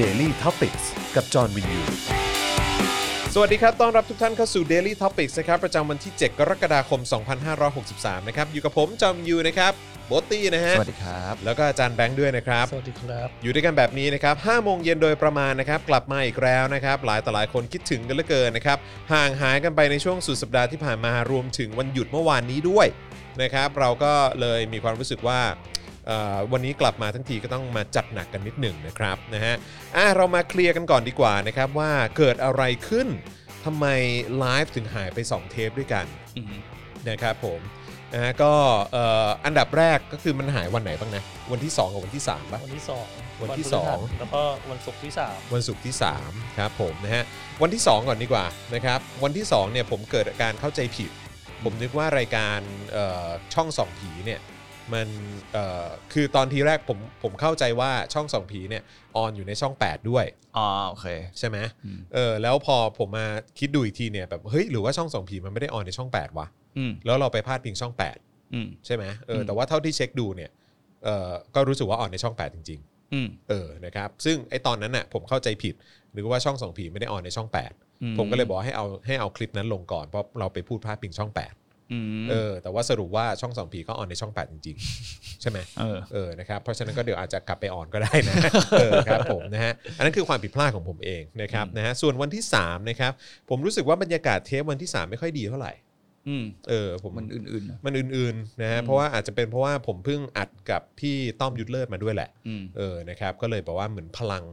Daily t o p i c กกับจอห์นวินยู สวัสดีครับ ต้อนรับทุกท่านเข้าสู่ Daily Topics นะครับ ประจำวันที่ 7 กรกฎาคม 2563 นะครับ อยู่กับผม จอมยูนะครับ โบทตี้นะฮะ สวัสดีครับ แล้วก็อาจารย์แบงค์ด้วยนะครับ สวัสดีครับ อยู่ด้วยกันแบบนี้นะครับ5โมงเย็นโดยประมาณนะครับ กลับมาอีกแล้วนะครับ หลายต่อหลายคนคิดถึงกันเหลือเกินนะครับ ห่างหายกันไปในช่วงสุดสัปดาห์ที่ผ่านมารวมถึงวันหยุดเมื่อวานนี้ด้วยนะครับ เราก็เลยมีความรู้สึกว่าเอ่อวันนี้กลับมาทั้งทีก็ต้องมาจัดหนักกันนิดหนึ่งนะครับนะฮะอ่ะเรามาเคลียร์กันก่อนดีกว่านะครับว่าเกิดอะไรขึ้นทำไมไลฟ์ถึงหายไป 2 เทปด้วยกันนะครับผมนะฮะก็เอ่ออันดับแรกก็คือมันหายวันไหนบ้างนะวันที่สองกับวันที่สามปะ วันที่สอง วันที่ พฤหั สอง แล้วก็วันศุกร์ที่สาม วันศุกร์ที่ 3 ครับผมนะฮะวันที่ 2 ก่อนดีกว่านะครับวันที่ 2 เนี่ยผมเกิดอาการเข้าใจผิด ผมนึกว่ารายการเอ่อช่องส่องผีเนี่ยมันเอ่อคือตอนทีแรกผมผมเข้าใจว่าช่องส่องผีเนี่ยออนอยู่ในช่อง 8 ด้วย อ๋อโอเค ใช่ไหม อืม เออแล้วพอผมมาคิดดูอีกทีเนี่ยแบบเฮ้ยหรือว่าช่องส่องผีมันไม่ได้ออนในช่อง 8วะ อืม แล้วเราไปพลาดพิงช่อง 8 อืม ใช่ไหมเอออ ม แต่ว่าเท่าที่เช็คดูเนี่ยเออก็รู้สึกว่าออนในช่อง 8 จริง ๆ อืม เออ นะครับ ซึ่งไอตอนนั้นน่ะผมเข้าใจผิด หรือว่าช่องสองผีไม่ได้ออนในช่อง อื 8 ผมก็เลยบอกให้เอาให้เอาคลิปนั้นลงก่อน เพราะเราไปพูดพาดพิงช่อง อืม 8 เออ แต่ว่าสรุปว่าช่องสองผีก็ออนในช่อง 8 จริงๆ ใช่ไหม เออ เออ นะครับ เพราะฉะนั้นก็เดี๋ยวอาจจะกลับไปออนก็ได้ นะ เออ ครับผมนะฮะ อันนั้นคือความผิดพลาดของผมเองนะครับ นะฮะ ส่วนวันที่3นะครับ ผมรู้สึกว่าบรรยากาศเทปวันที่ 3 ไม่ค่อยดีเท่าไหร่ อืม เออ ผม มันอื่นๆนะ มันอื่นๆ นะฮะ อืม เพราะว่าอาจจะเป็นเพราะว่าผมเพิ่งอัดกับพี่ต้อมยุทธเลิศมาด้วยแหละ อืม เออ นะครับ ก็เลยแบบว่าเหมือนพลัง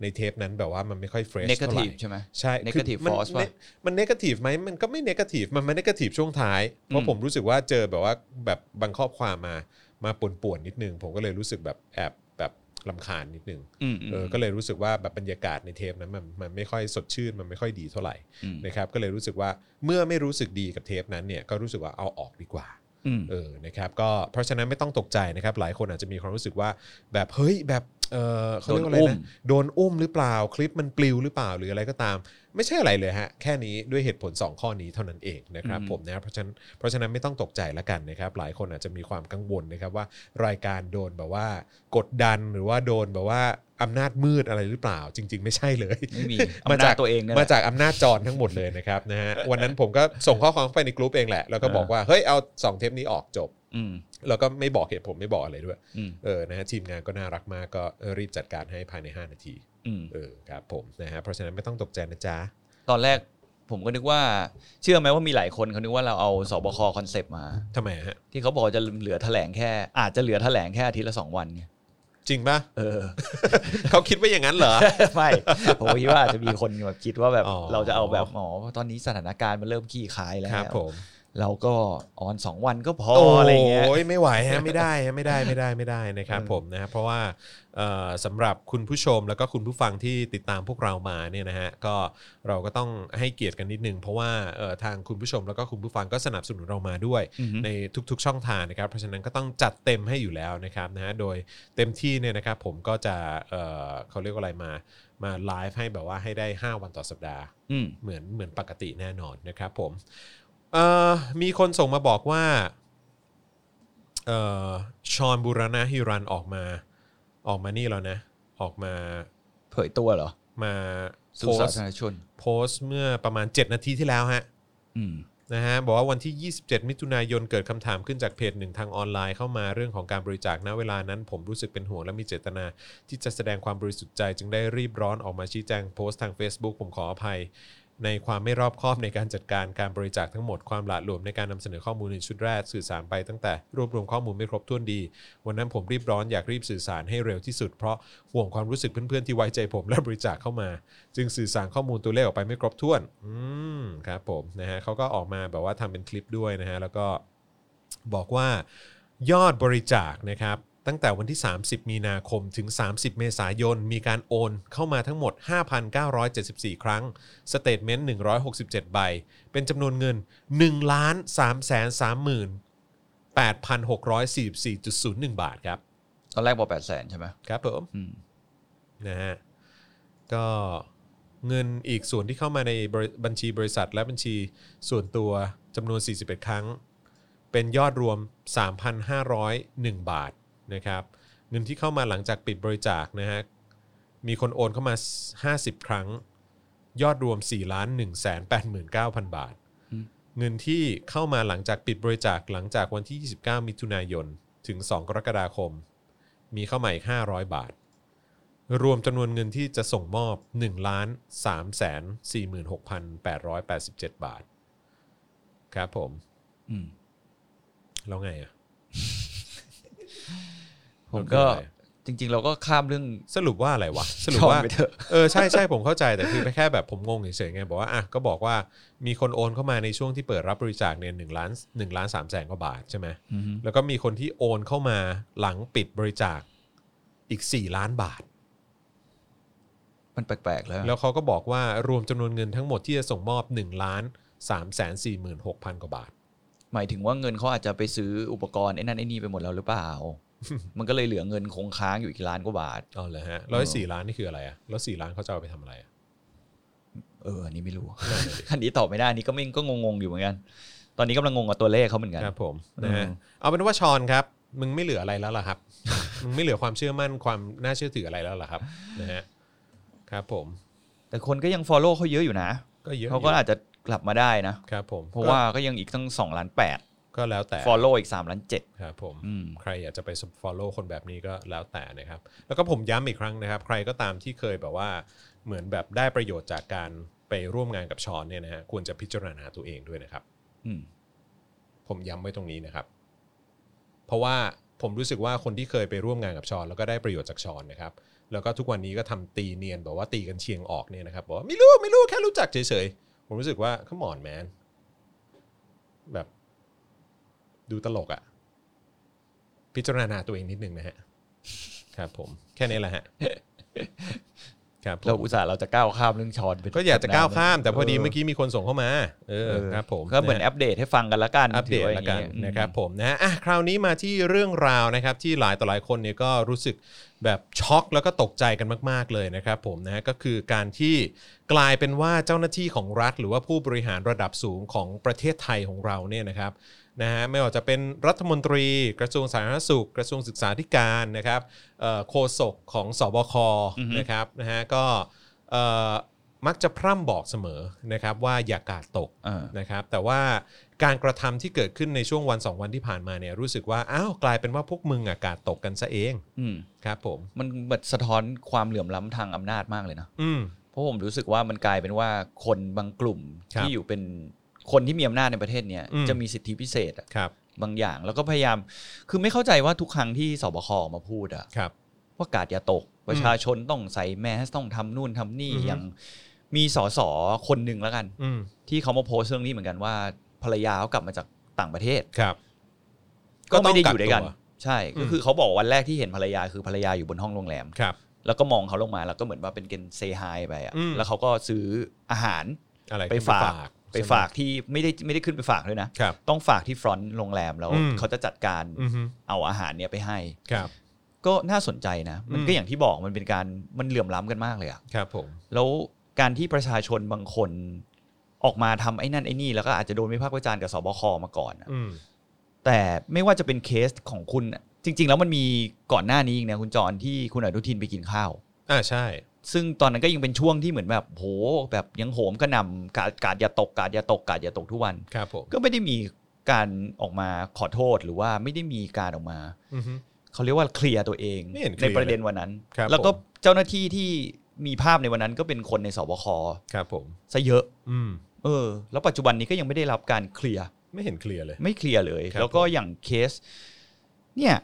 ในเทปนั้นแบบว่ามันไม่ค่อยเฟรช เนกา เท่าไห ที ร่ ฟใช่ไหม ใช่คือ Negative มัน force มัน ป่ะ มันเนกาทีฟไหมมันก็ไม่เนกาทีฟมันมาเนกาทีฟช่วงท้าย เพราะ อืม ผมรู้สึกว่าเจอแบบว่าแบบบางข้อความมามาป่วนๆนิดนึง ผมก็เลยรู้สึกแบบแอบแบบลำคาญนิดนึง อืม เออก็เลยรู้สึกว่าแบบบรรยากาศในเทปนั้นมันมันไม่ค่อยสดชื่นมันไม่ค่อยดีเท่าไหร่ อืม นะครับก็เลยรู้สึกว่าเมื่อไม่รู้สึกดีกับเทปนั้นเนี่ยก็รู้สึกว่าเอาออกดีกว่า อืม เออ นะครับ ก็เพราะฉะนั้นไม่ต้องตกใจนะครับ หลายคนอาจจะมีความรู้สึกว่าแบบเฮ้ยแบบ เออเขา โดน เรียกว่าอะอุ้ไรม นะ โดนอุ้มหรือเปล่า คลิปมันปลิวหรือเปล่าหรืออะไรก็ตาม ไม่ใช่อะไรเลยฮะ แค่นี้ด้วยเหตุผล 2 ข้อนี้เท่านั้นเองนะครับผมนะ เพราะฉะนั้น เพราะฉะนั้นไม่ต้องตกใจละกันนะครับ หลายคนอาจจะมีความกังวลนะครับว่ารายการโดนแบบว่ากดดันหรือว่าโดนแบบว่าอำนาจมืดอะไรหรือเปล่า จริง ๆ ไม่ใช่เลย ไม่มี มา มา จา จาก กตัวเองเนี่ยแหมาละ จากอำนาจจรทั้งหมดเลยนะครับนะฮะ วันนั้นผมก็ส่งข้อความเข้าไปในกลุ่มเองแหละ แล้วก็บอกว่า เฮ้ย เอาสองเทปนี้ออกจบ อืม แล้วก็ไม่บอกเหตุผลไม่บอกอะไรด้วย อืม เออ นะฮะทีมงานก็น่ารักมากก็เออรีบจัดการให้ภายใน 5 นาที อืม เออ ครับผมนะฮะ เพราะฉะนั้นไม่ต้องตกใจนะจ๊ะ ตอนแรกผมก็นึกว่า เชื่อไหมว่ามีหลายคนเขานึกว่าเราเอาสบคคอนเซปต์มา ทำไมฮะ ที่เขาบอกจะเหลือแถลงแค่ อาจจะเหลือแถลงแค่อาทิตย์ละสองวันไง จริงปะ เออ เขาคิดว่าอย่างนั้ นเหรอ ไม่ผมก็คิดว่าอาจจะมีคนแบบคิดว่าแบบ อ๋อ เราจะเอาแบบหมอตอนนี้สถานการณ์มันเริ่มขี้คายแล้ว ครับผม เราก็ออนสองวันก็พออะไรเงี้ย โอ้ยไม่ไหว ฮะ ไม่ได้ฮะ ไม่ได้ ไม่ได้ ไม่ได้นะครับผมนะฮะเพราะว่าเอ่อสำหรับคุณผู้ชมแล้วก็คุณผู้ฟังที่ติดตามพวกเรามาเนี่ยนะฮะ ก็เราก็ต้องให้เกียรติกันนิดนึง เพราะว่าเอ่อทางคุณผู้ชมแล้วก็คุณผู้ฟังก็สนับสนุนเรามาด้วย ในทุกๆช่องทางนะครับ เพราะฉะนั้นก็ต้องจัดเต็มให้อยู่แล้วนะครับนะฮะโดยเต็มที่เนี่ยนะครับผมก็จะเอ่อเขาเรียกว่าอะไรมามาไลฟ์ให้แบบว่าให้ได้ 5 วันต่อสัปดาห์ อืม เหมือนเหมือนปกติแน่นอนนะครับผมเอ่อมีคนส่งมาบอกว่าเอ่อชอนบุรณะฮิรันออกมาออกมานี่แล้วนะ ออกมา เผยตัวเหรอ มาโพ สู่ ส สา ต์ ธารณชน โพสต์เมื่อประมาณ 7 นาทีที่แล้วฮะ อืม นะฮะบอกว่าวันที่ 27 มิถุนายนเกิดคำถามขึ้นจากเพจหนึ่งทางออนไลน์เข้ามาเรื่องของการบริจาคณเวลานั้น ผมรู้สึกเป็นห่วงและมีเจตนา ที่จะแสดงความบริสุทธิ์ใจ จึงได้รีบร้อนออกมาชี้แจงโพสต์ทาง Facebook ผมขออภัย ในความไม่รอบคอบในการจัดการการบริจาคทั้งหมดความหละหลวมในการนำเสนอข้อมูลในชุดแรกสื่อสารไปตั้งแต่รวบรวมข้อมูลไม่ครบถ้วนดี วันนั้นผมรีบร้อนอยากรีบสื่อสารให้เร็วที่สุดเพราะห่วงความรู้สึกเพื่อนๆที่ไว้ใจผมและบริจาคเข้ามา จึงสื่อสารข้อมูลตัวเลขออกไปไม่ครบถ้วน อืมครับผมนะฮะเขาก็ออกมาแบบว่าทำเป็นคลิปด้วยนะฮะแล้วก็บอกว่ายอดบริจาคนะครับ ตั้งแต่วันที่ 30 มีนาคมถึง 30 เมษายน มีการโอนเข้ามาทั้งหมด 5,974 ครั้ง สเตทเมนต์167 ใบ เป็นจำนวนเงิน 1 3 3 3 8,644.01 บาทครับ ตอนแรกบอกแปดแสนใช่ไหม ครับผม อืม นะฮะก็เงินอีกส่วนที่เข้ามาในบริบัญชีบริษัทและบัญชีส่วนตัวจำนวน 41 ครั้ง เป็นยอดรวม 3,501 บาทนะครับเงินที่เข้ามาหลังจากปิดบริจาคนะฮะ มีคนโอนเข้ามา 50 ครั้ง ยอดรวม4ล้าน1แสน89,000 บาท อืม เงินที่เข้ามาหลังจากปิดบริจาคหลังจากวันที่ 29 มิถุนายน ถึง 2 กรกฎาคม มีเข้ามาอีก 500 บาท รวมจำนวนเงินที่จะส่งมอบ1ล้าน3แสน46,887 บาท ครับผม อืม แล้วไงอ่ะ ผมก็ มันคืออะไร จริง ๆ เราก็ข้ามเรื่อง สรุปว่าอะไร วะ สรุปว่า จอนไปเถอะ เออใช่ใช่ผมเข้าใจแต่คือแค่แบบผมงงเฉยๆไงบอกว่าอ่ะก็บอกว่ามีคนโอนเข้ามาในช่วงที่เปิดรับบริจาคเนี่ยหนึ่งล้านหนึ่งล้านสามแสนกว่าบาทใช่ไหม อืม แล้วก็มีคนที่โอนเข้ามาหลังปิดบริจาคอีก 4 ล้านบาท มันแปลกๆแล้ว แล้วเขาก็บอกว่ารวมจำนวนเงินทั้งหมดที่จะส่งมอบ1ล้าน3 4 6 0 0 0กว่าบาท หมายถึงว่าเงินเขาอาจจะไปซื้ออุปกรณ์ไอ้นั่นไอ้นี่ไปหมดแล้วหรือเป ล่า มันก็เลยเหลือเงินคงค้างอยู่อีกล้านกว่าบาท เอาเลยฮะแล้วไอ้สี่ล้านนี่คืออะไรอะแล้วสี่ล้านเขาจะเอาไปทำอะไรอะ เอออันนี้ไม่รู้ อันนี้ตอบไม่ได้อันนี้ก็ไม่ก็งงๆอยู่เหมือนกัน ตอนนี้กำลังงงกับตัวเลขเขาเหมือนกัน ครับผมนะฮะ อืม เอาเป็นว่าชอนครับ มึงไม่เหลืออะไรแล้วล่ะครับ มึงไม่เหลือความเชื่อมั่นความน่าเชื่อถืออะไรแล้วล่ะครับนะฮะครับผม แต่คนก็ยัง follow เขาเยอะอยู่นะ ก็เยอะ เขาก็ อยู่ อาจจะกลับมาได้นะ ครับผม เพราะว่าก็ยังอีกตั้ง2ล้าน8 ก็แล้วแต่ follow อีก3ล้าน7 ครับผม อืม ใครอยากจะไป follow คนแบบนี้ก็แล้วแต่นะครับ แล้วก็ผมย้ำอีกครั้งนะครับ ใครก็ตามที่เคยแบบว่าเหมือนแบบได้ประโยชน์จากการไปร่วมงานกับชอนเนี่ยนะฮะควรจะพิจารณาตัวเองด้วยนะครับ อืม ผมย้ำไว้ตรงนี้นะครับ เพราะว่าผมรู้สึกว่าคนที่เคยไปร่วมงานกับชอน แล้วก็ได้ประโยชน์จากชอนนะครับ แล้วก็ทุกวันนี้ก็ทำตีเนียนแบบว่าตีกันเชียงออกเนี่ยนะครับบอกว่าไม่รู้ไม่รู้แค่รู้จักเฉยๆ ผมรู้สึกว่าขมอนแมนแบบ ดูตลกอะพิจารณาตัวเองนิดนึงนะฮะ ครับผมแค่นี้แหละฮะ ครับผม เราอุตส่าห์เราจะก้าวข้ามเรื่องชอนไป ก็อยากจะก้าวข้าม แต่พอดีเมื่อกี้มีคนส่งเข้ามา เออครับผม ก็เหมือนอัปเดตให้ฟังกันละกัน อัปเดต ถืว่าย่าละง กัน งี้ย นะครับผมนะฮะอ่ะคราวนี้มาที่เรื่องราวนะครับที่หลายต่อหลายคนเนี่ยก็รู้สึกแบบช็อกแล้วก็ตกใจกันมาก ๆ เลยนะครับผมนะฮะก็คือการที่กลายเป็นว่าเจ้าหน้าที่ของรัฐ หรือว่าผู้บริหารระดับสูงของประเทศไทยของเราเนี่ยนะครับนะฮะไม่ว่าจะเป็นรัฐมนตรี กระทรวงสาธารณสุข กระทรวงศึกษาธิการนะครับเอ่อโฆษกของสบคนะครับนะฮะก็เอ่อมักจะพร่ำบอกเสมอนะครับว่าอย่ากาดตก เออ นะครับแต่ว่าการกระทำที่เกิดขึ้นในช่วงวัน 2 วันที่ผ่านมาเนี่ยรู้สึกว่าอ้าวกลายเป็นว่าพวกมึงอากาศตกกันซะเอง อืม ครับผม มันแบบสะท้อนความเหลื่อมล้ำทางอำนาจมากเลยนะ อืม เพราะผมรู้สึกว่ามันกลายเป็นว่าคนบางกลุ่ม ครับ ที่อยู่เป็นคนที่มีอำนาจในประเทศเนี้ย อืม จะมีสิทธิพิเศษอะ ครับ บางอย่างแล้วก็พยายาม คือไม่เข้าใจว่าทุกครั้งที่สบคออกมาพูดอะ ครับ ว่ากาดอย่าตก ประชาชนต้องใส่แมสต้องทำนู่นทำนี่ อือฮึ อย่างมีสสคนหนึ่งแล้วกัน อืม ที่เขามาโพสต์เรื่องนี้เหมือนกันว่าภรรยาเขากลับมาจากต่างประเทศ ครับ ก็ ก็ ต้อ ไม่ ง ได้ กั อก ยู่ด้วยกัน ตัว ใช่ก็คือเขาบอกวันแรกที่เห็นภรรยาคือภรรยาอยู่บนห้องโรงแรม ครับ แล้วก็มองเขาลงมาแล้วก็เหมือนว่าเป็นเกนเซฮายไปอ่ะ อืม แล้วเขาก็ซื้ออาหาร อะไร ไปฝาก ไป ใช่หม ฝากที่ไม่ได้ไม่ได้ขึ้นไปฝากด้วยนะ ครับ ต้องฝากที่ฟรอนต์โรงแรมแล้ว อืม เขาจะจัดการ อือฮึ เอาอาหารเนี่ยไปให้ ครับ ก็น่าสนใจนะ มันก็ อืม อย่างที่บอกมันเป็นการมันเหลื่อมล้ำกันมากเลยอะ ครับผม แล้วการที่ประชาชนบางคนออกมาทำไอ้นั่นไอ้นี่แล้วก็อาจจะโดนวิพากษ์วิจารณ์กับสบคมาก่อนอะ อืม แต่ไม่ว่าจะเป็นเคสของคุณอะจริง ๆ แล้วมันมีก่อนหน้านี้อีกนะคุณจรที่คุณอนุทินไปกินข้าว อ่าใช่ ซึ่งตอนนั้นก็ยังเป็นช่วงที่เหมือนแบบโหแบบยังโหมกระหนำกาดกาดอย่าตกกาดอย่าตกกาดอย่าตกทุกวัน ครับผม ก็ไม่ได้มีการออกมาขอโทษหรือว่าไม่ได้มีการออกมา อือฮึ เขาเรียกว่าเคลียร์ตัวเอง ไม่เห็นเคลี ใน ยร์ ประเด็นวันนั้น ครับ แล้วก็ ผม เจ้าหน้าที่ที่มีภาพในวันนั้นก็เป็นคนในสบค ครับผม ซะเยอะ อืม เออ แล้วปัจจุบันนี้ก็ยังไม่ได้รับการเคลียร์ ไม่เห็นเคลียร์เลย ไม่เคลียร์เลย ครับ แล้วก็อย่างเคส เนี่ย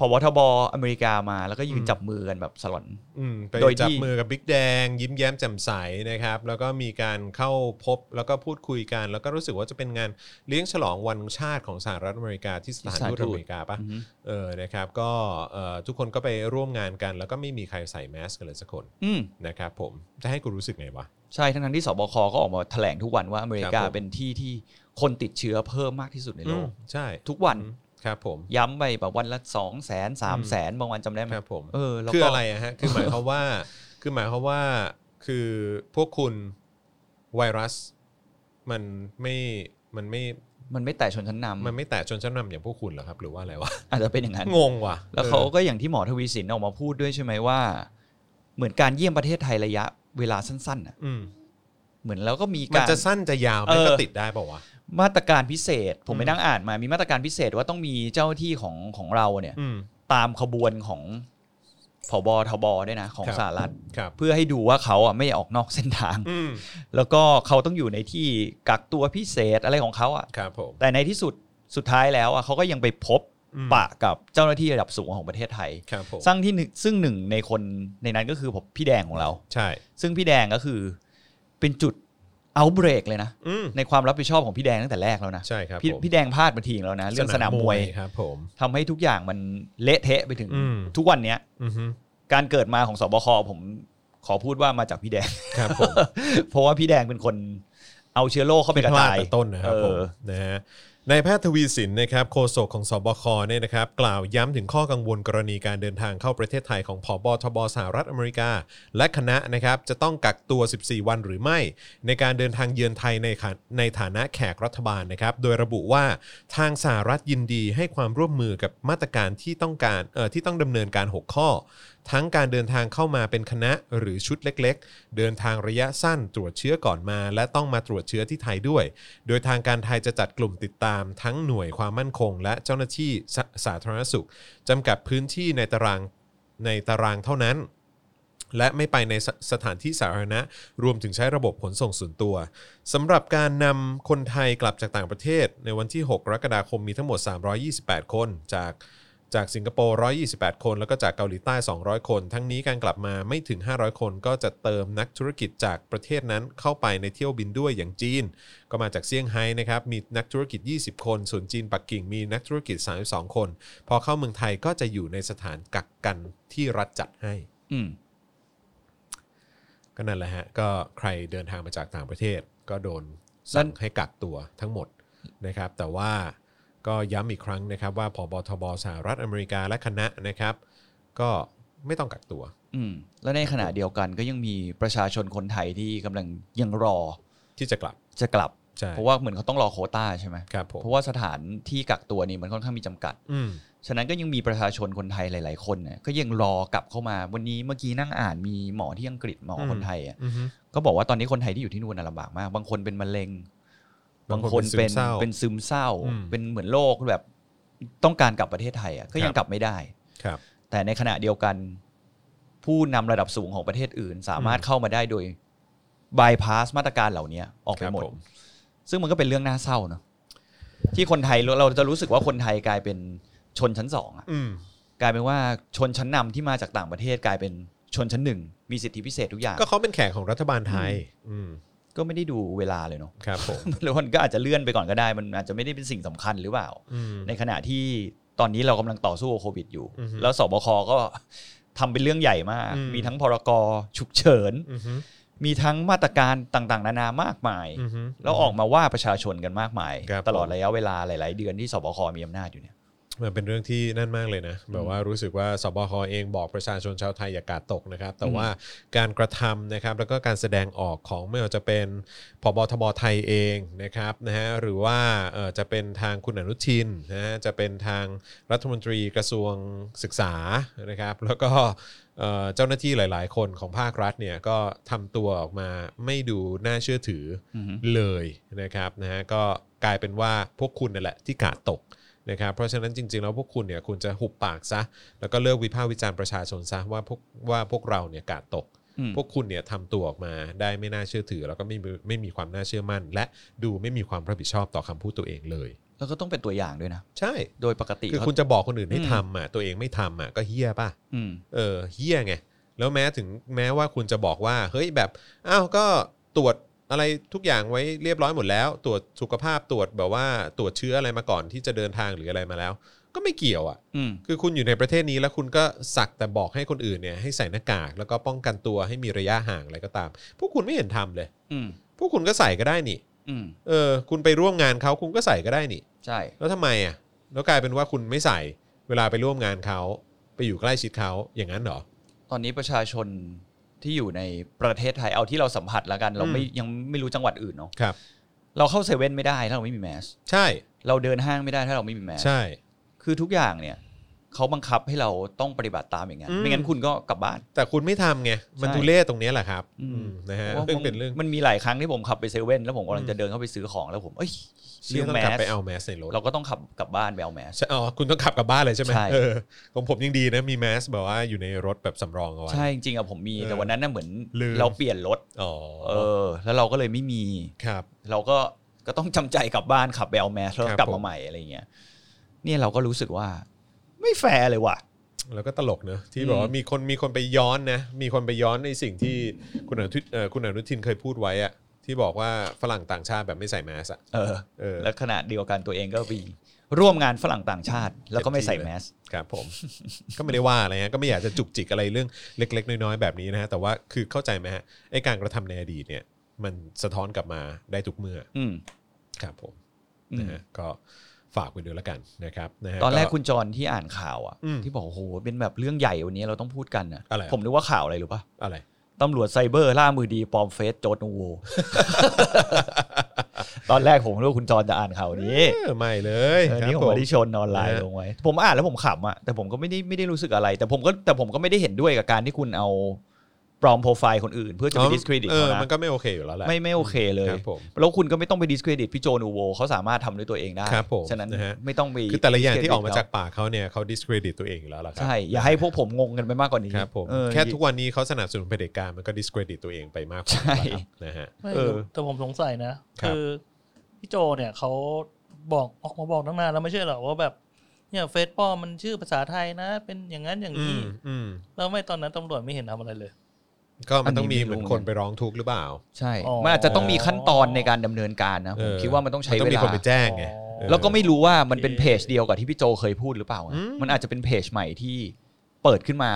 พบทบอเมริกามาแล้วก็ยืน อืม จับมือกันแบบสลอน อืมไป โดยที่ จับมือกับบิ๊กแดง ยิ้มแย้มแจ่มใสนะครับ แล้วก็มีการเข้าพบแล้วก็พูดคุยกัน แล้วก็รู้สึกว่าจะเป็นงานเลี้ยงฉลองวันชาติของสหรัฐอเมริกาที่สถานทูตอเมริกาปะ อือฮึ เออ นะครับ ก็เอ่อทุกคนก็ไปร่วมงานกัน แล้วก็ไม่มีใครใส่แมสกันเลยสักคน อืม นะครับผม จะให้กูรู้สึกไงวะ ใช่ ทั้งทั้งๆที่สบคก็ออกมาแถลงทุกวันว่าอเมริ ครั กา บผม เป็นที่ที่คนติดเชื้อเพิ่มมากที่สุดในโล อืม ก ใช่ ทุกวัน อืมครับผม ย้ำไปแบบวันละสองแสนสามแสนบางวันจำได้ไหม ครับผม เออแล้ว คือ ก็ อะไรอะฮะ คือหมายความว่า คือหมายความว่า คือพวกคุณไวรัส มันไม่ มันไม่ มันไม่แต่ชนชั้นนำ มันไม่แตะชนชั้นนำอย่างพวกคุณเหรอครับ หรือว่าอะไรวะ อาจจะเป็นอย่างนั้น งงว่ะ แล้วเขา ออ ก็อย่างที่หมอทวีสินออกมาพูดด้วยใช่ไหมว่า เหมือนการเยี่ยมประเทศไทยระยะเวลาสั้นๆน่ะ อืม เหมือนแล้วก็มี มัน การ จะสั้นจะยาวไห เอ มัน อ ก็ติดได้เปล่าวะ มาตรการพิเศษ ผ อื ม ม ไปนั่งอ่านมามีมาตรการพิเศษว่าต้องมีเจ้าหน้าที่ของของเราเนี่ย อืม ตามขบวนของผบทบด้วยนะของ ครับ สหรัฐ ครับ เพื่อให้ดูว่าเขาอ่ะไม่ออกนอกเส้นทาง อืม แล้วก็เขาต้องอยู่ในที่กักตัวพิเศษอะไรของเขาอ่ะ ครับผม แต่ในที่สุดสุดท้ายแล้วอ่ะเขาก็ยังไปพบ อืม ปะกับเจ้าหน้าที่ระดับสูงของประเทศไทย ครับผม ซึ่งที่หนึ่งซึ่งหนึ่งในคนในนั้นก็คือผมพี่แดงของเรา ใช่ ซึ่งพี่แดงก็คือเป็นจุดเอาเบรกเลยนะ อืม ในความรับผิดชอบของพี่แดงตั้งแต่แรกแล้วนะ ใช่ครับ พี่ ผม พี่แดงพลาดมาทีแล้วนะ เรื่องสนามมวย ครับ ผม ทำให้ทุกอย่างมันเละเทะไปถึง อืม ทุกวันเนี้ย อือฮึ การเกิดมาของสบคผมขอพูดว่ามาจากพี่แดง ครับผม เพราะว่าพี่แดงเป็นคนเอาเชื้อโรคเข้าไปกระ พลาจาดย แต่ต้นนะครับ เออ ผมนะฮะนายแพทย์ทวีสินนะครับโฆษกของสบคเนี่ยนะครับกล่าวย้ำถึงข้อกังวลกรณีการเดินทางเข้าประเทศไทยของผบทบสหรัฐอเมริกา และคณะนะครับจะต้องกักตัว 14 วันหรือไม่ ในการเดินทางเยือนไทยในขาในฐานะแขกรัฐบาลนะครับโดยระบุว่าทางสหรัฐยินดีให้ความร่วมมือกับมาตรการที่ต้องการเอ่อที่ต้องดำเนินการ 6 ข้อ ทั้งการเดินทางเข้ามาเป็นคณะหรือชุดเล็ก ๆ เดินทางระยะสั้นตรวจเชื้อก่อนมา และต้องมาตรวจเชื้อที่ไทยด้วย โดยทางการไทยจะจัดกลุ่มติดตามทั้งหน่วยความมั่นคง และเจ้าหน้าที่สาสาธารณสุขจำกัดพื้นที่ในตารางในตารางเท่านั้น และไม่ไปในสสถานที่สาธารณะ รวมถึงใช้ระบบขนส่งส่วนตัวสำหรับการนำคนไทยกลับจากต่างประเทศ ในวันที่ 6 กรกฎาคมมีทั้งหมด 328 คนจาก จากสิงคโปร์ 128 คน แล้วก็จากเกาหลีใต้ 200 คน ทั้งนี้การกลับมาไม่ถึง 500 คนก็จะเติมนักธุรกิจจากประเทศนั้นเข้าไปในเที่ยวบินด้วยอย่างจีน ก็มาจากเซี่ยงไฮ้นะครับ มีนักธุรกิจ 20 คน ส่วนจีนปักกิ่งมีนักธุรกิจ 32 คน พอเข้าเมืองไทยก็จะอยู่ในสถานกักกันที่รัฐจัดให้ อืม ก็นั่นแหละฮะ ก็ใครเดินทางมาจากต่างประเทศ ก็โดนสั่งให้กักตัวทั้งหมดนะครับ แต่ว่าก็ย้ำอีกครั้งนะครับ ว่าผบทบสหรัฐอเมริกาและคณะนะครับ ก็ไม่ต้องกักตัว อืมแล้วในขณะเดียวกันก็ยังมีประชาชนคนไทยที่กำลังยังรอ ที่จะกลับ จะกลับ ใช่ เพราะว่าเหมือนเขาต้องรอโควต้าใช่ไหม ครับผม เพราะว่าสถานที่กักตัวนี่มันค่อนข้างมีจำกัด อืม ฉะนั้นก็ยังมีประชาชนคนไทยหลาย ๆ คนเนี่ยก็ยังรอกลับเข้ามาวันนี้เมื่อกี้นั่งอ่านมีหมอที่อังกฤษหมอคนไทยอ่ะ อือฮึ ก็บอกว่าตอนนี้คนไทยที่อยู่ที่นู่นนะลำบากมาก บางคนเป็นมะเร็ง บา บาง ง ค คน น เป็ เป็น น ซึมเศร้า เป็นซึมเศร้า อืม เป็นเหมือนโรคแบบต้องการกลับประเทศไทยอ่ะก็ยั ครั ง บ กลับไม่ได้ ครับ แต่ในขณะเดียวกัน ผู้นำระดับสูงของประเทศอื่น สามารถเข้ามาได้โดยบายพาสมาตรการเหล่านี้ออกไป ครับ หมด ผม ซึ่งมันก็เป็นเรื่องน่าเศร้าเนอะที่คนไทยเราเราจะรู้สึกว่าคนไทยกลายเป็นชนชั้นสองอะ อืม กลายเป็นว่าชนชั้นนำที่มาจากต่างประเทศกลายเป็นชนชั้นหนึ่งมีสิทธิพิเศษทุกอย่าง ก็เขาเป็นแขกของรัฐบาลไทย อืม ก็ไม่ได้ดูเวลาเลยเนาะ ครับผม หรือมันก็อาจจะเลื่อนไปก่อนก็ได้ มันอาจจะไม่ได้เป็นสิ่งสำคัญหรือเปล่า อืม ในขณะที่ตอนนี้เรากำลังต่อสู้กับโควิดอยู่ อือฮึ แล้วสบคก็ ทำเป็นเรื่องใหญ่มาก อืม มีทั้งพรกฉุกเฉิน อือฮึ มีทั้งมาตรการต่างๆ นานามากมาย อือฮึ แล้วออกมาว่าประชาชนกันมากมาย ครับ ตลอดระยะเวลาหลาย ๆ เดือนที่สบคมีอำนาจอยู่เนี่ย มันเป็นเรื่องที่นั่นมากเลยนะ แบบว่ารู้สึกว่าสบคเองบอกประชาชนชาวไทยอย่ากาดตกนะครับ แต่ว่าการกระทำนะครับแล้วก็การแสดงออกของไม่ว่าจะเป็นพบทบไทยเองนะครับนะฮะหรือว่าเอ่อจะเป็นทางคุณอนุทินนะฮะจะเป็นทางรัฐมนตรีกระทรวงศึกษานะครับ แล้วก็เอ่อเจ้าหน้าที่หลาย ๆ คนของภาครัฐเนี่ยก็ทำตัวออกมาไม่ดูน่าเชื่อถือ อือฮึ เลยนะครับนะฮะก็กลายเป็นว่าพวกคุณนั่นแหละที่กาดตกนะครับเพราะฉะนั้นจริง ๆ แล้วพวกคุณเนี่ยคุณจะหุบปากซะ แล้วก็เลิกวิพากษ์วิจารณ์ประชาชนซะว่าพวกว่าพวกเราเนี่ยกาดตก อืม พวกคุณเนี่ยทำตัวออกมาได้ไม่น่าเชื่อถือ แล้วก็ไม่มีไม่มีความน่าเชื่อมั่น และดูไม่มีความรับผิดชอบต่อคำพูดตัวเองเลย แล้วก็ต้องเป็นตัวอย่างด้วยนะ ใช่ โดยปกติ คือ ก็ คุณจะบอกคนอื่นให้ทำอ่ะตัวเองไม่ทำอ่ะก็เฮี้ยป่ะ อืม เออเฮี้ยไง แล้วแม้ถึงแม้ว่าคุณจะบอกว่า เฮ้ยแบบอ้าวก็ตรวจอะไรทุกอย่างไว้เรียบร้อยหมดแล้ว ตรวจสุขภาพตรวจแบบว่าตรวจเชื้ออะไรมาก่อนที่จะเดินทางหรืออะไรมาแล้ว ก็ไม่เกี่ยวอะ่ะ อืม คือคุณอยู่ในประเทศนี้แล้วคุณก็สักแต่บอกให้คนอื่นเนี่ยให้ใส่หน้ากาก แล้วก็ป้องกันตัวให้มีระยะห่างอะไรก็ตาม พวกคุณไม่เห็นทำเลย อืม พวกคุณก็ใส่ก็ได้นี่ อืม เออคุณไปร่วมงานเขาคุณก็ใส่ก็ได้นี่ ใช่ แล้วทำไมอ่ะแล้วกลายเป็นว่าคุณไม่ใส่เวลาไปร่วมงานเขาไปอยู่ใกล้ชิดเขาอย่างนั้นเหรอ ตอนนี้ประชาชนที่อยู่ในประเทศไทยเอาที่เราสัมผัสแล้วกัน เราไม่ยังไม่รู้จังหวัดอื่นเนาะ ครับ เราเข้าเซเว่นไม่ได้ถ้าเราไม่มีแมส ใช่ เราเดินห้างไม่ได้ถ้าเราไม่มีแมส ใช่ คือทุกอย่างเนี่ย เขาบังคับให้เราต้องปฏิบัติตามอย่างนั้น อืม ไม่งั้นคุณก็กลับบ้าน แต่คุณไม่ทำไงมัน ใช่ ทุเล่ตรงเนี้ยแหละครับ อืม อืมนะฮะ พราะ ซึ่ง ผม เป็นเรื่อง มันมีหลายครั้งที่ผมขับไปเซเว่นแล้วผมกำลัง อื จะ ม เดินเข้าไปซื้อของแล้วผมเอ้ย เรื่องต้องกลับไปเอาแมสในรถ เราก็ต้องขับกลับบ้านไปเอาแมส ใช่อ๋อคุณต้องขับกลับบ้านเลยใช่ไหม ใช่ เออของผมยังดีนะมีแมสแบบว่าอยู่ในรถแบบสำรองเอาไว้ ใช่จริงๆอะผมมี เออ แต่วันนั้นน่ะเหมือน ลืม เราเปลี่ยนรถ อ๋อ เออ แล้วเราก็เลยไม่มี ครับ เราก็ก็ต้องจำใจกลับบ้านขับไปเอาแมสแล้ว ครับ กลัผมบาม ใหม่อะไรเงี้ยเนี่ยเราก็รู้สึกว่า ไม่แฟร์เลยว่ะ แล้วก็ตลกเนอะที่ อืม บอกว่ามีคนมีคนไปย้อนนะมีคนไปย้อนในสิ่งที่คุณอนุทินเอ่อคุณอนุทินเคยพูดไว้อะที่บอกว่าฝรั่งต่างชาติแบบไม่ใส่แมสอะ เออ เออ และขณะเดียวกันตัวเองก็ไปร่วมงานฝรั่งต่างชาติ แล้วก็ไม่ใส่แมส ครับผม ก็ไม่ได้ว่าอะไรฮะก็ไม่อยากจะจุกจิกอะไรเรื่องเล็ก ๆ น้อยๆแบบนี้นะฮะแต่ว่าคือเข้าใจไหมฮะไอ้การกระทำในอดีตเนี่ย มันสะท้อนกลับมาได้ทุกเมื่อ อืม ครับผม อื นะ ม ฮะก็ฝากไว้ด้วยละกันนะครับนะฮะ ตอนแรกคุณจรที่อ่านข่าวอ่ะ อืม ที่บอกโอ้โหเป็นแบบเรื่องใหญ่วันนี้เราต้องพูดกันอ่ะ อะไรอะ ผมนึกว่าข่าวอะไรรู้ป่ะ อะไร ตำรวจไซเบอร์ล่ามือดีปลอมเฟซโจดนูโว ตอนแรกผมนึกว่าคุณจรจะอ่านข่าวนี้ เออไม่เลย เออ ครับ นี่ขอ ผ งวมริชนออนไลน์ นะฮะ ลงไว้ ผมอ่านแล้วผมขำอ่ะแต่ผมก็ไม่ได้ไม่ได้รู้สึกอะไร แต่ผมก็แต่ผมก็ไม่ได้เห็นด้วยกับการที่คุณเอาปลอมโปรไฟล์คนอื่น เพื่อจะไป discredit เอ เขา อ นะ มันก็ไม่โอเคอยู่แล้วแหละ ไม่ไม่โอเคเลย ครับผม แล้วคุณก็ไม่ต้องไป discredit พี่โจนูโวเขาสามารถทำด้วยตัวเองได้ ครับผม ฉะนั้น นะฮะ ไม่ต้องไป คือแต่ละอย่างที่ discredit ออกมาจากปากเขาเนี่ยเขา discredit ตัวเองอยู่แล้วล่ะครั ใช่ อย่าให้พวกผมงงกันไปมากกว่านี้ ครับผม เออ แค่ทุกวันนี้เขาสนับสนุนเผด็จการมันก็ discredit ตัวเองไปมากกว่า ใช่ แล้วครับนะฮะ ไม่ เออ แต่ผมสงสัยนะครับ คือพี่โจเนี่ยเขาบอกออกมาบอกตั้งนานแล้วไม่ใช่เหรอว่าแบบเนี่ยเฟซปลอมมันชื่อภาษาไทยนะ เป็นอย่างนั้นอย่าง อื นี้ มอืม แล้วไม่ตอนนั้นตำรวจไม่เห็นทำอะไรเลย ก็มันต้องมี อันนี้เหไม่รู้ มือนคนไปร้องทุกข์หรือเปล่า ใช่ อ๋อ มันอาจจะต้องมีขั้นตอนในการดำเนินการนะ เอ ผม อ คิดว่ามันต้องใช้ ต้อ เว งมี ลา คนไปแจ้งไงเออ แล้วก็ไม่รู้ว่ามันเป็น โอเค เพจเดียวกับที่พี่โจเคยพูดหรือเปล่าอะ อืม มันอาจจะเป็นเพจใหม่ที่เปิดขึ้นมา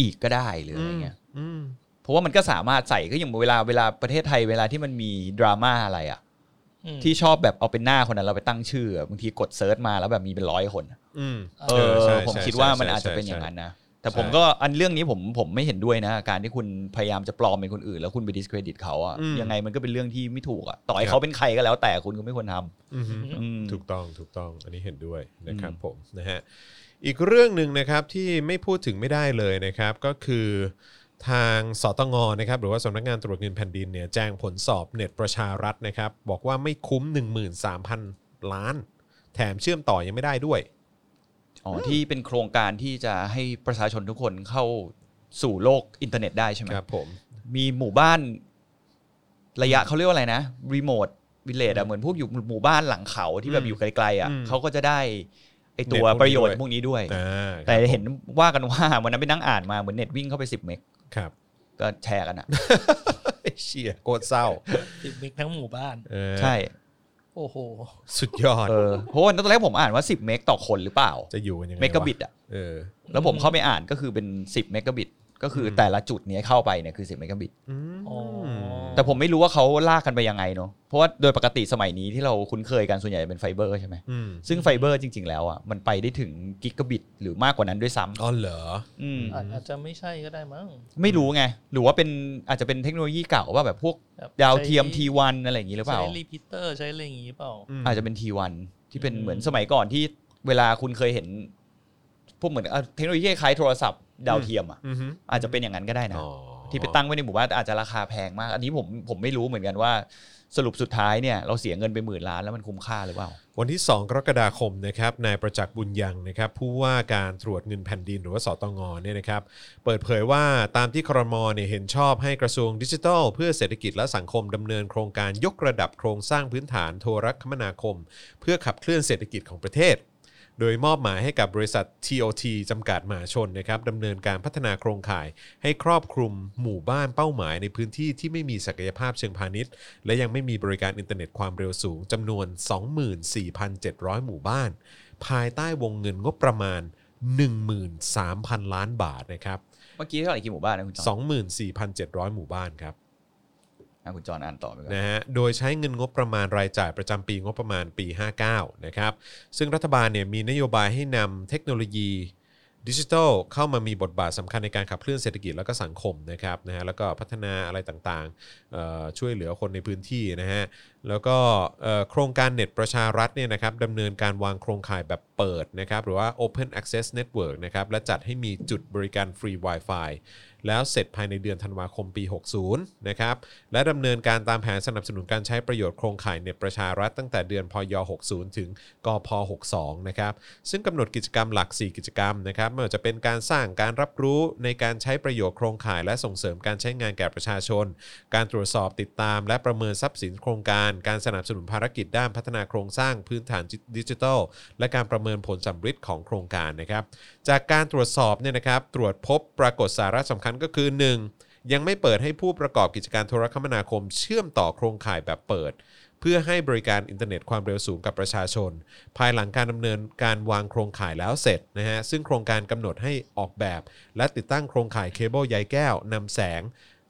อีกก็ได้หรือ อื อะไร ม เงี้ย อืม เพราะว่ามันก็สามารถใส่ก็อย่างเวลาเวลาประเทศไทยเวลาที่มันมีดราม่าอะไรอะ อืม ที่ชอบแบบเอาเป็นหน้าคนนั้นเราไปตั้งชื่ออะบางทีกดเซิร์ชมาแล้วแบบมีเป็นร้อยคนอะ อืม เออ ใช่ ผม ใช่ คิดว่า ใช่ มันอาจจะ ใช่ เป็นอย่าง ใช่ นั้นนะ แต่ ใช่ ผมก็อันเรื่องนี้ผมผมไม่เห็นด้วยนะการที่คุณพยายามจะปลอมเป็นคนอื่น แล้วคุณไป discredit เขาอะยังไงมันก็เป็นเรื่องที่ไม่ถูกอะต่อให้เขาเป็นใครก็แล้วแต่คุณก็ไม่ควรท อือฮึ ำอืม ถูกต้องถูกต้องอันนี้เห็นด้วยนะครับ อืม ผมนะฮะอีกเรื่องหนึ่งนะครับที่ไม่พูดถึงไม่ได้เลยนะครับก็คือทางสตงนะครับหรือว่าสำนักงานตรวจเงินแผ่นดินเนี่ยแจ้งผลสอบเน็ตประชารัฐนะครับบอกว่าไม่คุ้ม 13,000 ล้าน แถมเชื่อมต่อยังไม่ได้ด้วย อ๋อที่เป็นโครงการที่จะให้ประชาชนทุกคนเข้าสู่โลกอินเทอร์เน็ตได้ใช่ไหม ครับผม มีหมู่บ้าน ระยะเขาเรียกว่าอะไรนะรีโมทวิลเลจอะเหมือนพวกอยู่หมู่บ้านหลังเขาที่แบ อื บ ม อยู่ไกลๆอะ อืม เขาก็จะได้ไอตัว เปน็ตพวกนี้ระโยชน์ ด้วย พวกนี้ด้วย อ่า แต่เห็นว่ากันว่า วันนั้นไปนั่งอ่านมาเหมือนเน็ตวิ่งเข้าไป 10 เมก ครับ ก็แชร์กันอะ เชียโคตรเศร้า ติดมิกทั้งหมู่บ้าน เออ ใช่ โอ้โห สุดยอด เออเพราะวันนั้นตอนแรกผมอ่านว่า 10 เมกต่อคนหรือเปล่า จะอยู่กันยังไงวะ เมกะบิตอะ เออ แล้วผมเข้าไปอ่านก็คือเป็น 10 เมกะบิต ก็คือแต่ละจุดเนี้ยเข้าไปเนี่ยคือ 10 เมกะบิต อืม อ๋อ แต่ผมไม่รู้ว่าเขาลากกันไปยังไงเนาะ เพราะว่าโดยปกติสมัยนี้ที่เราคุ้นเคยกันส่วนใหญ่เป็นไฟเบอร์ใช่ไหม อืม ซึ่งไฟเบอร์จริง ๆ แล้วอ่ะมันไปได้ถึงกิกะบิตหรือมากกว่านั้นด้วยซ้ อ๋อเหรอ ำอืม อาจอาจจะไม่ใช่ก็ได้มั้ง ไม่รู้ไง หรือว่าเป็นอาจจะเป็นเทคโนโลยีเก่าว่าแบบพวก แบบ ดาวเทียม ใช้ T1 อะไรอย่างนี้หรือเปล่า ใช้รีพิเตอร์ใช้อะไรอย่างงี้เปล่า อืม อาจจะเป็น T1 ที่เป็น อืม เหมือนสมัยก่อนที่เวลาคุณเคยเห็น พวกเหมือนเอาเทคโนโลยีคล้ายโทรศัพท์ดาวเทียมอ่ะ อือฮึ อาจจะเป็นอย่างนั้นก็ได้นะ อ๋อ ที่ไปตั้งไว้ในหมู่บ้านอาจจะราคาแพงมาก อันนี้ผมผมไม่รู้เหมือนกันว่าสรุปสุดท้ายเนี่ยเราเสียเงินไปหมื่นล้านแล้วมันคุ้มค่าหรือเปล่า วันที่ 2 กรกฎาคมนะครับนายประจักษ์บุญยังนะครับผู้ว่าการตรวจเงินแผ่นดินหรือว่าสตงเนี่ยนะครับเปิดเผยว่าตามที่ครมเนี่ยเห็นชอบให้กระทรวงดิจิทัล เพื่อเศรษฐกิจและสังคมดำเนินโครงการยกระดับโครงสร้างพื้นฐานโทรคมนาคม เพื่อขับเคลื่อนเศรษฐกิจของประเทศ โดยมอบหมายให้กับบริษัท TOT จำกัดมหาชนนะครับดำเนินการพัฒนาโครงข่าย ให้ครอบคลุมหมู่บ้านเป้าหมายในพื้นที่ที่ไม่มีศักยภาพเชิงพาณิชย์ และยังไม่มีบริการอินเทอร์เน็ตความเร็วสูงจำนวน 24,700 หมู่บ้าน ภายใต้วงเงินงบประมาณ 13,000 ล้านบาทนะครับ เมื่อกี้เท่าไหร่กี่หมู่บ้านนะคุณจอน 24,700 หมู่บ้านครับ อ่ะคุณจอนอ่านต่อไปก่อน นะฮะ โดยใช้เงินงบประมาณรายจ่ายประจำปีงบประมาณปี 59 นะครับ ซึ่งรัฐบาลเนี่ยมีนโยบายให้นำเทคโนโลยีดิจิทัลเข้ามามีบทบาทสำคัญในการขับเคลื่อนเศรษฐกิจแล้วก็สังคมนะครับนะฮะแล้วก็พัฒนาอะไรต่างๆเอ่อช่วยเหลือคนในพื้นที่นะฮะ แล้วก็เอ่อโครงการเน็ตประชารัฐเนี่ยนะครับดำเนินการวางโครงข่ายแบบเปิดนะครับหรือว่า Open Access Network นะครับและจัดให้มีจุดบริการฟรี Wi-Fi แล้วเสร็จภายในเดือนธันวาคมปี 60 นะครับ และดำเนินการตามแผนสนับสนุนการใช้ประโยชน์โครงข่ายเน็ตประชารัฐตั้งแต่เดือนพย 60 ถึงกพ 62 นะครับ ซึ่งกำหนดกิจกรรมหลัก 4 กิจกรรมนะครับไม่ว่าจะเป็นการสร้างการรับรู้ในการใช้ประโยชน์โครงข่ายและส่งเสริมการใช้งานแก่ประชาชน การตรวจสอบติดตาม และประเมินทรัพย์สินโครงการ การสนับสนุนภารกิจด้านพัฒนาโครงสร้างพื้นฐานดิจิทัล และการประเมินผลสัมฤทธิ์ของโครงการนะครับ จากการตรวจสอบเนี่ยนะครับ ตรวจพบปรากฏสาระสำคัญก็คือ 1. ยังไม่เปิดให้ผู้ประกอบกิจการโทรคมนาคม เชื่อมต่อโครงข่ายแบบเปิด เพื่อให้บริการอินเทอร์เน็ตความเร็วสูงกับประชาชน ภายหลังการดำเนินการวางโครงข่ายแล้วเสร็จนะฮะซึ่งโครงการกำหนดให้ออกแบบ และติดตั้งโครงข่ายเคเบิลใยแก้วนำแสง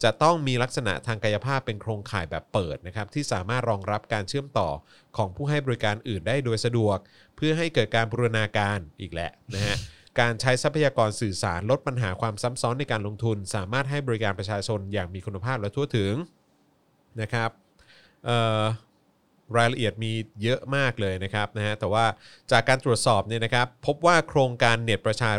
จะต้องมีลักษณะทางกายภาพเป็นโครงข่ายแบบเปิดนะครับที่สามารถรองรับการเชื่อมต่อของผู้ให้บริการอื่นได้โดยสะดวก เพื่อให้เกิดการบูรณาการอีกแหละนะฮะ การใช้ทรัพยากรสื่อสารลดปัญหาความซ้ำซ้อนในการลงทุน สามารถให้บริการประชาชนอย่างมีคุณภาพและทั่วถึงนะครับเอ่อรายละเอียดมีเยอะมากเลยนะครับนะฮะแต่ว่าจากการตรวจสอบเนี่ยนะครับ พบว่าโครงการเน็ตประชา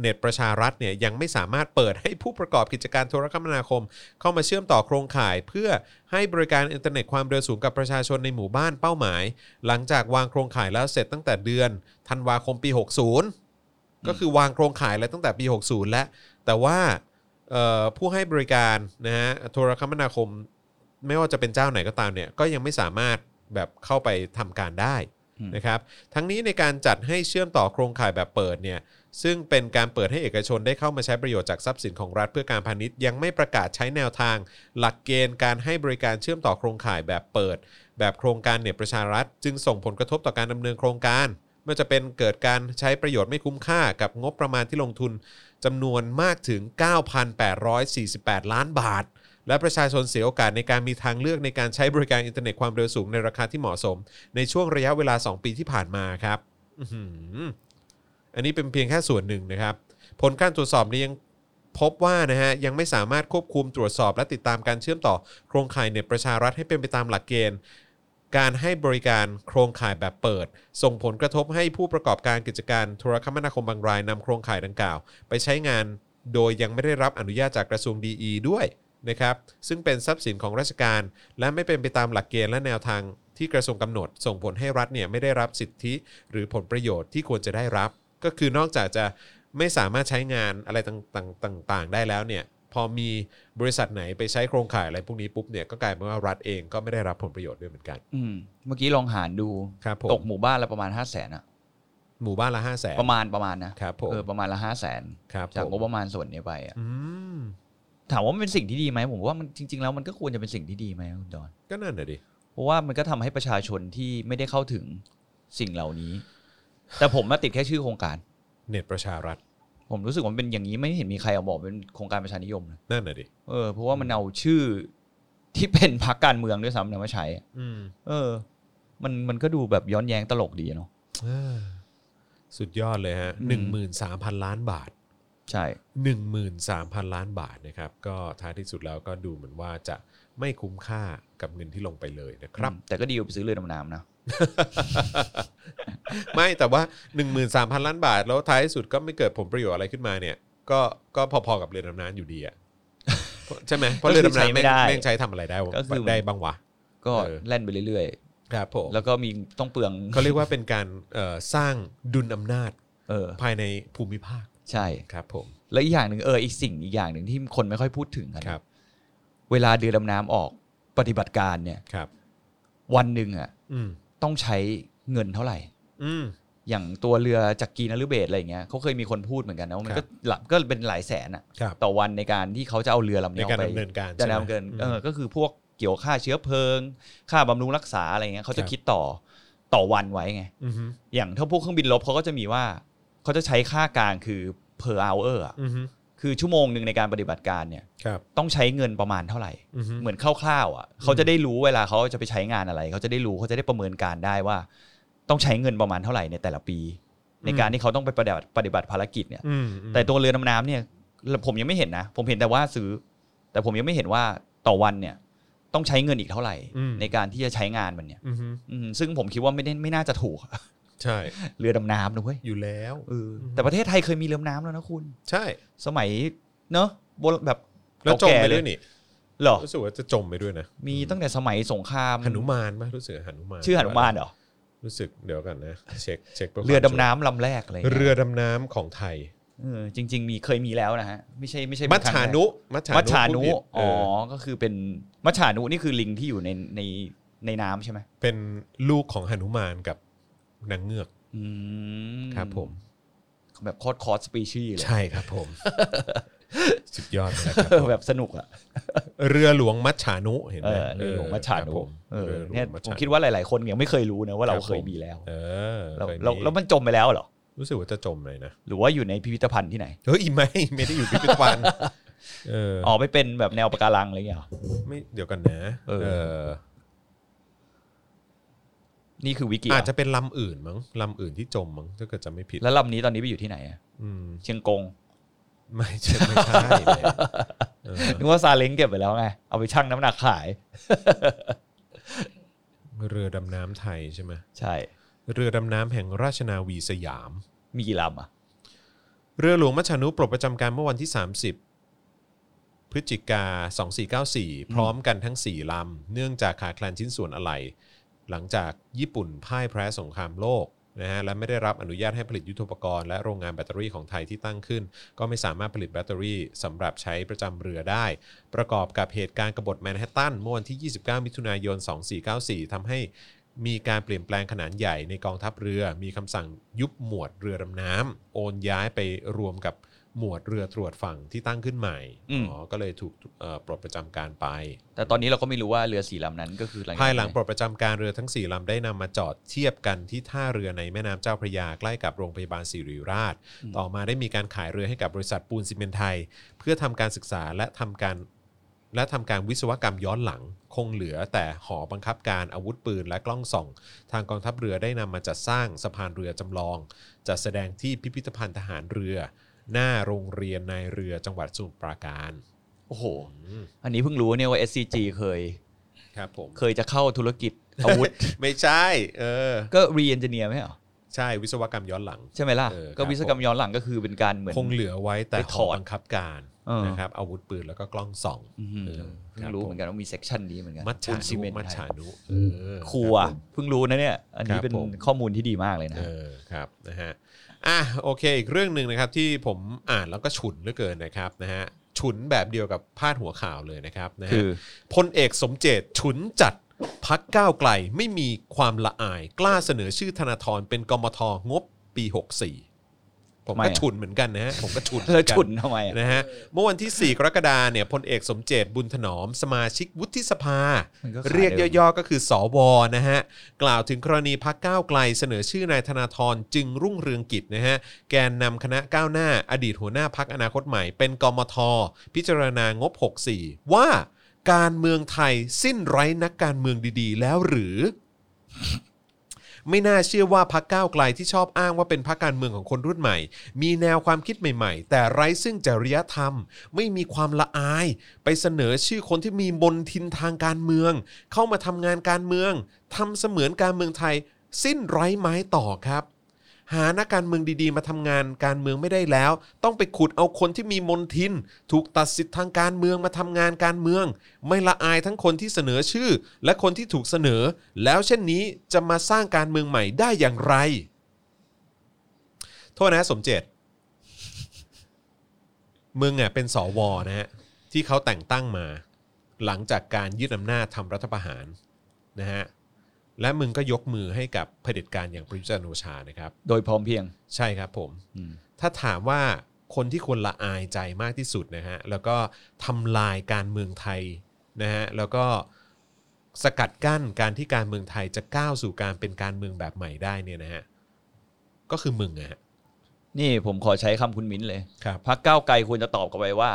เน็ตประชารัฐเนี่ยยังไม่สามารถเปิดให้ผู้ประกอบกิจการโทรคมนาคม เข้ามาเชื่อมต่อโครงข่าย เพื่อให้บริการอินเทอร์เน็ตความเร็วสูงกับประชาชนในหมู่บ้านเป้าหมาย หลังจากวางโครงข่ายแล้วเสร็จตั้งแต่เดือนธันวาคมปี 60 ก็คือวางโครงข่ายแล้วตั้งแต่ปี 60 แล้ว แต่ว่าเอ่อผู้ให้บริการนะฮะโทรคมนาคม ไม่ว่าจะเป็นเจ้าไหนก็ตามเนี่ยก็ยังไม่สามารถแบบเข้าไปทำการได้ อืม นะครับทั้งนี้ในการจัดให้เชื่อมต่อโครงข่ายแบบเปิดเนี่ยซึ่งเป็นการเปิดให้เอกชนได้เข้ามาใช้ประโยชน์จากทรัพย์สินของรัฐเพื่อการพาณิชย์ยังไม่ประกาศใช้แนวทาง หลักเกณฑ์การให้บริการเชื่อมต่อโครงข่ายแบบเปิด แบบโครงการเน็ตประชารัฐ จึงส่งผลกระทบต่อการดำเนินโครงการไม่ว่าจะเป็นเกิดการใช้ประโยชน์ไม่คุ้มค่ากับงบประมาณที่ลงทุนจำนวนมากถึง 9,848 ล้านบาท และประชาชนเสียโอกาสในการมีทางเลือกในการใช้บริการอินเทอร์เน็ตความเร็วสูงในราคาที่เหมาะสม ในช่วงระยะเวลา 2 ปีที่ผ่านมาครับอื้อหืออันนี้เป็นเพียงแค่ส่วนหนึ่งนะครับ ผลการตรวจสอบนี้ยังพบว่านะฮะยังไม่สามารถควบคุมตรวจสอบ และติดตามการเชื่อมต่อโครงข่ายเน็ตประชารัฐให้เป็นไปตามหลักเกณฑ์ การให้บริการโครงข่ายแบบเปิด ส่งผลกระทบให้ผู้ประกอบการกิจการโทรคมนาคมบางรายนำโครงข่ายดังกล่าว ไปใช้งานโดยยังไม่ได้รับอนุญาตจากกระทรวงดีด้วยนะครับซึ่งเป็นทรัพย์สินของราชการ และไม่เป็นไปตามหลักเกณฑ์และแนวทางที่กระทรวงกำหนด ส่งผลให้รัฐเนี่ยไม่ได้รับสิทธิหรือผลประโยชน์ที่ควรจะได้รับ ก็คือนอกจากจะไม่สามารถใช้งานอะไรต่างๆต่างๆ ได้แล้วเนี่ยพอมีบริษัทไหนไปใช้โครงข่ายอะไรพวกนี้ปุ๊บเนี่ยก็กลายเป็นว่ารัฐเองก็ไม่ได้รับผลประโยชน์ด้วยเหมือนกัน อืมเมื่อกี้ลองหารดู ครับผม ตกหมู่บ้านละประมาณห้าแสนอะ หมู่บ้านละห้าแสน ประมาณประมาณนะครับ ผม เออประมาณละห้าแสน ครับ จาก ผม งบประมาณส่วนนี้ไปอะ อืม ถามว่ามันเป็นสิ่งที่ดีไหมผมว่ามันจริง ๆ แล้วมันก็ควรจะเป็นสิ่งที่ดีไหมคุณดอน ก็นั่นน่ะดิ เพราะว่ามันก็ทำให้ประชาชนที่ไม่ได้เข้าถึงสิ่งเหล่านี้ แต่ผมมาติดแค่ชื่อโครงการ เน็ตประชารัฐ ผมรู้สึกว่ามันเป็นอย่างนี้ไม่เห็นมีใครเอาบอกเป็นโครงการประชานิยมนะ นั่นน่ะดิ เออเพราะว่ามันเอาชื่อที่เป็นพรรคการเมืองด้วยซ้ำนะมาใช้ อืม เออ มันมันก็ดูแบบย้อนแย้งตลกดีเนาะ เอ้อสุดยอดเลยฮะ อืม หนึ่งหมื่นสามพันล้านบาท ใช่ หนึ่งหมื่นสามพันล้านบาทนะครับ ก็ท้ายที่สุดแล้วก็ดูเหมือนว่าจะไม่คุ้มค่ากับเงินที่ลงไปเลยนะครับ อืมแต่ก็ดีกว่าไปซื้อเรือดำน้ำนะ ไม่แต่ว่า 1 3 0 0 0 ล้านบาท แล้วท้ายที่สุดก็ไม่เกิดผลประโยชน์อะไรขึ้นมาเนี่ย ก็ก็พอๆกับเรือดำน้ำอยู่ดีอะ ใช่ไหมเพราะเรือดำน้ำแม่ก็คือใช้ไม่งได้ แม่งใช้ทำอะไรได้วะ ก็คือ ได้บ้างวะ ก็ เออ แล่นไปเรื่อย ครับผม ๆ แล้วก็มีต้องเปลือง เขาเรียกว่าเป็นการเอ่อสร้างดุลอำนาจ เออ ภายในภูมิภาค ใช่ ครับผม แล้วอีกอย่างหนึ่งเอออีกสิ่งอีกอย่างหนึ่งที่คนไม่ค่อยพูดถึงกัน ครับ เวลาเรือดำน้ำออกปฏิบัติการเนี่ย ครับ วันหนึ่งอ่ะ อืม ต้องใช้เงินเท่าไหร่ อืม อย่างตัวเรือจากกีนฤเบศอะไรอย่างเงี้ยเขาเคยมีคนพูดเหมือนกันนะว่ามัน ครั ก็ บ หลับก็เป็นหลายแสนอะ ครับ ต่อวันในการที่เขาจะเอาเรือลำ ใน เนี้ย การ ไป ดำเนินการ จะ ใช่ไหม นำเกิน อืม เออก็คือพวกเกี่ยวค่าเชื้อเพลิง ค่าบำรุงรักษาอะไรเงี้ยเขา ค จะ รับ คิดต่อต่อวันไว้ไง อืมฮึ อย่างถ้าพวกเครื่องบินรบเขาก็จะมีว่าเขาจะใช้ค่ากลางคือ per hour อะ อืมฮึ คือชั่วโมงหนึ่งในการปฏิบัติการเนี่ย ครับ ต้องใช้เงินประมาณเท่าไหร่ อืมฮึ เหมือนคร่าวๆอ่ะเขาจะได้รู้เวลาเขาจะไปใช้งานอะไร เขาจะได้รู้เขาจะได้ประเมินการได้ว่า ต้องใช้เงินประมาณเท่าไหร่ในแต่ละปี ใน อืม การที่เขาต้องไปปฏิบัติปฏิบัติภารกิจเนี่ย อืมอืม แต่ตัวเรือดำน้ำเนี่ย ผมยังไม่เห็นนะ ผมเห็นแต่ว่าซื้อ แต่ผมยังไม่เห็นว่าต่อวันเนี่ย ต้องใช้เงินอีกเท่าไหร่ อืม ในการที่จะใช้งานมันเนี่ย อือฮึ อืมซึ่งผมคิดว่าไม่ได้ไม่น่าจะถูก อะ ใช่ เรือดำน้ำนะเว้ย อยู่แล้ว เออแต่ประเทศไทยเคยมีเรือดำน้ำแล้วนะคุณ ใช่ สมัยเนอะโบราณแบบ แล้วจม เก่า ไป ก่ ด้วยนี่ เหรอ รู้สึกว่าจะจมไปด้วยนะ มีตั้งแต่สมัยสงคราม หนุมานไหมรู้สึกหนุมาน ชื่อหนุมานเหรอ รู้สึกเดี๋ยวกันนะเช็คเช็คพื่ความ เรือดำน้ำลำแรกอะไร ชัวร์ เงี้ย เรือดำน้ำของไทย เออจริง ๆ มีเคยมีแล้วนะฮะไม่ใช่ไม่ใช่ มัจ เป็ครั้ง ฉา แรก นุ มัจฉานุ ผู้ผิดเอ อ๋อ อ ก็คือเป็นมัจฉานุนี่คือลิงที่อยู่ในในในน้ำใช่ไหม เป็นลูกของหนุมานกับนางเงือก อืม ครับผม แบบคอร์สคอร์สสปีชีส์เลย ใช่ครับผม สุดยอดเลยครับ เออแบบสนุกอ่ะ เรือหลวงมัจฉานุเห็น เอ ไหม อเรือหลวงมัจฉานุ ครับผม เออ เรือหลว เนี่ย งจ ผ ฉ ม นุ คิดว่าหลาย ๆ คนยังไม่เคยรู้นะว่าเรา ครับผม เคยมีแล้ว เออ แล้ว เคย แล้วแล้วมันจมไปแล้วเหรอ รู้สึกว่าจะจมเลยนะ หรือว่าอยู่ในพิพิธภัณฑ์ที่ไหน เฮ้ยไม่ ไม่ได้อยู่พิพิธภัณฑ์เออ อ๋อไปเป็นแบบแนวปะการังอะไรอย่างเงี้ยเหรอ ไม่เดี๋ยวกันนะ เออ อ นี่คือวิกิ อาจเหจะร เป็นลำอื่นมั้งลำอื่นที่จมมั้งถ้าเกิดจะไม่ผิด อแล้วลำนี้ตอนนี้ไปอยู่ที่ไหนอะ อืม เชียงกง ไม่ ใช่ไม่ใช่เลยเออ นึกว่าซาเล้งเก็บไปแล้วไงเอาไปชั่งน้ำหนักขาย เรือดำน้ำไทยใช่ไหม ใช่ เรือดำน้ำแห่งราชนาวีสยาม มีกี่ลำอ่ะ เรือหลวงมัชานุปลดประจำการเมื่อวันที่ 30 พฤศจิกา 2494 พร้อมกันทั้ง 4 ลำ เนื่องจากขาดแคลนชิ้นส่วนอะไหล่หลังจากญี่ปุ่นพ่ายแพ้สงครามโลกนะฮะและไม่ได้รับอนุญาตให้ผลิตยุทโธปกรณ์และโรงงานแบตเตอรี่ของไทยที่ตั้งขึ้น ก็ไม่สามารถผลิตแบตเตอรี่สำหรับใช้ประจำเรือได้ ประกอบกับเหตุการณ์กบฏแมนฮัตตันเมื่อวันที่ 29 มิถุนายน 2494 ทำให้มีการเปลี่ยนแปลงขนาดใหญ่ในกองทัพเรือ มีคำสั่งยุบหมวดเรือดำน้ำโอนย้ายไปรวมกับหมวดเรือตรวจฝั่งที่ตั้งขึ้นใหม่ อ๋อ ก็เลยถูกเอ่อปลดประจำการไป แต่ตอนนี้เราก็ไม่รู้ว่าเรือสี่ลำนั้นก็คืออะไ ภายหลังปลดประจำการเรือทั้ง 4 ลำได้นำมาจอดเทียบกันที่ท่าเรือในแม่น้ำเจ้าพระยาใกล้กับโรงพยาบาลศิริราช ต่อมาได้มีการขายเรือให้กับบริษัทปูนซีเมนต์ไทย เพื่อทำการศึกษาและทำการและทำการวิศวกรรมย้อนหลัง คงเหลือแต่หอบังคับการอาวุธปืนและกล้องส่อง ทางกองทัพเรือได้นำมาจัดสร้างสะพานเรือจำลอง จัดแสดงที่พิพิธภัณฑ์ทหารเรือ หน้าโรงเรียนนายเรือจังหวัดสมุพรปราการ โอ้โห อันนี้เพิ่งรู้เนี่ยว่า SCG เคย ครับผม เคยจะเข้าธุรกิจอาวุธ ไม่ใช่เออ ก็รีเอนจิเนียร์ไหมเหรอ ใช่วิศวกรรมย้อนหลัง ใช่ไหมล่ะ เออครับ ก็วิศวกรรมย้อนหลังก็คือเป็นการเหมือน คงเหลือไว้แต่ ไป ถ ถ อ อ ด ด บังคับการ เออ นะครับอาวุธปืนแล้วก็กล้องส่อง อืม เออ เพิ่ ค ง บ รู้เหมือนกันว่ามีเซกชันนี้เหมือนกัน มัจปูฉานซี นุ เมนต์ มัจ ไทย ฉานุเออ ครัวเพิ่งรู้นะเนี่ย อัน ค นี้ รับ เป็น ผม ข้อมูลที่ดีมากเลยนะ เออครับนะฮะอ่ะโอเคอีกเรื่องหนึ่งนะครับที่ผมอ่านแล้วก็ฉุนเหลือเกินนะครับนะฮะฉุนแบบเดียวกับพาดหัวข่าวเลยนะครับนะฮะ คือ พลเอกสมเจตฉุนจัดพักก้าวไกลไม่มีความละอาย กล้าเสนอชื่อธนาธรเป็นกมทงบปี 64 ผมก็ฉุนเหมือนกันนะฮะผมก็ฉุนเหมื แล้ อ วน กัน ฉุนทำไมอะ นะฮะเมื่อวันที่ 4 กรกฎาเนี่ยพลเอกสมเจตบุญถนอม สมาชิกวุฒิสภา มันก็ขาย เรียก เดิม ย่อๆก็คือสอวนะฮะ กล่าวถึงกรณีพักก้าวไกลเสนอชื่อนายธนาธรจึงรุ่งเรืองกิจนะฮะ แกนนำคณะก้าวหน้า อดีตหัวหน้าพักอนาคตใหม่เป็นกมท พิจารณางบ 64 ว่าการเมืองไทยสิ้นไร้นักการเมืองดีๆ แล้วหรือ ไม่น่าเชื่อว่าพักก้าวไกลที่ชอบอ้างว่าเป็นพักการเมืองของคนรุ่นใหม่ มีแนวความคิดใหม่ๆ แต่ไร้ซึ่งจริยธรรม ไม่มีความละอาย ไปเสนอชื่อคนที่มีบนทินทางการเมือง เข้ามาทำงานการเมืองทำเสมือนการเมืองไทย สิ้นไร้ไม้ต่อครับ หานักการเมืองดีๆ มาทำงานการเมืองไม่ได้แล้ว ต้องไปขุดเอาคนที่มีมนทิน ถูกตัดสิทธิ์ทางการเมืองมาทำงานการเมือง ไม่ละอายทั้งคนที่เสนอชื่อ และคนที่ถูกเสนอ แล้วเช่นนี้จะมาสร้างการเมืองใหม่ได้อย่างไร โทษนะสมเจตมึงอ่ะเป็นสวนะฮะที่เขาแต่งตั้งมา หลังจากการยึดอำนาจทำรัฐประหารนะฮะและมึงก็ยกมือให้กับเผด็จการอย่างประยุทธ์จันทร์โอชานะครับ โดยพร้อมเพรียง ใช่ครับผม อืม ถ้าถามว่าคนที่ควรละอายใจมากที่สุดนะฮะ แล้วก็ทำลายการเมืองไทยนะฮะ แล้วก็สกัดกั้นการที่การเมืองไทยจะก้าวสู่การเป็นการเมืองแบบใหม่ได้เนี่ยนะฮะ ก็คือมึงอะฮะ นี่ผมขอใช้คำคุณมิ้นเลย ครับ พักก้าวไกลควรจะตอบกลับไปว่า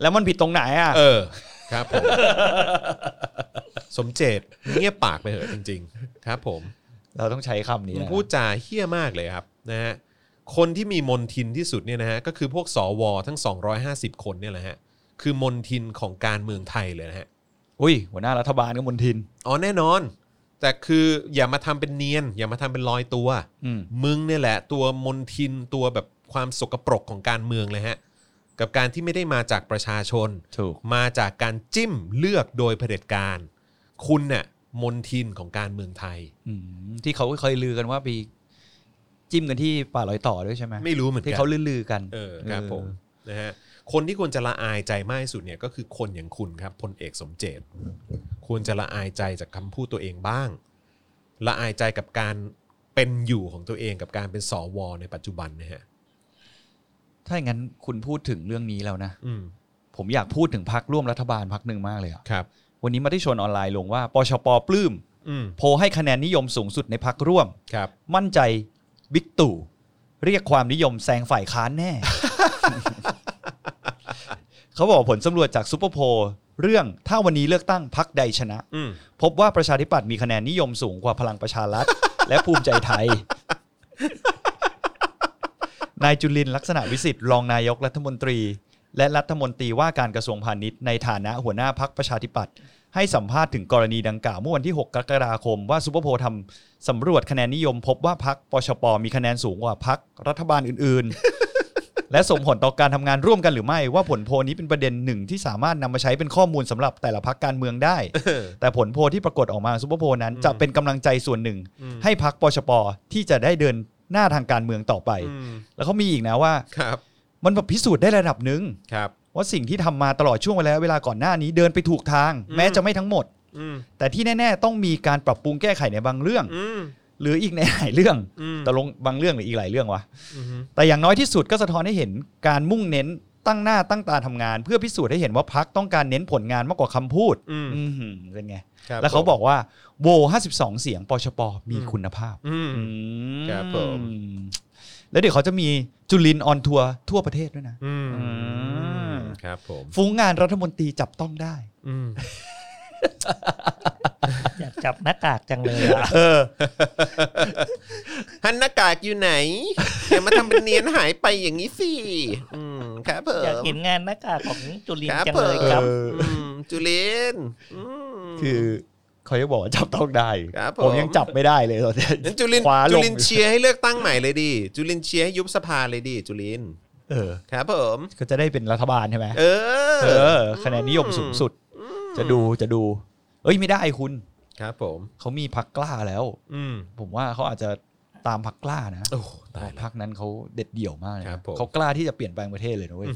แล้วมันผิดตรงไหนอ่ะ เออ ครับผม สมเจตเงียบปากไปเหอะจริง ๆ ครับผม เราต้องใช้คำนี้ มึง นะ พูดจาเฮี้ยมากเลยครับนะฮะคนที่มีมนทินที่สุดเนี่ยนะฮะก็คือพวกสวทั้ง 250 คนเนี่ยแหละฮะคือมนทินของการเมืองไทยเลยนะฮะ อุ้ยหัวหน้ารัฐบาลก็มนทิน อ๋อแน่นอน แต่คืออย่ามาทำเป็นเนียน อย่ามาทำเป็นลอยตัว อืม มึงเนี่ยแหละ ตัวมนทินตัวแบบความสกปรกของการเมืองเลยฮะ กับการที่ไม่ได้มาจากประชาชน ถูก มาจากการจิ้มเลือกโดยเผด็จการ คุณน่ะมนทินของการเมืองไทย อืมที่เขาเคยลือกันว่าไปจิ้มกันที่ป่าลอยต่อด้วยใช่ไหม ไม่รู้เหมือน ที่ กั เขาลือๆกัน เออครับ เออ ผมนะฮะคนที่ควรจะละอายใจมากที่สุดเนี่ยก็คือคนอย่างคุณครับพลเอกสมเจตควรจะละอายใจจากคำพูดตัวเองบ้าง ละอายใจกับการเป็นอยู่ของตัวเองกับการเป็นสวในปัจจุบันนะฮะ ถ้าอย่างนั้นคุณพูดถึงเรื่องนี้แล้วนะ อืม ผมอยากพูดถึงพักร่วมรัฐบาลพักหนึ่งมากเลยอะ ครับ วันนี้มาที่ชนออนไลน์ลงว่าปชปปลื้ม อืม โพลให้คะแนนนิยมสูงสุดในพักร่วม ครับ มั่นใจบิ๊กตู่เรียกความนิยมแซงฝ่ายค้าน แน่ เขาบอกผลสำรวจจากซูเปอร์โพลเรื่องถ้าวันนี้เลือกตั้งพักใดชนะ อืม พบว่าประชาธิปัตย์มีคะแนนนิยมสูงกว่าพลังประชารัฐ และภูมิใจไทย นายจุลินลักษณะวิสิทธิ์รองนายกรัฐมนตรี และรัฐมนตรีว่าการกระทรวงพาณิชย์ในฐานะหัวหน้าพักประชาธิปัตย์ให้สัมภาษณ์ถึงกรณีดังกล่าวเมื่อวันที่ 6 กรกฎาคมว่าซูเปอร์โพลทำสำรวจคะแนนนิยม พบว่าพักปชป มีคะแนนสูงกว่าพักรัฐบาลอื่น ๆ และส่งผลต่อการทำงานร่วมกันหรือไม่ว่าผลโพลนี้เป็นประเด็นหนึ่งที่สามารถนำมาใช้เป็นข้อมูลสำหรับแต่ละพักการเมืองได้ แต่ผลโพลที่ปรากฏออกมาซูเปอร์โพลนั้นจะเป็นกำลังใจส่วนหนึ่ง ให้พักปชปที่จะได้เดินหน้าทางการเมืองต่อไป อืม แล้วเขามีอีกนะว่า ครับ มันแบบพิสูจน์ได้ระดับหนึ่ง ครับ ว่าสิ่งที่ทำมาตลอดช่วงเวลาเวลาก่อนหน้านี้เดินไปถูกทาง อืม แม้จะไม่ทั้งหมด อืม แต่ที่แน่ ๆ ต้องมีการปรับปรุงแก้ไขในบางเรื่อง อืม หรืออีกในหลายเรื่อง อืม ตกลงบางเรื่องหรืออีกหลายเรื่องวะ อืม แต่อย่างน้อยที่สุดก็สะท้อนให้เห็นการมุ่งเน้นตั้งหน้าตั้งตาทำงาน เพื่อพิสูจน์ให้เห็นว่าพักต้องการเน้นผลงานมากกว่าคำพูด อืม อืมเป็นไง ครับ แล้วเขา ผม บอกว่าโหว52 เสียงปชป มี อืม คุณภาพ อืม ครับผม แล้วเดี๋ยวเขาจะมีจุลินออนทัวร์ทั่วประเทศด้วยนะ อืม อืม ครับผม ฟุ้งงานรัฐมนตรีจับต้องได้ อืม อยากจับหน้ากากจังเลยอะ เออ ฮันหน้ากากอยู่ไหนอย่ามาทำเป็นเนียนหายไปอย่างนี้สิอืมครับเพิ่ อยาก ม เห็นงานหน้ากากของจุลิน ครับ จัง เพิ่ เลยครับ มอืมจุลินอืม คือเขาจะบอกว่าจับต้องได้ ครับผม ผมยังจับไม่ได้เลยต อนนี้ งั้นจุลิน คว้า จุ ลง ลินเชียร์ให้เลือกตั้งใหม่เลยดิจุลินเชียร์ให้ยุบสภาเลยดิจุลิน เออ ครับผม ก็จะได้เป็นรัฐบาลใช่ไหม เออ เออ คะแนนนิยมสูงสุด จะดูจะดู เอ้ยไม่ได้คุณ ครับผม เขามีพักกล้าแล้ว อืม ผมว่าเขาอาจจะตามพักกล้านะ โอ้ตายแล้ว พักนั้นเขาเด็ดเดี่ยวมากเลยนะครับ ผม เขากล้าที่จะเปลี่ยนแปลงประเทศเลยนะเว้ย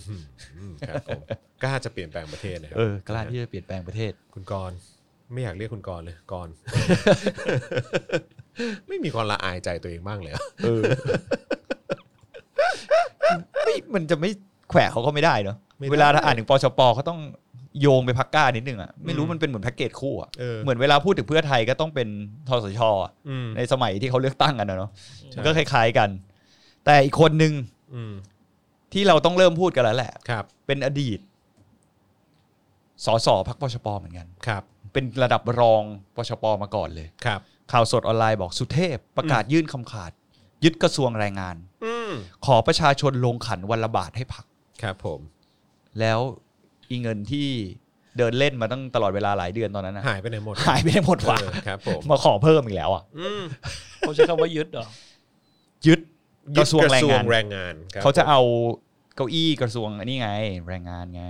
อืมครับผมกล้าจะเปลี่ยนแปลงประเทศนะครั เออกล้าที่จะเปลี่ยนแปลงประเทศ คุณกรณ์ไม่อยากเรียกคุณกรณ์เลยกรณ์ ไม่มีความละอายใจตัวเองบ้างเลยเหรอ เออ ไม่มันจะไม่แขวะเขาก็ไม่ได้เนาะ ไม่ได้ เวลาถ้าอ่านถึงปชปเขาต้องโยงไปพักกล้านิดนึงอ่ะ ไม่รู้ อืม มันเป็นเหมือนแพ็กเกจคู่อ่ะ เออ เหมือนเวลาพูดถึงเพื่อไทยก็ต้องเป็นทศชอะ อืม ในสมัยที่เขาเลือกตั้งกันนะเนาะ ใช่ มันก็คล้าย ๆกัน แต่อีกคนหนึ่ง อืม ที่เราต้องเริ่มพูดกันแล้วแหละ ครับ เป็นอดีต สสพักปชปเหมือนกัน ครับ เป็นระดับรองปชปมาก่อนเลย ครับ ข่าวสดออนไลน์บอกสุเทพ ประกาศยื่นคำขาด ยึดกระทรวงแรงงาน อืม ขอประชาชนลงขันวันละบาทให้พัก ครับผม แล้วอีเงินที่เดินเล่นมาตั้งตลอดเวลาหลายเดือนตอนนั้นนะ หายไปไหนหมด หายไปได้หมดว่ะ เออครับผม มาขอเพิ่มอีกแล้วอ่ะ อืม เขาใช้คำว่ายึดเหรอ ยึดกระทรวงแรงงาน แรงงานครับ เขาจะเอาเก้าอี้กระทรวงอันนี้ไง แรงงานไง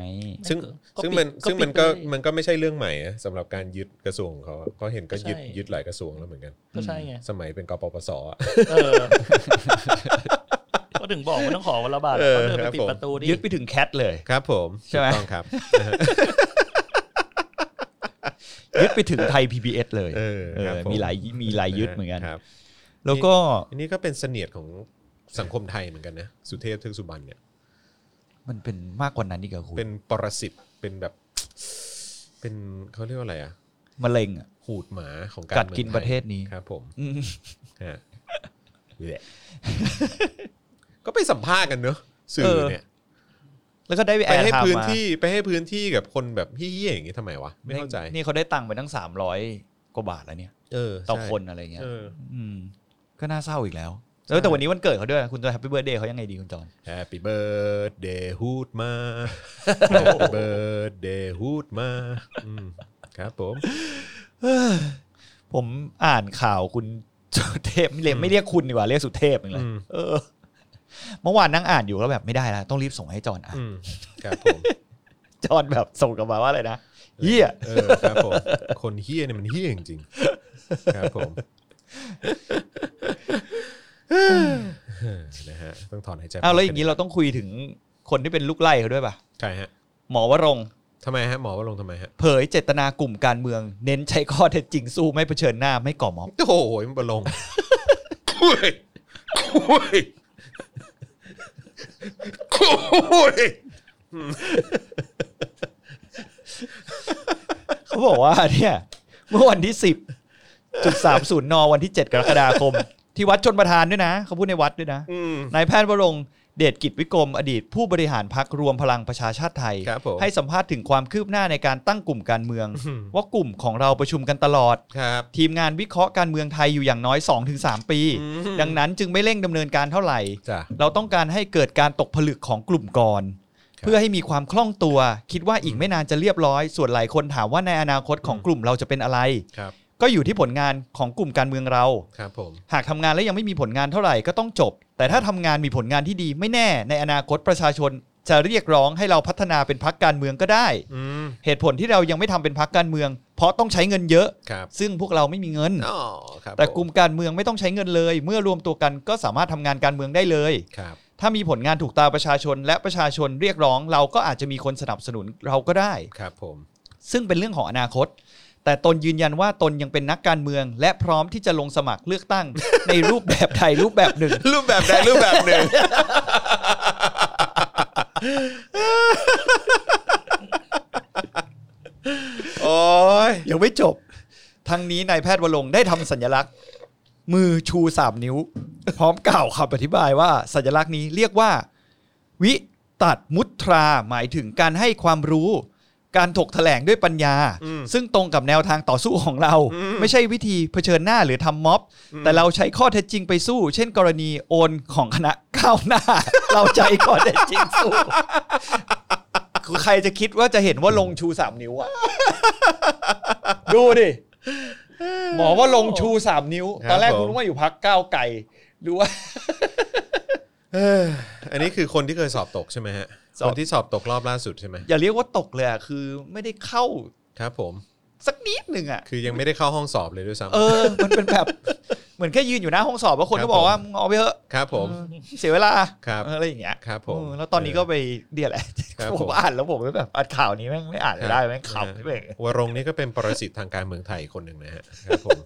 ซึ่ง ก็ปิด ซึ่งมัน ก็ปิด ซึ่งมันก็มันไปเลยก็ไม่ใช่เรื่องใหม่อะสำหรับการยึดกระทรวงของเขาอะเขาเห็นก็ยึด ใช่ ยึดหลายกระทรวงแล้วเหมือนกัน ก็ใช่ไง สมัยเป็นกปปสอะ เอ อ ก็ถึงบอกว่าต้องขอวันละบาท เออ เขาเดิน ค ไป รับ ปิด ผม ประตูดิ ยึดไปถึงแคทเลย ครับผม ใช่ไหม ถูกต้องครับ ยึดไปถึงไทย PBS เลย เออครับผม มีหลายมีหลายยึดเหมือนกัน ครับ แล้วก็ อันนี้ก็เป็นเสนียดของสังคมไทยเหมือนกันนะสุเทพเทือกสุบรรณเนี่ย มันเป็นมากกว่านั้นอีกเหรอคุณ เป็นปรสิตเป็นแบบ เป็นเขาเรียกว่าอะไรอะ มะเร็งอ่ะ หูดหมาของการ กัด มือง กินประเทศนี้ ไยครับ ผม อืม ฮะแหละก็ไปสัมภาษณ์กันเนอะสื่อเนี่ย แล้วก็ได้ ไป แอร์ ให้ ไทม์ พื้น มา ที่ไปให้พื้นที่กับคนแบบเฮี้ยๆอย่างนี้ทำไมวะ ไม่เข้าใจ นี่เขาได้ตังค์ไปตั้งสามร้อยกว่าบาทแล้วเนี่ย เออ ต่อ ใช่ คนอะไรเงี้ย เออ ืม ก็น่าเศร้าอีกแล้วแล้วแต่วันนี้วันเกิดเขาด้วย คุณจะแฮปปี้เบิร์ดเดย์เขายังไงดีคุณจอน Happy birthday ฮูดมา Happy birthday ฮูดมาอืม ครับผม ผมอ่านข่าวคุณ สุเทพไม่เรียกไม่เรียกคุณดีกว่าเรียกสุเทพเองเลย อืม เออ เมื่อวานนั่งอ่านอยู่แล้วแบบไม่ได้แล้วต้องรีบส่งให้จอนอ่าน อืมครับผม จอนแบบส่งกลับมาว่าอะไรนะเฮีย เออครับผม คนเฮี้ยเนี่ยมันเฮี้ยจริงๆครับผมเออนะฮะต้องถอนหายใจ เอาแล้วอย่างนี้เราต้องคุยถึงคนที่เป็นลูกไล่เขาด้วยป่ะ ใช่ฮะ หมอวรงค์ ทำไมฮะหมอว่าลงค์ทำไมฮะ เผยเจตนากลุ่มการเมือง เน้นใช้ข้อเท็จจริงสู้ไม่เผชิญหน้าไม่ก่อม็อบ โอ้โหมันบลงคุยคุยคุย เขาบอกว่าเนี่ย เมื่อวันที่สิบจุดสามศูนย์นวันที่เจ็ดกรกฎาคม ที่วัดชนประทานด้วยนะเขาพูดในวัดด้วยนะ อืม นายแพทย์วรงค์เดชกิจวิกรมอดีต ผู้บริหารพักรวมพลังประชาชาติไทย ครับผม ให้สัมภาษณ์ถึงความคืบหน้าในการตั้งกลุ่มการเมือง ว่ากลุ่มของเราประชุมกันตลอด ครับ ทีมงานวิเคราะห์การเมืองไทยอยู่อย่างน้อย 2-3 ปี อืม ดังนั้นจึงไม่เร่งดำเนินการเท่าไหร่ จ้ะ เราต้องการให้เกิดการตกผลึกของกลุ่มก่อน ครับ เพื่อให้มีความคล่องตัว คิดว่าอีกไม่นานจะเรียบร้อย ส่วนหลายคนถามว่าในอนาคตของกลุ่มเราจะเป็นอะไร ครับ ก็อยู่ที่ผลงานของกลุ่มการเมืองเรา ครับผม หากทำงานแล้วยังไม่มีผลงานเท่าไหร่ก็ต้องจบ แต่ถ้าทำงานมีผลงานที่ดีไม่แน่ ในอนาคตประชาชนจะเรียกร้องให้เราพัฒนาเป็นพักการเมืองก็ได้ อืม เหตุผลที่เรายังไม่ทำเป็นพักการเมือง เพราะต้องใช้เงินเยอะ ครับ ซึ่งพวกเราไม่มีเงิน อ๋อครับ แต่กลุ่มการเมืองไม่ต้องใช้เงินเลย เมื่อรวมตัวกันก็สามารถทำงานการเมืองได้เลย ครับ ถ้ามีผลงานถูกตาประชาชน และประชาชนเรียกร้อง เราก็อาจจะมีคนสนับสนุนเราก็ได้ ครับผม ซึ่งเป็นเรื่องของอนาคต แต่ตนยืนยันว่าตนยังเป็นนักการเมือง และพร้อมที่จะลงสมัครเลือกตั้ง ในรูปแบบใดรูปแบบหนึ่ง รูปแบบใดรูปแบบหนึ่ง โอ้ย ยังไม่จบ ทั้งนี้นายแพทย์วรงค์ได้ทำสัญลักษณ์ มือชูสามนิ้ว พร้อมกล่าวคำอธิบายว่าสัญลักษณ์นี้เรียกว่า วิตัดมุตรา หมายถึงการให้ความรู้ การถกแถลงด้วยปัญญา ซึ่งตรงกับแนวทางต่อสู้ของเรา ไม่ใช่วิธีเผชิญหน้าหรือทำม็อบ แต่เราใช้ข้อเท็จจริงไปสู้ เช่น กรณีโอนของคณะก้าวหน้า เราใช้ข้อเท็จจริงสู้คือใครจะคิดว่าจะเห็นว่าลงชูสามนิ้วอะ ดูดิหมอว่าลงชูสามนิ้ว ตอนแรกคุณรู้ว่าอยู่พักก้าวไก่หรือว่า อันนี้คือคนที่เคยสอบตกใช่ไหมฮะ สอบ คนที่สอบตกรอบล่าสุดใช่ไหม อย่าเรียกว่าตกเลยอะคือไม่ได้เข้า ครับผม สักนิดหนึ่งอะ คือยังไม่ได้เข้าห้องสอบเลยด้วยซ้ำ เออ มันเป็นแบบ เหมือนแค่ยืนอยู่หน้าห้องสอบแล้วคน ครั ก็ บ บอกว่ามึงเอาไปเถอะ ครับผม เออเสียเวลา ครับ เอออะไรอย่างเงี้ย ครับผม เออแล้วตอนนี้ก็ไปเดียแหละ ครับ ผม ผม อ่านแล้วผมก็แบบอ่านข่าวนี้แม่งไม่อ่านไม่ได้แม่งขำไม่เป็น วรงค์นี่ก็เป็นปรสิตทางการเมืองไทยคนหนึ่งนะฮะครับผม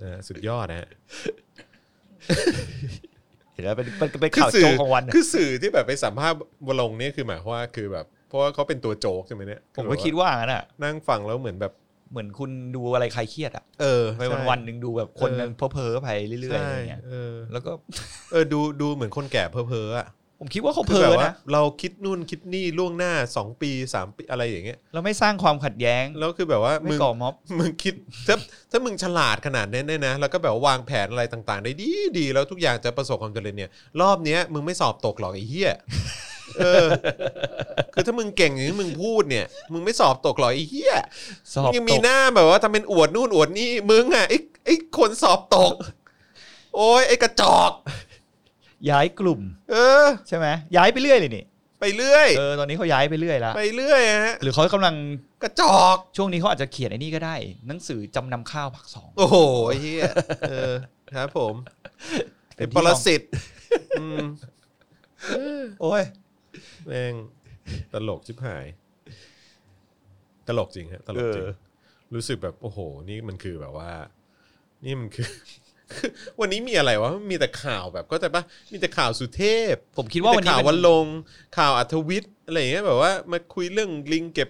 เออสุดยอดนะฮะ เห็นแล้วเป็นเป็นเป็น คือ ข่าว สื่ โจ อก ของวันอะ คือสื่อที่แบบไปสัมภาษณ์วลงเนี่ยคือหมายความว่าคือแบบ เพราะว่าเขาเป็นตัวโจกใช่ไหมเนี่ย ผมก็คิดว่างั้นอะ นั่งฟังแล้วเหมือนแบบ เหมือนคุณดูอะไรใครเครียดอะ เออ ไปวันวันๆหนึ่งดูแบบคนมันเพ้อเพ้อๆไปเรื่อยๆ ใช่ อะไรอย่างเงี้ย เออ แล้วก็ เออดูดูเหมือนคนแก่เพ้อเพ้อๆอะ ผมคิดว่าเขา คือ เพ้ แบ อบ ว่า นะ เราคิดนู่นคิดนี่ล่วงหน้าสองปีสามปีอะไรอย่างเงี้ย เราไม่สร้างความขัดแย้ง แล้วคือแบบว่า ไม่ มึง ก่อม็อบ มึงคิดถ้าถ้ามึงฉลาดขนาดนี้เนี่ยนะแล้วก็แบบว่าวางแผนอะไรต่าง ๆ ได้ดีดีแล้วทุกอย่างจะประสบความสำเร็จเนี่ย รอบเนี้ยมึงไม่สอบตกหรอกไอ้เหี้ยเออ คือถ้ามึงเก่งอย่างที่มึงพูดเนี่ย มึงไม่สอบตกหรอกไอ้เหี้ย สอบ ยัง ต มี ก หน้าแบบว่าทำเป็นอวดนู่นอวดนี่มึงอ่ะไอ้ไอ้คนสอบตก โอ้ยไอ้กระจอก ย้ายกลุ่ม เออ ใช่ไหมย้ายไปเรื่อยเลยนี่ ไปเรื่อย เออตอนนี้เขาย้ายไปเรื่อยละ ไปเรื่อยฮะ หรือเขากำลัง กระจอก ช่วงนี้เขาอาจจะเขียนไอ้นี่ก็ได้ หนังสือจำนำข้าวภาคสอง โอ้โหไอ้เฮียเออครับผมไอ้ปรสิตอืม โอ้ย แม่งตลกชิบหาย ตลกจริงฮะตลกจริง รู้สึกแบบโอ้โห นี่มันคือแบบว่า นี่มันคือ วันนี้มีอะไรวะมีแต่ข่าวแบบก็แต่ปะมีแต่ข่าวสุเทพ ผมคิดว่าวันนี้ ข่าววั เป็น นลงข่าวอัธวิทย์อะไรอย่างเงี้ยแบบว่ามาคุยเรื่องลิงเก็บ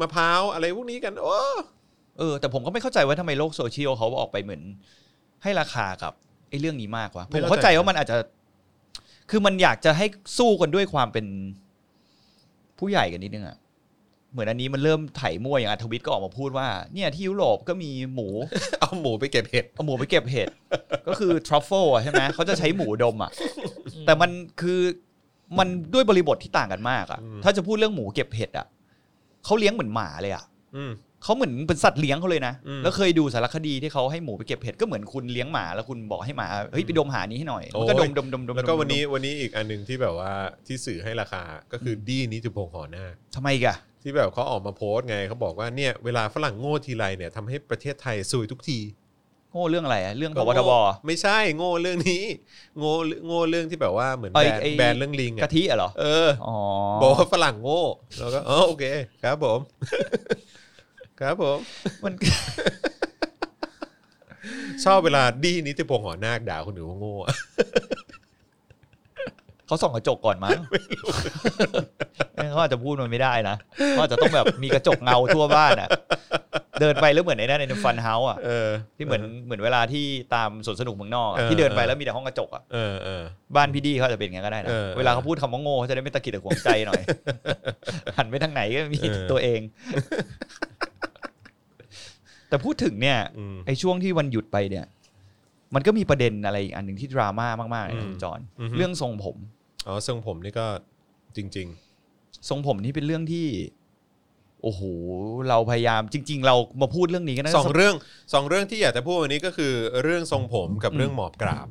มะพร้าวอะไรพวกนี้กัน โอ้ เออแต่ผมก็ไม่เข้าใจว่าทำไมโลกโซเชียลเขาออกไปเหมือน ให้ราคากับไอ้เรื่องนี้มากวะผมเข้าใจว่ามันอาจจะ คือมันอยากจะให้สู้กันด้วยความเป็นผู้ใหญ่กันนิดนึงอะเหมือนอันนี้มันเริ่มไถมั่วอย่างอัธวิทย์ก็ออกมาพูดว่าเนี่ยที่ยุโรปก็มีหมู เอาหมูไปเก็บเห็ด เอาหมูไปเก็บเห็ด ก็คือทรัฟเฟิลใช่ไหมเขาจะใช้หมูด มอ่ะ แต่มันคือมันด้วยบริบทที่ต่างกันมากอ่ะ อืม ถ้าจะพูดเรื่องหมูเก็บเห็ดอ่ะเขาเลี้ยงเหมือนหมาเลยอ่ะ อืม เขาเหมือนเป็นสัตว์เลี้ยงเขาเลยนะ อืม แล้วเคยดูสารคดีที่เขาให้หมูไปเก็บเห็ดก็เหมือนคุณเลี้ยงหมาแล้วคุณบอกให้หมาเฮ้ยไปดมหานี้ให้หน่อย โอ้ มัน ย ก็ดมดมดมดม แล้วก็ ดม วันนี้ ดม วันนี้อีกอันหนึ่งที่แบบว่าที่สื่อให้ราคาก็คือดีนิติพงษ์หอหน้า ทำไมอีกอะ ที่แบบเขาออกมาโพสต์ไงเขาบอกว่าเนี่ยเวลาฝรั่งโง่ทีไรเนี่ยทำให้ประเทศไทยซวยทุกที โง่เรื่องอะไรอะเรื่องพ ก็ บทบ โง่ไม่ใช่โง่เรื่องนี้ โง่โง่เรื่องที่แบบว่าเหมือนแบ ไอ้ น ไอ้ แบนเรื่องลิง กะ อะ ทิอะเหรอ เออ อ๋อ บอกว่าฝรั่งโง่แล้วก็เออโอเคครับผม ครับผม มัน ชอบเวลาดีนิติพงษ์หอนาคด่าคนอื่นว่าโง่อะ เขาส่องกระจกก่อนมั้งไม่เขาอาจจะพูดมันไม่ได้นะเขาอาจจะต้องแบบมีกระจกเงาทั่วบ้านอะเดินไปแล้วเหมือนในนั้นในฟันเฮาส์อะ เออ ที่เหมือนเหมือนเวลาที่ตามสวนสนุกเมืองนอกอะ เออ ที่เดินไปแล้วมีแต่ห้องกระจกอะ เออเออ บ้านพี่ดีเขาอาจจะเป็นอย่างนั้นก็ได้นะ เออ เวลาเขาพูดคำว่าโง่เขาจะได้ไม่ตะกิดตะขวงใจหน่อย หันไปทางไหนก็มี เออ ตัวเอง แต่พูดถึงเนี่ย อืม ไอ้ช่วงที่วันหยุดไปเนี่ย มันก็มีประเด็นอะไรอีกอันหนึ่งที่ดราม่ามากๆเลยนะ อืม คุณจอน อือฮึ เรื่องทรงผม อ๋อทรงผมนี่ก็จริง ทรงผมนี่เป็นเรื่องที่ โอ้โห เราพยายามจริง ๆ เรามาพูดเรื่องนี้กันนะ ๆสองเรื่องสองเรื่องที่อยากจะพูดวันนี้ก็คือ เรื่องทรงผมกับเรื่องหมอบกราบ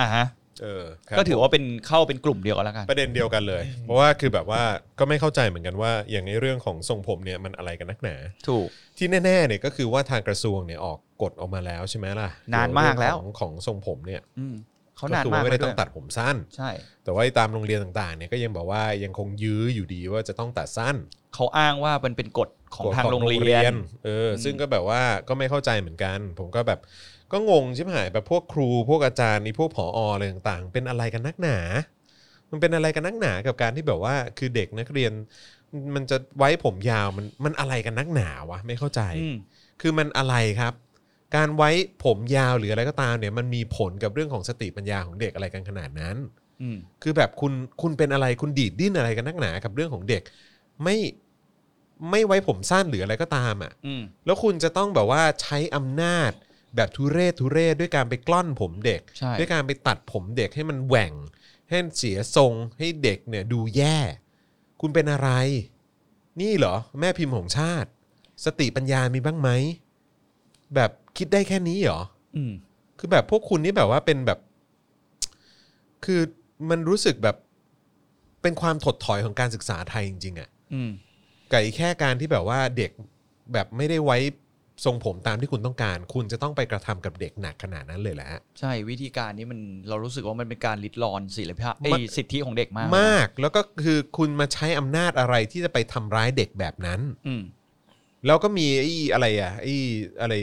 อ่ะฮะ เออครับ ก็ถือ ผม ว่าเป็นเข้าเป็นกลุ่มเดียวกันแล้วกัน ประเด็นเดียวกันเลย เพราะว่าคือแบบว่าก็ไม่เข้าใจเหมือนกันว่าอย่างในเรื่องของทรงผมเนี่ยมันอะไรกันนักหนา ถูก ที่แน่ๆเนี่ยก็คือว่าทางกระทรวงเนี่ยออกกฎออกมาแล้วใช่ไหมล่ะ นานมากแล้ว เรื่องของของทรงผมเนี่ย อืมเขานาน คือ มา ว่ ก ไม่ได้ แล้ว ต้ ด้วอย งตัดผมสั้น ใช่ แต่ว่าตามโรงเรียนต่างๆเนี่ยก็ยังบอกว่ายังคงยื้ออยู่ดีว่าจะต้องตัดสั้น เขาอ้างว่ามันเป็นกฎของทางโรงเรียน เอออ ม ซึ่งก็แบบว่าก็ไม่เข้าใจเหมือนกัน ผมก็แบบก็งงใช่ไหมแบบพวกครูพวกอาจารย์นี่พวกผออะไรต่างๆ เป็นอะไรกันนักหนา มันเป็นอะไรกันนักหนากับการที่แบบว่าคือเด็กนักเรียน มันจะไว้ผมยาวมันมันอะไรกันนักหนาวะไม่เข้าใจ อืม คือมันอะไรครับ การไว้ผมยาวหรืออะไรก็ตามเนี่ยมันมีผลกับเรื่องของสติปัญญาของเด็กอะไรกันขนาดนั้น อืม คือแบบคุณคุณเป็นอะไรคุณดีดดิ้นอะไรกันนักหนากับเรื่องของเด็ก ไม่ไม่ไว้ผมสั้นหรืออะไรก็ตามอะ่ะ อืม แล้วคุณจะต้องแบบว่าใช้อำนาจแบบทุเรศทุเรศด้วยการไปกล้อนผมเด็ก ใช่ ด้วยการไปตัดผมเด็กให้มันแหว่ง ให้เสียทรงให้เด็กเนี่ยดูแย่ คุณเป็นอะไร นี่เหรอ แม่พิมพ์ของชาติ สติปัญญามีบ้างไหม แบบคิดได้แค่นี้เหรอ อืม คือแบบพวกคุณนี่แบบว่าเป็นแบบ คือมันรู้สึกแบบเป็นความถดถอยของการศึกษาไทยจริงๆอะ่ะ อืม ไก่แค่การที่แบบว่าเด็กแบบไม่ได้ไว้ทรงผมตามที่คุณต้องการ คุณจะต้องไปกระทำกับเด็กหนักขนาดนั้นเลยแหละ ใช่วิธีการนี้มันเรารู้สึกว่ามันเป็นการลิดรอนศิลปะไอ้ มัน สิทธิของเด็กมาก มากแล้วก็คือคุณมาใช้อำนาจอะไรที่จะไปทำร้ายเด็กแบบนั้น อืม แล้วก็มีไอ้อะไรอ่ะไอ้อะไร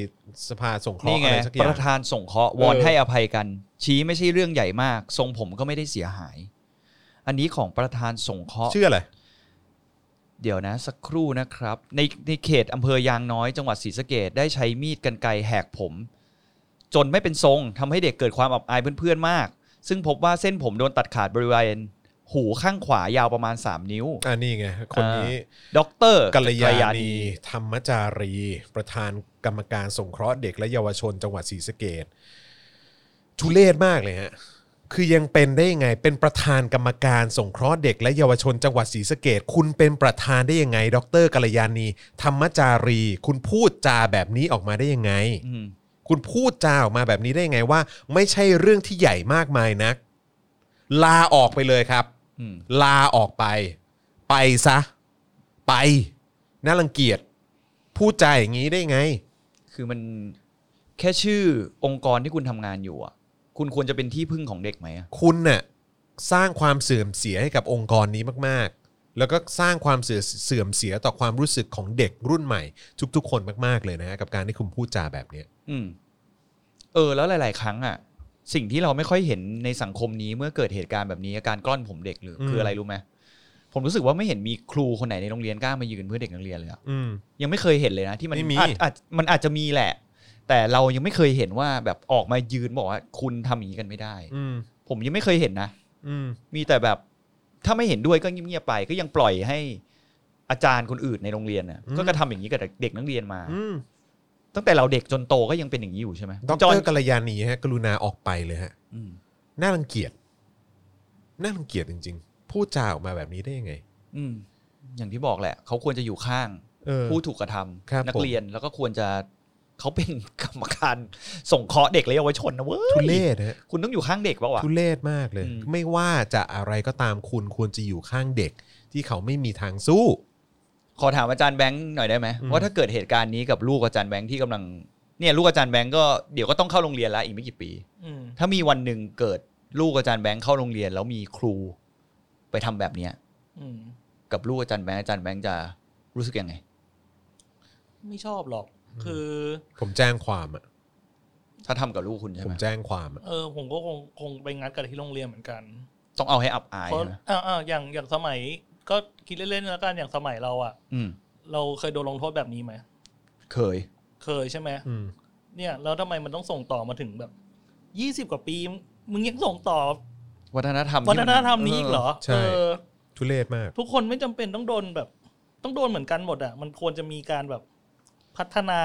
สภาส่งเคราะ นี่ ห์ ไง อะไรสักอ ป ย่าง ระธานสงเคราะห์วอน เออ ให้อภัยกัน ชี้ไม่ใช่เรื่องใหญ่มาก ทรงผมก็ไม่ได้เสียหาย อันนี้ของประธานสงเคราะห์ ชื่ออะไร เดี๋ยวนะสักครู่นะครับ ในในเขตอำเภอยางน้อยจังหวัดศรีสะเกดได้ใช้มีดกันไกรแหกผม จนไม่เป็นทรงทำให้เด็กเกิดความอับอายเพื่อนๆมาก ซึ่งพบว่าเส้นผมโดนตัดขาดบริเวณหูข้างขวายาวประมาณ 3 นิ้ว อ่านี่ไง คนนี้ ด็อกเตอร์ กัลยาณีธรรมจารี ประธานกรรมการสงเคราะห์เด็กและเยาวชนจังหวัดศรีสะเกดทุเลศมากเลยฮะคือยังเป็นได้ยังไง เป็นประธานกรรมการสงเคราะห์เด็กและเยาวชนจังหวัดศรีสะเกดคุณเป็นประธานได้ยังไง ดรกัลยาณีธรรมจารี คุณพูดจาแบบนี้ออกมาได้ยังไง อืม คุณพูดจาออกมาแบบนี้ได้ยังไงว่า ไม่ใช่เรื่องที่ใหญ่มากมายนัก ลาออกไปเลยครับ อืม ลาออกไป ไปซะ ไป น่ารังเกียจ พูดจาอย่างนี้ได้ไง คือมันแค่ชื่อองค์กรที่คุณทำงานอยู่อ่ะ คุณควรจะเป็นที่พึ่งของเด็กไหมอะ คุณน่ะสร้างความเสื่อมเสียให้กับองค์กรนี้มาก ๆ แล้วก็สร้างความเสื่อเสื่อมเสียต่อความรู้สึกของเด็กรุ่นใหม่ ทุก ๆ คนมาก ๆ เลยนะฮะกับการที่คุณพูดจาแบบเนี้ย อืมเออ แล้วหลาย ๆ ครั้งอ่ะ สิ่งที่เราไม่ค่อยเห็นในสังคมนี้เมื่อเกิดเหตุการณ์แบบนี้การกล้อนผมเด็กหรือ อืม คืออะไรรู้ไหมผมรู้สึกว่าไม่เห็นมีครูคนไหนในโรงเรียนกล้ามายืนเพื่อเด็กนักเรียนเลยอะ อืม ยังไม่เคยเห็นเลยนะที่มัน ไม่มี อาจอาจมันอาจจะมีแหละ แต่เรายังไม่เคยเห็นว่าแบบออกมายืนบอกว่าคุณทำอย่างนี้กันไม่ได้ อืม ผมยังไม่เคยเห็นนะ อืม มีแต่แบบถ้าไม่เห็นด้วยก็เงียบๆไป ก็ยังปล่อยให้อาจารย์คนอื่นในโรงเรียนนะ อืม ก็กระทำอย่างนี้กับเด็กนักเรียนมา อืม ตั้งแต่เราเด็กจนโตก็ยังเป็นอย่างนี้อยู่ใช่ไหม ด จอ ร น กัลยาณีฮะ กรุณาออกไปเลยฮะ อืม น่ารังเกียจ น่ารังเกียจจริง ๆ พูดจาออกมาแบบนี้ได้ยังไง อืมอย่างที่บอกแหละ เขาควรจะอยู่ข้าง เอ เออ ผู้ถูกกระท ครับ ำนั ผม เรียนแล้วก็ควรจะเขาเป็นกรรมการส่งเคราะห์เด็กและเยาวชนนะเว้ย ทุเลศฮะ คุณต้องอยู่ข้างเด็กปะวะ ทุเลศมากเลย อืม ไม่ว่าจะอะไรก็ตามคุณควรจะอยู่ข้างเด็ก ที่เขาไม่มีทางสู้ ขอถามอาจารย์แบงค์หน่อยได้ไหม อืม ว่าถ้าเกิดเหตุการณ์นี้กับลูกอาจารย์แบงค์ที่กำลังเนี่ยลูกอาจารย์แบงค์ก็เดี๋ยวก็ต้องเข้าโรงเรียนแล้วอีกไม่กี่ปี อืม ถ้ามีวันหนึ่งเกิดลูกอาจารย์แบงค์เข้าโรงเรียน แล้วมีครูไปทำแบบเนี้ย อืม กับลูกอาจารย์แบงค์อาจารย์แบงค์จะรู้สึกยังไง ไม่ชอบหรอก คือ ผมแจ้งความอ่ะ ถ้าทำกับลูกคุณใช่ ผ ไห ม ม แจ้งความอ่ะ เออ ผมก็คงคงไปงัดกันที่โรงเรียนเหมือนกัน ต้องเอาให้อับอาย เพราะ นะ อ่าอ่าอย่างอย่างสมัย ก็คิดเล่นๆแล้วกันอย่างสมัยเราอ่ะ อืม เราเคยโดนลงโทษแบบนี้ไหม เคย เคยใช่ไหม อืม เนี่ยแล้วทำไมมันต้องส่งต่อมาถึงแบบยี่สิบ20 กว่าปี มึงยังส่งต่อ วัฒนธรรม วั ที่ ฒ มัน ธรรมนี้อีกเหรอเออ ทุเลศมาก ทุกคนไม่จำเป็นต้องโดนแบบ ต้องโดนเหมือนกันหมดอ่ะ มันควรจะมีการแบบพัฒนา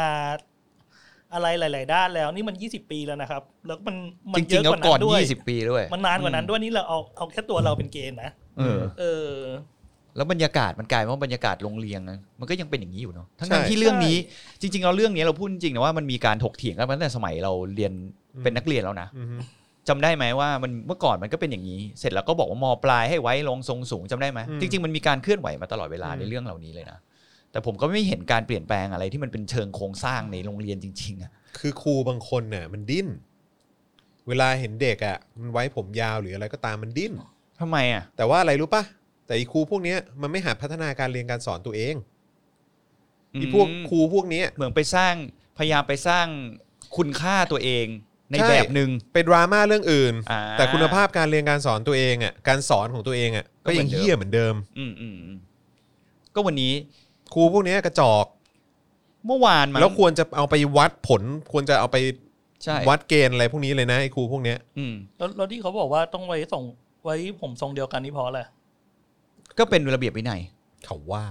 อะไรหลาย ๆ ด้านแล้ว นี่มันยี่สิบปีแล้วนะครับ แล้วมันมั จ นเย ริง อะ ๆแล้ว กว่านั้ ก่อน นด้วย ยี่สิบปีด้วย มันนานกว่านั้นด้วยนี่เราเอาเอาแค่ตัวเราเป็นเกณฑ์นะ เออ เออ แล้วบรรยากาศมันกลายเป็นว่าบรรยากาศโรงเรียนนะมันก็ยังเป็นอย่างนี้อยู่เนาะทั้ง ใช่ ๆที่เรื่องนี้จริงๆเราเรื่องนี้เราพูดจริงๆนะว่ามันมีการถกเถียงกันมาตั้งแต่สมัยเราเรียนเป็นนักเรียนแล้วนะ อืมฮึ จำได้ไหมว่ามันเมื่อก่อนมันก็เป็นอย่างนี้ เสร็จแล้วก็บอกว่ามปลายให้ไว้ลงทรงสูงจำได้ไหมจริงๆมันมีการเคลื่อนไหวมาตลอดเวลาในเรื่องเหล่านี้เลยนะแต่ผมก็ไม่เห็นการเปลี่ยนแปลงอะไรที่มันเป็นเชิงโครงสร้างในโรงเรียนจริงๆอะ คือครูบางคนเนี่ยมันดิ้น เวลาเห็นเด็กอ่ะมันไว้ผมยาวหรืออะไรก็ตามมันดิ้น ทำไมอะ แต่ว่าอะไรรู้ปะแต่อีครูพวกเนี้ยมันไม่หาพัฒนาการเรียนการสอนตัวเองอีพวกครูพวกเนี้ย เหมือนไปสร้างพยายามไปสร้างคุณค่าตัวเองใน ใช่ แบบหนึ่ง เป็นดราม่าเรื่องอื่น อ่า แต่คุณภาพการเรียนการสอนตัวเองอ่ะการสอนของตัวเองอ่ะ ก็ ก็ เหมื ยั อง นเดิม เหี้ยเหมือนเดิม อืมอืมอืมก็วันนี้ ครูพวกเนี้ยกระจอก เมื่อวานมัน แล้วควรจะเอาไปวัดผล ควรจะเอาไป ใช่ วัดเกณฑ์อะไรพวกนี้เลยนะไอ้ครูพวกเนี้ย อืม แล้วแล้วที่เขาบอกว่าต้องไว้ส่งไว้ผมทรงเดียวกันนี่เพราะอะไร ก็เป็นระเบียบวินัย เขาว่า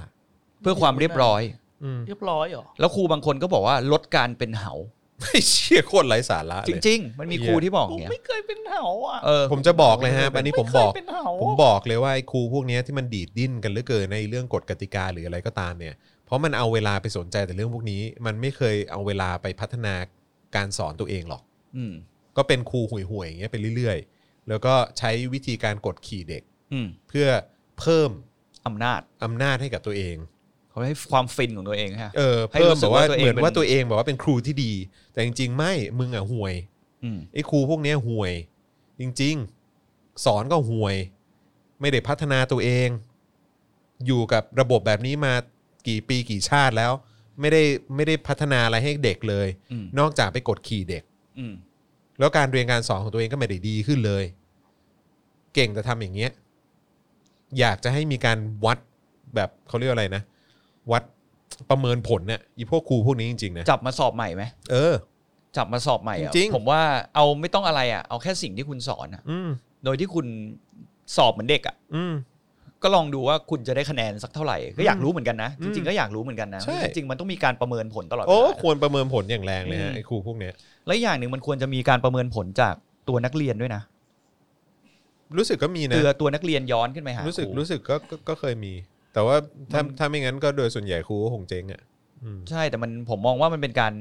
เพื่อความเรียบร้อย อืม เรียบร้อยเหรอ แล้วครูบางคนก็บอกว่าลดการเป็นเหา ไม่เชี่ยโคตรไร้สาระ จ เลย ริง ๆ มันมีครูที่บอก กู เนี่ย ไม่เคยเป็นเหาอ่ะ เออ ผมจะบอกเลยฮะอันนี้ผมบอก ไเคยเป็นเหา ผมบอกเลยว่าไอ้ครูพวกเนี้ยที่มันดีดดิ้นกันเหลือเกินในเรื่องกฎกติกาหรืออะไรก็ตามเนี่ย เพราะมันเอาเวลาไปสนใจแต่เรื่องพวกนี้ มันไม่เคยเอาเวลาไปพัฒนาการสอนตัวเองหรอก อืม ก็เป็นครูห่วยๆอย่างเงี้ยไปเรื่อยๆ แล้วก็ใช้วิธีการกดขี่เด็ก อืม เพื่อเพิ่ม อำนาจ อำนาจให้กับตัวเอง เขาให้ความฟินของตัวเองฮะ เออ ให้ เพิ่ รู้ ม สึ แบ ก บว่า ว่าตัวเอง เหมือน เป็น ว่าตัวเองแบบว่าเป็นครูที่ดี แต่จริงๆ ไม่มึงอ่ะห่วย อืม ไอ้ครูพวกเนี้ยห่วย จริงๆ สอนก็ห่วย ไม่ได้พัฒนาตัวเอง อยู่กับระบบแบบนี้มากี่ปีกี่ชาติแล้ว ไม่ได้ไม่ได้พัฒนาอะไรให้เด็กเลย อืม นอกจากไปกดขี่เด็ก อืม แล้วการเรียนการสอนของตัวเองก็ไม่ได้ดีขึ้นเลย เก่งแต่ทำอย่างเงี้ยอยากจะให้มีการวัดแบบเขาเรียกอะไรนะ วัดประเมินผลเนี่ยอีพวกครูพวกนี้จริงๆนะ จับมาสอบใหม่ไหม เออ จับมาสอบใหม่อะ จริงๆ ผมว่าเอาไม่ต้องอะไรอ่ะเอาแค่สิ่งที่คุณสอนอะ อืม โดยที่คุณสอบเหมือนเด็กอ่ะ อืม ก็ลองดูว่าคุณจะได้คะแนนสักเท่าไหร่ก็อยากรู้เหมือนกันนะ อื จ ม ริงๆก็อยากรู้เหมือนกันนะ ใช่ จริงๆมันต้องมีการประเมินผลตลอดเว โอ้ ลา ควรประเมินผลอย่างแรงเลย อื ฮะ ม ไอ้ครูพวกเนี้ย และอย่างหนึ่งมันควรจะมีการประเมินผลจากตัวนักเรียนด้วยนะ รู้สึกก็มีนะ เตือตัวนักเรียนย้อนขึ้นไปหา รู้สึก ค รู้สึกก็ก็ก็เคยมี แต่ว่าถ้าถ้าไม่งั้นก็โดยส่วนใหญ่ครูก็คงเจ๊งอ่ะอืม ใช่แต่มันผมมองว่ามันเป็นการ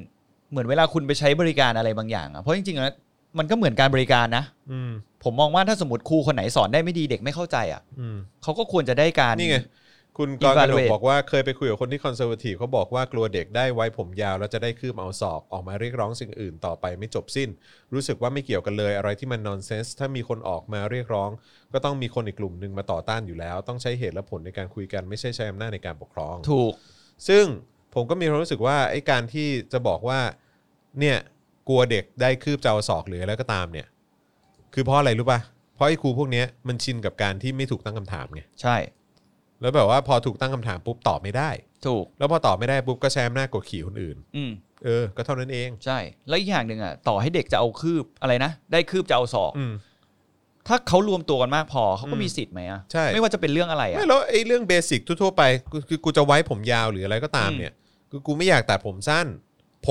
เหมือนเวลาคุณไปใช้บริการอะไรบางอย่างอะเพราะจริงๆแล้วมันก็เหมือนการบริการนะ อืม ผมมองว่าถ้าสมมติครูคนไหนสอนได้ไม่ดีเด็กไม่เข้าใจอ่ะ อืม เขาก็ควรจะได้การ นี่ไง คุณกรก Evaluate ระดกบอกว่าเคยไปคุยกับคนที่คอนเซอร์วทีฟเขาบอกว่ากลัวเด็กได้ไว้ผมยาวแล้วจะได้คืบเอาศอกออกมาเรียกร้องสิ่งอื่นต่อไปไม่จบสิ้น รู้สึกว่าไม่เกี่ยวกันเลยอะไรที่มันนอนเซนส์ถ้ามีคนออกมาเรียกร้อง ก็ต้องมีคนอีกกลุ่มหนึ่งมาต่อต้านอยู่แล้ว ต้องใช้เหตุและผลในการคุยกันไม่ใช่ใช้อำนาจในการปกครอง ถูก ซึ่งผมก็มีความรู้สึกว่าไอ้การที่จะบอกว่าเนี่ยกลัวเด็กได้คืบจะเอาศอกหรืออะไรก็ตามเนี่ย คือเพราะอะไรรู้ป่ะเพราะไอ้ครูพวกเนี้ยมันชินกับการที่ไม่ถูกตั้งคำถามไง ใช่ แล้วแบบว่าพอถูกตั้งคำถามปุ๊บตอบไม่ได้ ถูก แล้วพอตอบไม่ได้ปุ๊บก็ใช้อำนาจกดขี่คนอื่น อืม เออ ก็เท่านั้นเอง ใช่แล้วอีกอย่างหนึ่งอ่ะต่อให้เด็กจะเอาคืบอะไรนะได้คืบจะเอาศอก อืม ถ้าเขารวมตัวกันมากพอเขาก็ อืม มีสิทธิ์ไหมอ่ะ ใช่ ไม่ว่าจะเป็นเรื่องอะไรอ่ะ ไม่แล้วไอ้เรื่องเบสิกทั่วๆไปกูคือกูจะไว้ผมยาวหรืออะไรก็ตามเนี่ยคือกูไม่อยากตัดผมสั้น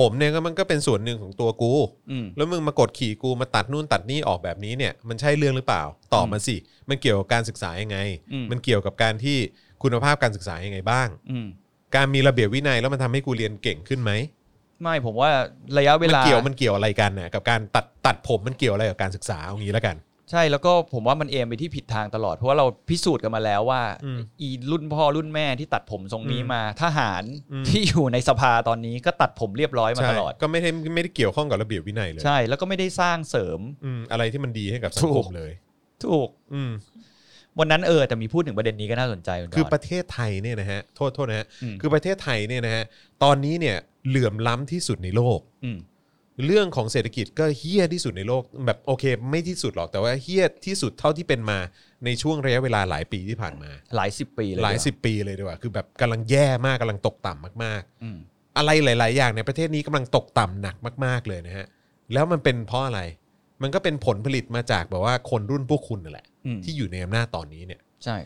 ผมเนี่ยก็มันก็เป็นส่วนหนึ่งของตัวกู อืม แล้วมึงมากดขี่กูมาตัดนู่นตัดนี่ออกแบบนี้เนี่ยมันใช่เรื่องหรือเปล่าตอบมาสิ มันเกี่ยวกับการศึกษายังไง อืม มันเกี่ยวกับการที่คุณภาพการศึกษายังไงบ้าง อืม การมีระเบียบวินัยแล้วมันทำให้กูเรียนเก่งขึ้นไหม ไม่ผมว่าระยะเว มัน ลาม เกี่ยวมันเกี่ยวอะไรกันน่ะกับการตัดตัดผมมันเกี่ยวอะไรกับการศึกษาเอางี้แล้วกัน ใช่แล้วก็ผมว่ามันเอมไปที่ผิดทางตลอด เพราะว่าเราพิสูจน์กันมาแล้วว่า อืม อีรุ่นพ่อรุ่นแม่ที่ตัดผมทรงนี้ อืม มาทหาร อืม ที่อยู่ในสภาตอนนี้ก็ตัดผมเรียบร้อยมา ใช่ ตลอด ก็ไม่ได้ไม่ได้เกี่ยวข้องกับระเบียบวินัยเลย ใช่แล้วก็ไม่ได้สร้างเสริม อืมอะไรที่มันดีให้กับสังค ถู ม ก เลย ถูก อืม วันนั้นเออแต่มีพูดถึงประเด็นนี้ก็น่าสนใจณ คืจอป น ระเทศไทยเนี่ยนะฮะโทษโทษนะฮะ อืม คือประเทศไทยเนี่ยนะฮะตอนนี้เนี่ยเหลื่อมล้ำที่สุดในโลก อืม เรื่องของเศรษฐกิจก็เฮี้ยที่สุดในโลกแบบโอเค ไม่ที่สุดหรอกแต่ว่าเฮี้ยที่สุดเท่าที่เป็นมาในช่วงระยะเวลาหลายปีที่ผ่านมา หลายสิบปีเลย หลายสิบปีเลยดีกว่าคือแบบกำลังแย่มากกำลังตกต่ำมาก อืม ๆ อะไรหลาย ๆ อย่างในประเทศนี้กำลังตกต่ำหนักมาก ๆเลยนะฮะแล้วมันเป็นเพราะอะไร มันก็เป็นผลผลิตมาจากแบบว่าคนรุ่นพวกคุณนั่นแหละ อืม ที่อยู่ในอำนาจตอนนี้เนี่ย ใช่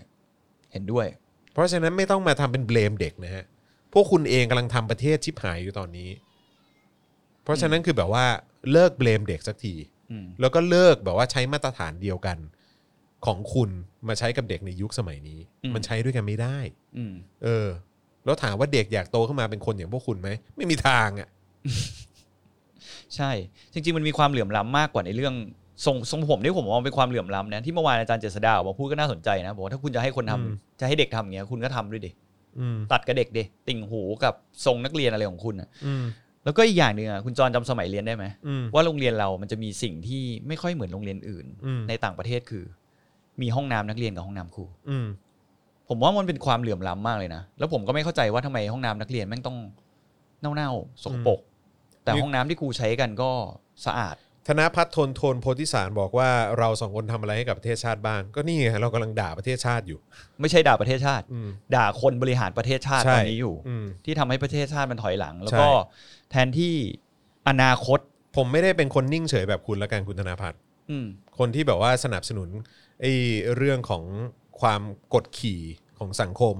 เห็นด้วย เพราะฉะนั้นไม่ต้องมาทำเป็นเบลมเด็กนะฮะ พวกคุณเองกำลังทำประเทศชิบหายอยู่ตอนนี้ เพราะฉะนั้นคือแบบว่าเลิกเบลมเด็กสักที อืม แล้วก็เลิกแบบว่าใช้มาตรฐานเดียวกัน ของคุณมาใช้กับเด็กในยุคสมัยนี้ มันใช้ด้วยกันไม่ได้ อืม เออ แล้วถามว่าเด็กอยากโตขึ้นมาเป็นคนอย่างพวกคุณไหม ไม่มีทางอ่ะ ใช่ จริงๆมันมีความเหลื่อมล้ำมากกว่าในเรื่องทรงทรงผมที่ผมมองเป็นความเหลื่อมล้ำนะที่เมื่อวานอาจารย์เจษดาออกมาพูดก็น่าสนใจนะบอกว่าถ้าคุณจะให้คนทำ อืม จะให้เด็กทำอย่างเงี้ยคุณก็ทำด้วยดิ อืม ตัดกับเด็กดิติ่งหูกับทรงนักเรียนอะไรของคุณอะ อืม แล้วก็อีกอย่างหนึ่งอะคุณจรจำสมัยเรียนได้ไหม อืม ว่าโรงเรียนเรามันจะมีสิ่งที่ไม่ค่อยเหมือนโรงเรียนอื่น อืม ในต่างประเทศคือ มีห้องน้ำนักเรียนกับห้องน้ำครู อืม ผมว่ามันเป็นความเหลื่อมล้ำมากเลยนะ แล้วผมก็ไม่เข้าใจว่าทำไมห้องน้ำนักเรียนแม่งต้องเน่าๆสกปรกแต่ห้องน้ำที่ครูใช้กันก็สะอาด ธนพัฒน์ทนทนโพธิสารบอกว่าเราสองคนทำอะไรให้กับประเทศชาติบ้าง ก็นี่ไงเรากำลังด่าประเทศชาติอยู่ ไม่ใช่ด่าประเทศชาติ อืม ด่าคนบริหารประเทศชาติ ใช่ ตอนนี้อยู่ อืม ที่ทำให้ประเทศชาติมันถอยหลัง แล้วก็ ใช่ แทนที่อนาคต ผมไม่ได้เป็นคนนิ่งเฉยแบบคุณละกันคุณธนาพัฒน์ อืม คนที่แบบว่าสนับสนุนไอ้เรื่องของความกดขี่ของสังคม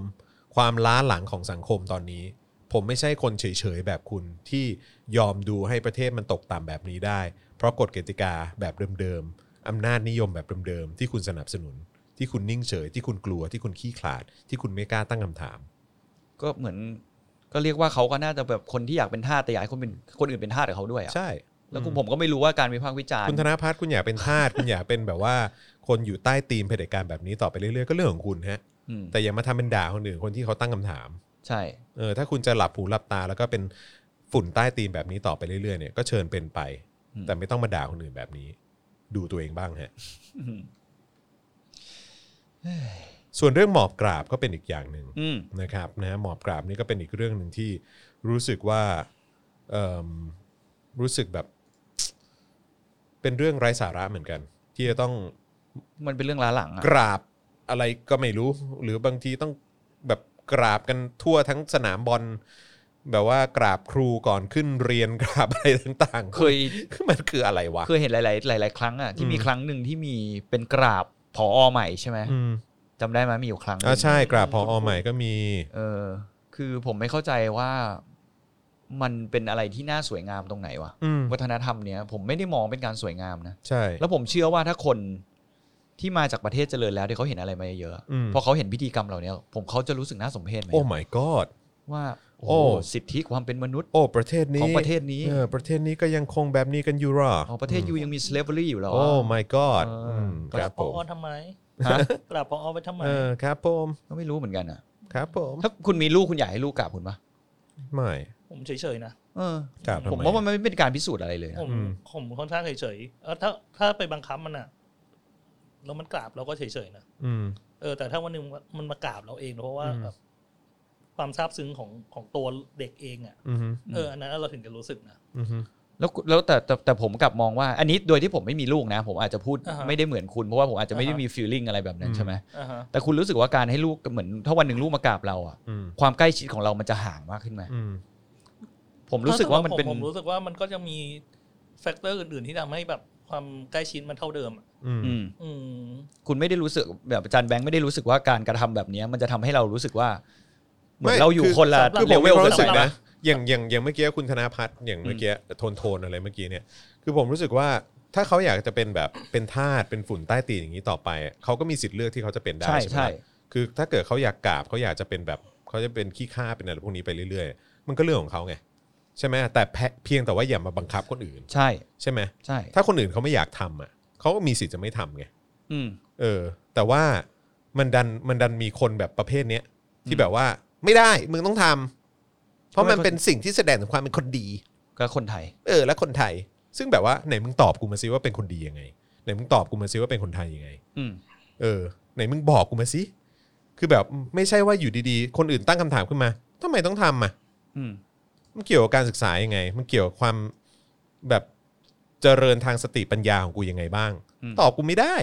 ความล้าหลังของสังคมตอนนี้ ผมไม่ใช่คนเฉยๆแบบคุณที่ยอมดูให้ประเทศมันตกต่ำแบบนี้ได้ เพราะกฎกติกาแบบเดิมๆอำนาจนิยมแบบเดิมๆที่คุณสนับสนุน ที่คุณนิ่งเฉย ที่คุณกลัวที่คุณขี้ขลาด ที่คุณไม่กล้าตั้งคำถาม ก็เหมือนก็เรียกว่าเขาก็น่าจะแบบคนที่อยากเป็นทาสแต่อยากให้คนเป็นคนอื่นเป็นทาสกับเขาด้วยอะ ใช่ แล้วกูผมก็ไม่รู้ว่าการวิพากษ์วิจาร คุ ณ์ ณธนาพัฒน์คุณอยากเป็นทาสคุณอยากเป็นแบบว่า คนอยู่ใต้ตีมเผด็จการแบบนี้ต่อไปเรื่อยๆก็เรื่องของคุณฮะ อืม แต่อย่ามาทำเป็นด่าคนอื่นคนที่เขาตั้งคำถาม ใช่ เออถ้าคุณจะหลับหูหลับตา แล้วก็เป็นฝุ่นใต้ตีนแบบนี้ต่อไปเรื่อยๆเนี่ยก็เชิญเป็นไป อืม แต่ไม่ต้องมาด่าคนอื่นแบบนี้ ดูตัวเองบ้างฮะ อืม ส่วนเรื่องหมอบกราบก็เป็นอีกอย่างหนึ่ง อืม นะครับนะฮะหมอบกราบนี่ก็เป็นอีกเรื่องหนึ่งที่รู้สึกว่าเอิ่มรู้สึกแบบ เป็นเรื่องไร้สาระเหมือนกัน ที่จะต้อง มันเป็นเรื่องล้าหลังอะ กราบอะไรก็ไม่รู้ หรือบางทีต้องแบบกราบกันทั่วทั้งสนามบอลแบบว่ากราบครูก่อนขึ้นเรียน กราบอะไรต่างๆ เคย คือมันคืออะไรวะ เคยเห็นหลาย ๆ หลาย ๆ ครั้งอ่ะที่มี อืม ครั้งหนึ่งที่มีเป็นกราบผอใหม่ใช่ไหม อืม จำได้ไหมมีอยู่ครั้งหนึ่ง อ่าใช่กราบพออใหม่ก็มี เออ คือผมไม่เข้าใจว่ามันเป็นอะไรที่น่าสวยงามตรงไหนวะ อืม วัฒนธรรมเนี้ยผมไม่ได้มองเป็นการสวยงามนะ ใช่ แล้วผมเชื่อว่าถ้าคนที่มาจากประเทศเจริญแล้วที่เขาเห็นอะไรมาเยอะ อืม พอเขาเห็นพิธีกรรมเหล่าเนี้ยผมเขาจะรู้สึกน่าสมเพชไหม โอ้ my god ว่าโอ้ โอ้ โหสิทธิความเป็นมนุษย์ โอ้ประเทศนี้ ของประเทศนี้ เออประเทศนี้ก็ยังคงแบบนี้กันอยู่หรอ อ๋อประเทศยูยังมี slavery อยู่แล้ว โอ้ อะ my god เอออื มครับผพอ ม ทำไม ฮะ กราบพอไปทำไม เออครับผม ก็ไม่รู้เหมือนกันอ่ะ ครับผม ถ้าคุณมีลูกคุณอยากให้ลูกกราบคุณปะ ไม่ ผมเฉยๆนะ เออ กราบทำไ ผมว่ามันไม่เป็นการพิสูจน์อะไรเลยนะ ผมผมค่อนข้างเฉยๆเออถ้าถ้าไปบังคับมันอะแล้วมันกราบเราก็เฉยๆนะ อืม เออแต่ถ้าวันหนึ่งมันมากราบเราเองเพราะว่า อืม แบบความซาบซึ้งของของตัวเด็กเองอะ อืม เอออันนั้นเราถึงจะรู้สึกนะ อืม แล้วแล้วแต่แต่แต่ผมกลับมองว่าอันนี้โดยที่ผมไม่มีลูกนะ ผมอาจจะพูด อ่าฮะ ไม่ได้เหมือนคุณเพราะว่าผมอาจจะไม่ได้ อ่าฮะ มีฟีลลิ่งอะไรแบบนั้ อื น ม ใช่ไหม อ่าฮะ แต่คุณรู้สึกว่าการให้ลูกเหมือนถ้าวันหนึ่งลูกมากราบเราอะ อืม ความใกล้ชิดของเรามันจะห่างมากขึ้นไหม อืม ผมรู้สึกว่ามัน ถ้สำหรับผ เป็น ผมรู้สึกว่ามันก็จะมีแฟกเตอร์อื่นๆที่ทำให้แบบความใกล้ชิดมันเท่าเดิมอะ อืม อืม อืม คุณไม่ได้รู้สึกแบบอาจารย์แบงค์ไม่ได้รู้สึกว่าการกระทำแบบเนี้ยมันจะทำให้เรารู้สึกว่าเหมือน ไม่ เราอยู่ คือ คนละ สำหรับ คือ เล ผม เว มี ล ความ กัน รู้สึก ออกมา นะอย่างอย่างอย่างเมื่อกี้คุณธนาพัฒน์อย่างเมื่อกี้โทนโทนอะไรเมื่อกี้เนี่ย คือผมรู้สึกว่าถ้าเขาอยากจะเป็นแบบเป็นทาสเป็นฝุ่นใต้ตีนอย่างนี้ต่อไปอะเขาก็มีสิทธิ์เลือกที่เขาจะเป็นได้ ใช่ ใช่ไหม ใช่ ล่ะคือถ้าเกิดเขาอยากกราบเขาอยากจะเป็นแบบ เขาจะเป็นขี้ข้าเป็นอะไรพวกนี้ไปเรื่อยๆ มันก็เรื่องของเขาไงใช่ไหมแต่แพะเพียงแต่ว่าอย่ามาบังคับคนอื่น ใช่ ใช่ไหม ใช่ ถ้าคนอื่นเขาไม่อยากทำอ่ะเขาก็มีสิทธิ์จะไม่ทำไง อืม เออแต่ว่ามันดันมันดันมีคนแบบประเภทเนี้ยที่แบบว่าไม่ได้มึงต้องทำเพราะมัน ทำไมคน เป็นสิ่งที่แสดงถึงความเป็นคนดี ก็คนไทย เออ และคนไทย ซึ่งแบบว่าไหนมึงตอบกูมาซิว่าเป็นคนดียังไงไหนมึงตอบกูมาซิว่าเป็นคนไทยยังไง อืม เออไหนมึงบอกกูมาสิคือแบบไม่ใช่ว่าอยู่ดีๆ คนอื่นตั้งคำถามขึ้นมาทำไมต้องทำอ่ะ อืม มันเกี่ยวกับการศึกษายังไง มันเกี่ยวกับความแบบเจริญทางสติปัญญาของกูยังไงบ้าง อืม ตอบกูไม่ได้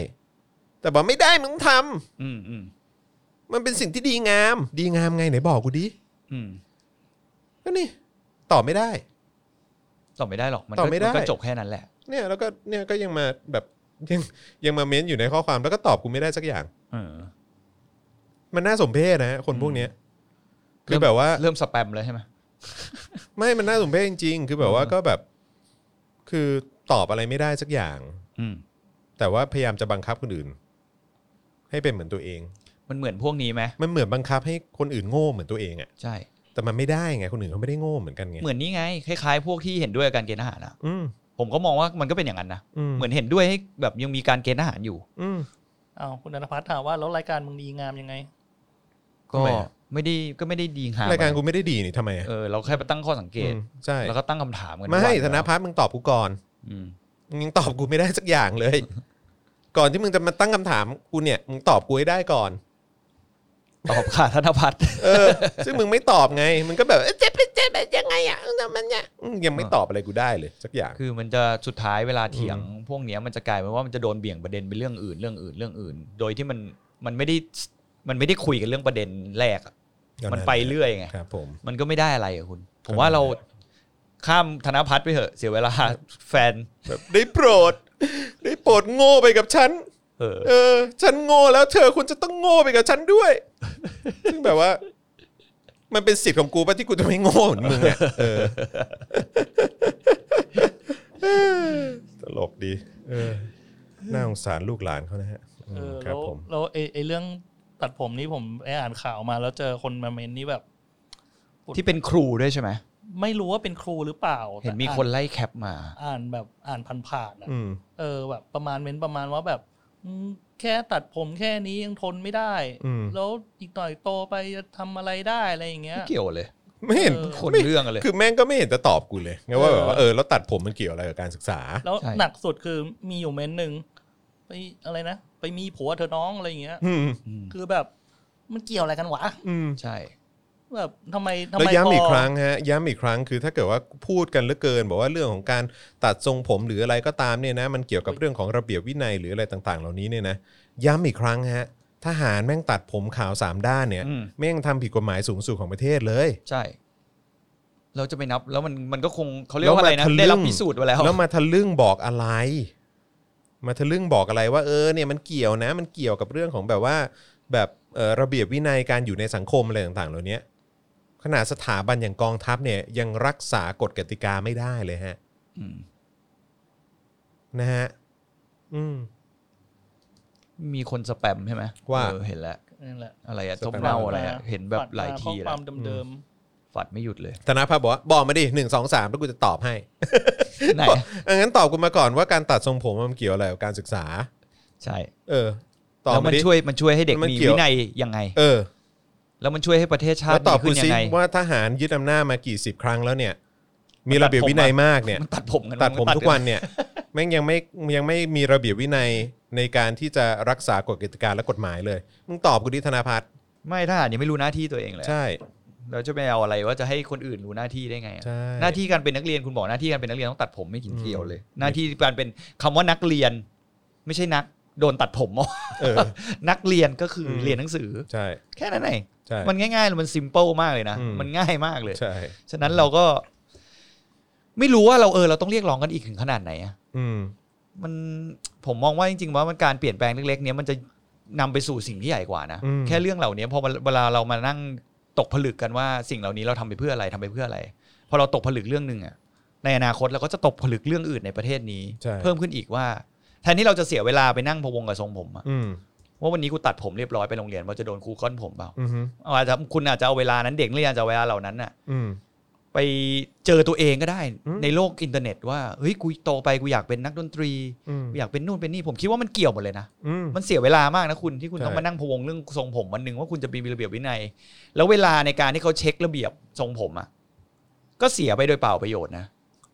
แต่บอกไม่ได้มึงต้องทำ อืมอืม มันเป็นสิ่งที่ดีงาม ดีงามไงไหนบอกกูดิ อืม ก็นี่ตอบไม่ได้ ตอบไม่ได้หรอกมัน ตอ ก็ บไม่ได้ นก็จบแค่นั้นแหละ เนี่ยแล้วก็เนี่ยก็ยังมาแบบยังยังมาเม้นอยู่ในข้อความแล้วก็ตอบกูไม่ได้สักอย่าง เออ มันน่าสมเพชนะฮะคนพวกเนี้ย ม คือแบบว่า เริ่มสแปมเลยใช่ไหม ไม่มันน่าสมเพชจริงๆ คือแบบว่า เออ ก็แบบ คือตอบอะไรไม่ได้สักอย่าง อืม แต่ว่าพยายามจะบังคับคนอื่น ให้เป็นเหมือนตัวเอง มันเหมือนพวกนี้ไหม มันเหมือนบังคับให้คนอื่นโง่เหมือนตัวเองอะ ใช่ แต่มันไม่ได้ไงคนอื่นเขาไม่ได้โง่เหมือนกันไง เหมือนนี้ไง คล้ายๆ พวกที่เห็นด้วยกับการเกณฑ์ทหารอะ อืม ผมก็มองว่ามันก็เป็นอย่างนั้นนะ อืม เหมือนเห็นด้วยให้แบบยังมีการเกณฑ์ทหารอยู่ อืม อ้าวคุณธนภัทรถามว่าแล้วรายการมึงดีงามยังไง ก็ ทำไมอะ ไม่ได้ก็ไม่ได้ดีงาม รายการกูไม่ได้ดีนี่ทำไมอะ เออเราแค่ไปตั้งข้อสังเกต อืมใช่ แล้วก็ตั้งคำถามกัน ไม่ ทุกวั ธนพัฒน์มึงตอบกูก่อน อืม มึงยังตอบกูไม่ได้สักอย่างเลย ก่อนที่มึงจะมาตั้งคำถามกูเนี่ยมึงตอบกูให้ได้ก่อน ตอบค่ะธนพั ฒน์ เออ ซึ่งมึงไม่ตอบไงมึงก็แบบเอ้ยเจ็บเจ็บเจ็บยังไงอ่ะมันเนี่ยอืมยังไม่ตอบอะไรกูได้เลย สักอย่าง คือมันจะสุดท้ายเวลาเถียงพวกเนี้ยมันจะกลายเป็นว่ามันจะโดนเบี่ยงประเด็นไปเรื่องอื่นเรื่องอื่นเรื่องอื่น โดยที่มันมันไม่ได้มันไม่ได้คุยกันเรื่องประเด็นแรกอะมันไปเรื่อยไง ครับ ผม มันก็ไม่ได้อะไรอะคุณ ผม ก็ ว่าเรา ไม่ได้ ข้ามธนพัฒน์ไปเถอะเสียเวลา แฟน แบบได้โปรด ได้โปรดโง่ไปกับฉัน เออ เออ ฉันโง่แล้วเธอคุณจะต้องโง่ไปกับฉัน ด้วย ซึ่งแบบว่า มันเป็นสิทธิ์ของกูป่ะที่กูจะไม่โง่เหมือนมึงอ่ะเออ เออตลกดี เออน่าสงสารลูกหลานเขานะฮะอืม เออ ครับ แล้ว ผม แล้วไอ้ไอ้เรื่องตัดผมนี่ผมไอ้อ่านข่าวมาแล้วเจอคนมาเมนนี่แบบ ที่เป็นครูด้วยใช่ไหม ไม่รู้ว่าเป็นครูหรือเปล่า เห็นมี แต่อ่า คนไล่แคปมา อ่านแบบอ่านผ่านๆอะ อืม เออแบบประมาณเมนประมาณว่าแบบอืมแค่ตัดผมแค่นี้ยังทนไม่ได้ อืม แล้วอีกหน่อยโตไปจะทำอะไรได้อะไรอย่างเงี้ย ไม่เกี่ยวเลย ไม่เห็น เออ คนเรื่องกันเลย คือแม่งก็ไม่เห็นจะตอบกูเลยไงว่าแบบว่าเออแล้วตัดผมมันเกี่ยวอะไรกับการศึกษา แล้ว ใช่ หนักสุดคือมีอยู่เมนหนึ่งไปอะไรนะไปมีผัวเธอะน้องอะไรอย่างเงี้ย อืม ม คือแบบมันเกี่ยวอะไรกันวะ อืม ใช่ แบบทำไมทำ แล้ว ไมพ ย้ำอีกครั้งฮะย้ำอีกครั้งคือถ้าเกิดว่าพูดกันเหลือเกิน บอกว่าเรื่องของการตัดทรงผมหรืออะไรก็ตามเนี่ยนะ มันเกี่ยวกับเรื่องของระเบียบวินัยหรืออะไรต่าง ๆ เหล่านี้เนี่ยนะย้ำอีกครั้งฮะทหารแม่งตัดผมขาวสามด้านเนี่ย อืม แม่งทำผิดกฎหมายสูงสุดของประเทศเลย ใช่ เราจะไปนับแล้วมันมันก็คงเขาเรียกว่าอะไรนะได้รับพิสูจน์มาแล้ว แล้วมาทะลึ่งบอกอะไร มาทะลึ่งบอกอะไรว่าเออเนี่ยมันเกี่ยวนะ มันเกี่ยวกับเรื่องของแบบว่าแบบเอ่อระเบียบวินัยการอยู่ในสังคมอะไรต่างๆ เหล่านี้ขนาดสถาบันอย่างกองทัพเนี่ยยังรักษากฎกติกาไม่ได้เลยฮะ อืม นะฮะ อืม มีคนสแปมใช่ไหม ว่า เออเห็นแล้ว นั่นแหละ อะไรอะ สแปทบมเน่าอะไรอะเห็นแบบหลายทีแล้วคาว มเดิม ฝัดไม่หยุด เลย ธนาภาพบอกว่าบอกมาดิหนึ่งสองสามแล้วกูจะตอบให้ ไหน บอกเอางั้นตอบกูมาก่อนว่าการตัดทรงผมมันเกี่ยวอะไรกับการศึกษา ใช่ เออ ตอบ แล้ว มา มัน ดิ ช่วยมันช่วยให้เด็ก มัน มี เกี่ยว วินัยยังไง เออ แล้วมันช่วยให้ประเทศชา แล้ ติ วตอบ ดี กู ขึ้นยั ซิ งไง ว่าทหารยึดอำนาจมากี่สิบครั้งแล้วเนี่ย มีระเบียบ ตัดผม วินัยมากเนี่ย มันตัดผมกัน ตัดผม น ทุกวันเนี่ย แม่งยังไม่ยังไม่มีระเบียบวินัยในการที่จะรักษากฎกติกาและกฎหมายเลยมึงตอบกูดิธนาพัฒน์ ไม่ถ้าอันนี้ไม่รู้หน้าที่ตัวเองเลย ใช่ เราจะไปเอาอะไรว่าจะให้คนอื่นรู้หน้าที่ได้ไงอะ ใช่ หน้าที่การเป็นนักเรียนคุณบอกหน้าที่การเป็นนักเรียนต้องตัดผมไม่กินเกี่ยวเลย หน้าที่การเป็นคำว่านักเรียน ไม่ใช่นัก โดนตัดผมออก เออ นักเรียนก็คืออ ม เรียนหนังสือ ใช่ แค่นั้นเอง ใช่ มันง่ายๆเลยมันซิมเปิลมากเลยนะ อืม มันง่ายมากเลย ใช่ ฉะนั้นเราก็ไม่รู้ว่าเราเออเราต้องเรียกร้องกันอีกถึงขนาดไหนอะ อืม มันผมมองว่าจริงๆว่ามันการเปลี่ยนแปลงเล็กๆเนี้ยมันจะนำไปสู่สิ่งที่ใหญ่กว่านะ อืม แค่เรื่องเหล่านี้พอเวลาเวลาเรามานั่งตกผลึกกันว่าสิ่งเหล่านี้เราทำไปเพื่ออะไรทำไปเพื่ออะไรพอเราตกผลึกเรื่องหนึ่งอะในอนาคตเราก็จะตกผลึกเรื่องอื่นในประเทศนี้ ใช่ เพิ่มขึ้นอีกว่าแทนที่เราจะเสียเวลาไปนั่งพะวงกับทรงผมอะ อืม โห ว่าวันนี้กูตัดผมเรียบร้อยไปโรงเรียนว่าจะโดนครูก้อนผมเปล่า อืมฮึ เอาอาจจะคุณอาจจะเอาเวลานั้นเด็กนักเรียนอาจจะเอาเวลาเหล่านั้นน่ะ อืม ไปเจอตัวเองก็ได้ อืม ในโลกอินเทอร์เน็ตว่าเฮ้ยกูโตไปกูอยากเป็นนักดนตรี อืม กูอยากเป็นนู่นเป็นนี่ผมคิดว่ามันเกี่ยวหมดเลยนะ อืม มันเสียเวลามากนะคุณที่คุณ ใช่ ต้องมานั่งพะวงเรื่องทรงผมวันหนึ่งว่าคุณจะมีระเบียบวินัย แล้วเวลาในการที่เขาเช็คระเบียบทรงผมอ่ะก็เสียไปโดยเปล่าประโยชน์นะ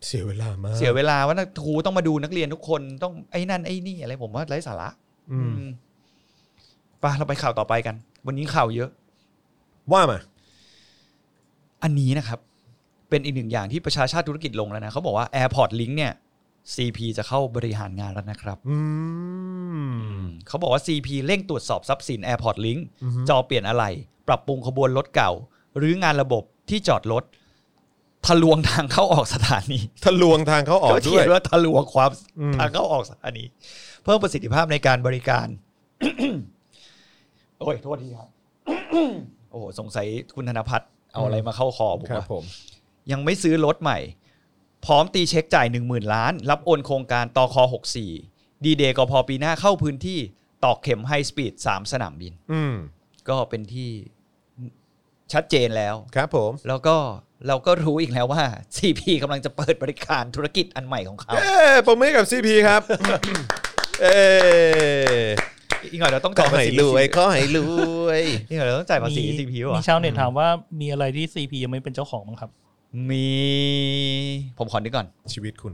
เสียเวลามาก เสียเวลาว่านักครูต้องมาดูนักเรียนทุกคนต้องไอ้นั่นไอ้นี่อะไรผมว่าไร้สาระ อืม อืมไปเราไปข่าวต่อไปกัน วันนี้ข่าวเยอะ ว่ามา อันนี้นะครับ เป็นอีกหนึ่งอย่างที่ประชาชาติธุรกิจลงแล้วนะเขาบอกว่า Airport Link เนี่ย CP จะเข้าบริหารงานแล้วนะครับ อืม เขาบอกว่า CP เร่งตรวจสอบทรัพย์สิน Airport Link อือฮึ จอเปลี่ยนอะไร ปรับปรุงขบวนรถเก่า หรืองานระบบที่จอดรถทะลวงทางเข้าออกสถานี ทะลวงทางเขาออก เขา ด้ เขี วย ย นว่าทะลวงความ อืม ทางเข้าออกสถานีเพิ่มประสิทธิภาพในการบริการ โอ้ย โทษทีครับ โอ้โหสงสัยคุณธนพัฒน์เอาอะไรมาเข้าคอผม ครับ ว่า ผม ยังไม่ซื้อรถใหม่ พร้อมตีเช็คจ่าย 1 0,000 ล้าน รับโอนโครงการตอคอ64 ดีเดย์กพอปีหน้าเข้าพื้นที่ตอกเข็มไฮสปีด3สนามบิน อืม ก็เป็นที่ชัดเจนแล้ว ครับผม แล้วก็เราก็รู้อีกแล้วว่า CP กำลังจะเปิดบริการธุรกิจอันใหม่ของเขา เอ้ยผมมือกับซีพี ครับ เอ้ย อีกหน่อยเราต้อง ข จ่า อย ภา ให้ ษี รวยขอให้รวย อีกหน่อยเราต้องจ่ายภาษี มี ซีพีวะ มีชาวเน็ตถามว่ามีอะไรที่ซีพียังไม่เป็นเจ้าของมั้งครับ มี ผมขอนึกก่อน ชีวิตคุณ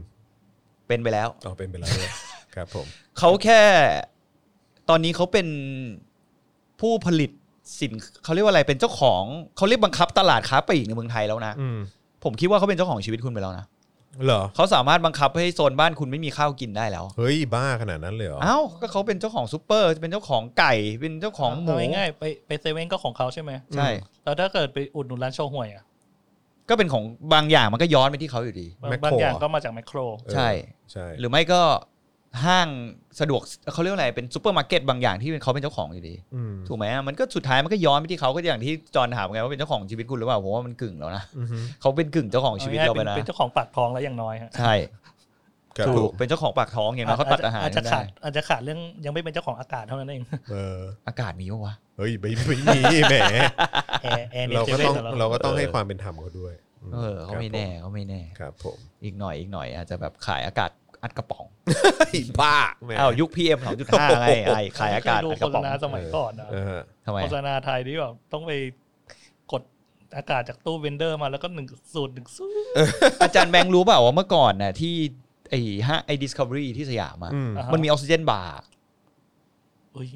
เป็นไปแล้ว อ๋อเป็นไปแล้ว ด้วยครับผม เขาแค่ ตอนนี้เขาเป็นผู้ผลิตสินเขาเรียกว่าอะไรเป็นเจ้าของเขาเรียกบังคับตลาดค้าปลีกในเมืองไทยแล้วนะ อืม ผมคิดว่าเขาเป็นเจ้าของชีวิตคุณไปแล้วนะ เหรอ เขาสามารถบังคับให้โซนบ้านคุณไม่มีข้าวกินได้แล้ว เฮ้ย บ้าขนาดนั้นเลยเหรอ เอ้าก็เขาเป็นเจ้าของซูเปอร์เป็นเจ้าของไก่ เป็นเจ้าของหมู เาง่ายๆไปไปเซเว่นก็ของเขาใช่ไหม ใช่ แล้วถ้าเกิดไปอุดหนุนร้านโชห่วยอ่ะ ก็เป็นของบางอย่างมันก็ย้อนไปที่เขาอยู่ดี บาง Macro บางอย่างก็มาจากแมคโคร เออ ใช่ ใช่ หรือไม่ก็ห้างสะดวกเขาเรียกว่าอะไรเป็นซูเปอร์มาร์เก็ตบางอย่างที่เขาเป็นเจ้าของอยู่ดี อืม ถูกไหมอะมันก็สุดท้ายมันก็ย้อนไปที่เขาก็อย่างที่จอห์นถามไงว่าเป็นเจ้าของชีวิตคุณหรือเปล่าผมว่ามันกึ่งแล้วนะ อือฮึ เขาเป็นกึ่งเจ้าของชีวิตเราไป อง่ยๆ นะ เป็นเจ้าของปากท้องแล้วอย่างน้อยฮะ ใช่ ครับ ถูกเป็นเจ้าของปากท้องอย่างน้อยเขาตัดอาหาร อาจจะ ได้ ขาดอาจจะขาดเรื่องยังไม่เป็นเจ้าของอากาศเท่านั้นเอง เออ อากาศมีปะวะ เฮ้ยไม่ไม่มีแหม แอ ร์แอร์ใน เรา เซ ก็ เว่ ต้ น อง เหรอ เราก็ต้องให้ความเป็นธรรมเขาด้วยม เออเขาไม่แน่เขาไม่แน่ ครับผม อีกหน่อยอีกหน่อย อาจจะแบบขายอากาศอัดกระป๋อง ครับผมบ้าแหม อ้าวยุคพีเอ็มสองจุดห้าไงไอ้ขายอากาศ เคดู อัดกโฆระ ษ ป๋อง ณาสมัยก่อนนะ เออ ทำไม โฆษ อะ ณาไทยที่แบบต้องไปกดอากาศจากตู้เวนเดอร์มาแล้วก็หนึ่งสูตรหนึ่งสู้ อาจารย์แบงค์รู้เปล่าว่าเมื่อก่อนน่ะที่ไอ้ฮะไอ้ดิสคัฟเวอรี่ที่สยามอะ อืม มันมีออกซิเจนบาร์ เอ้ย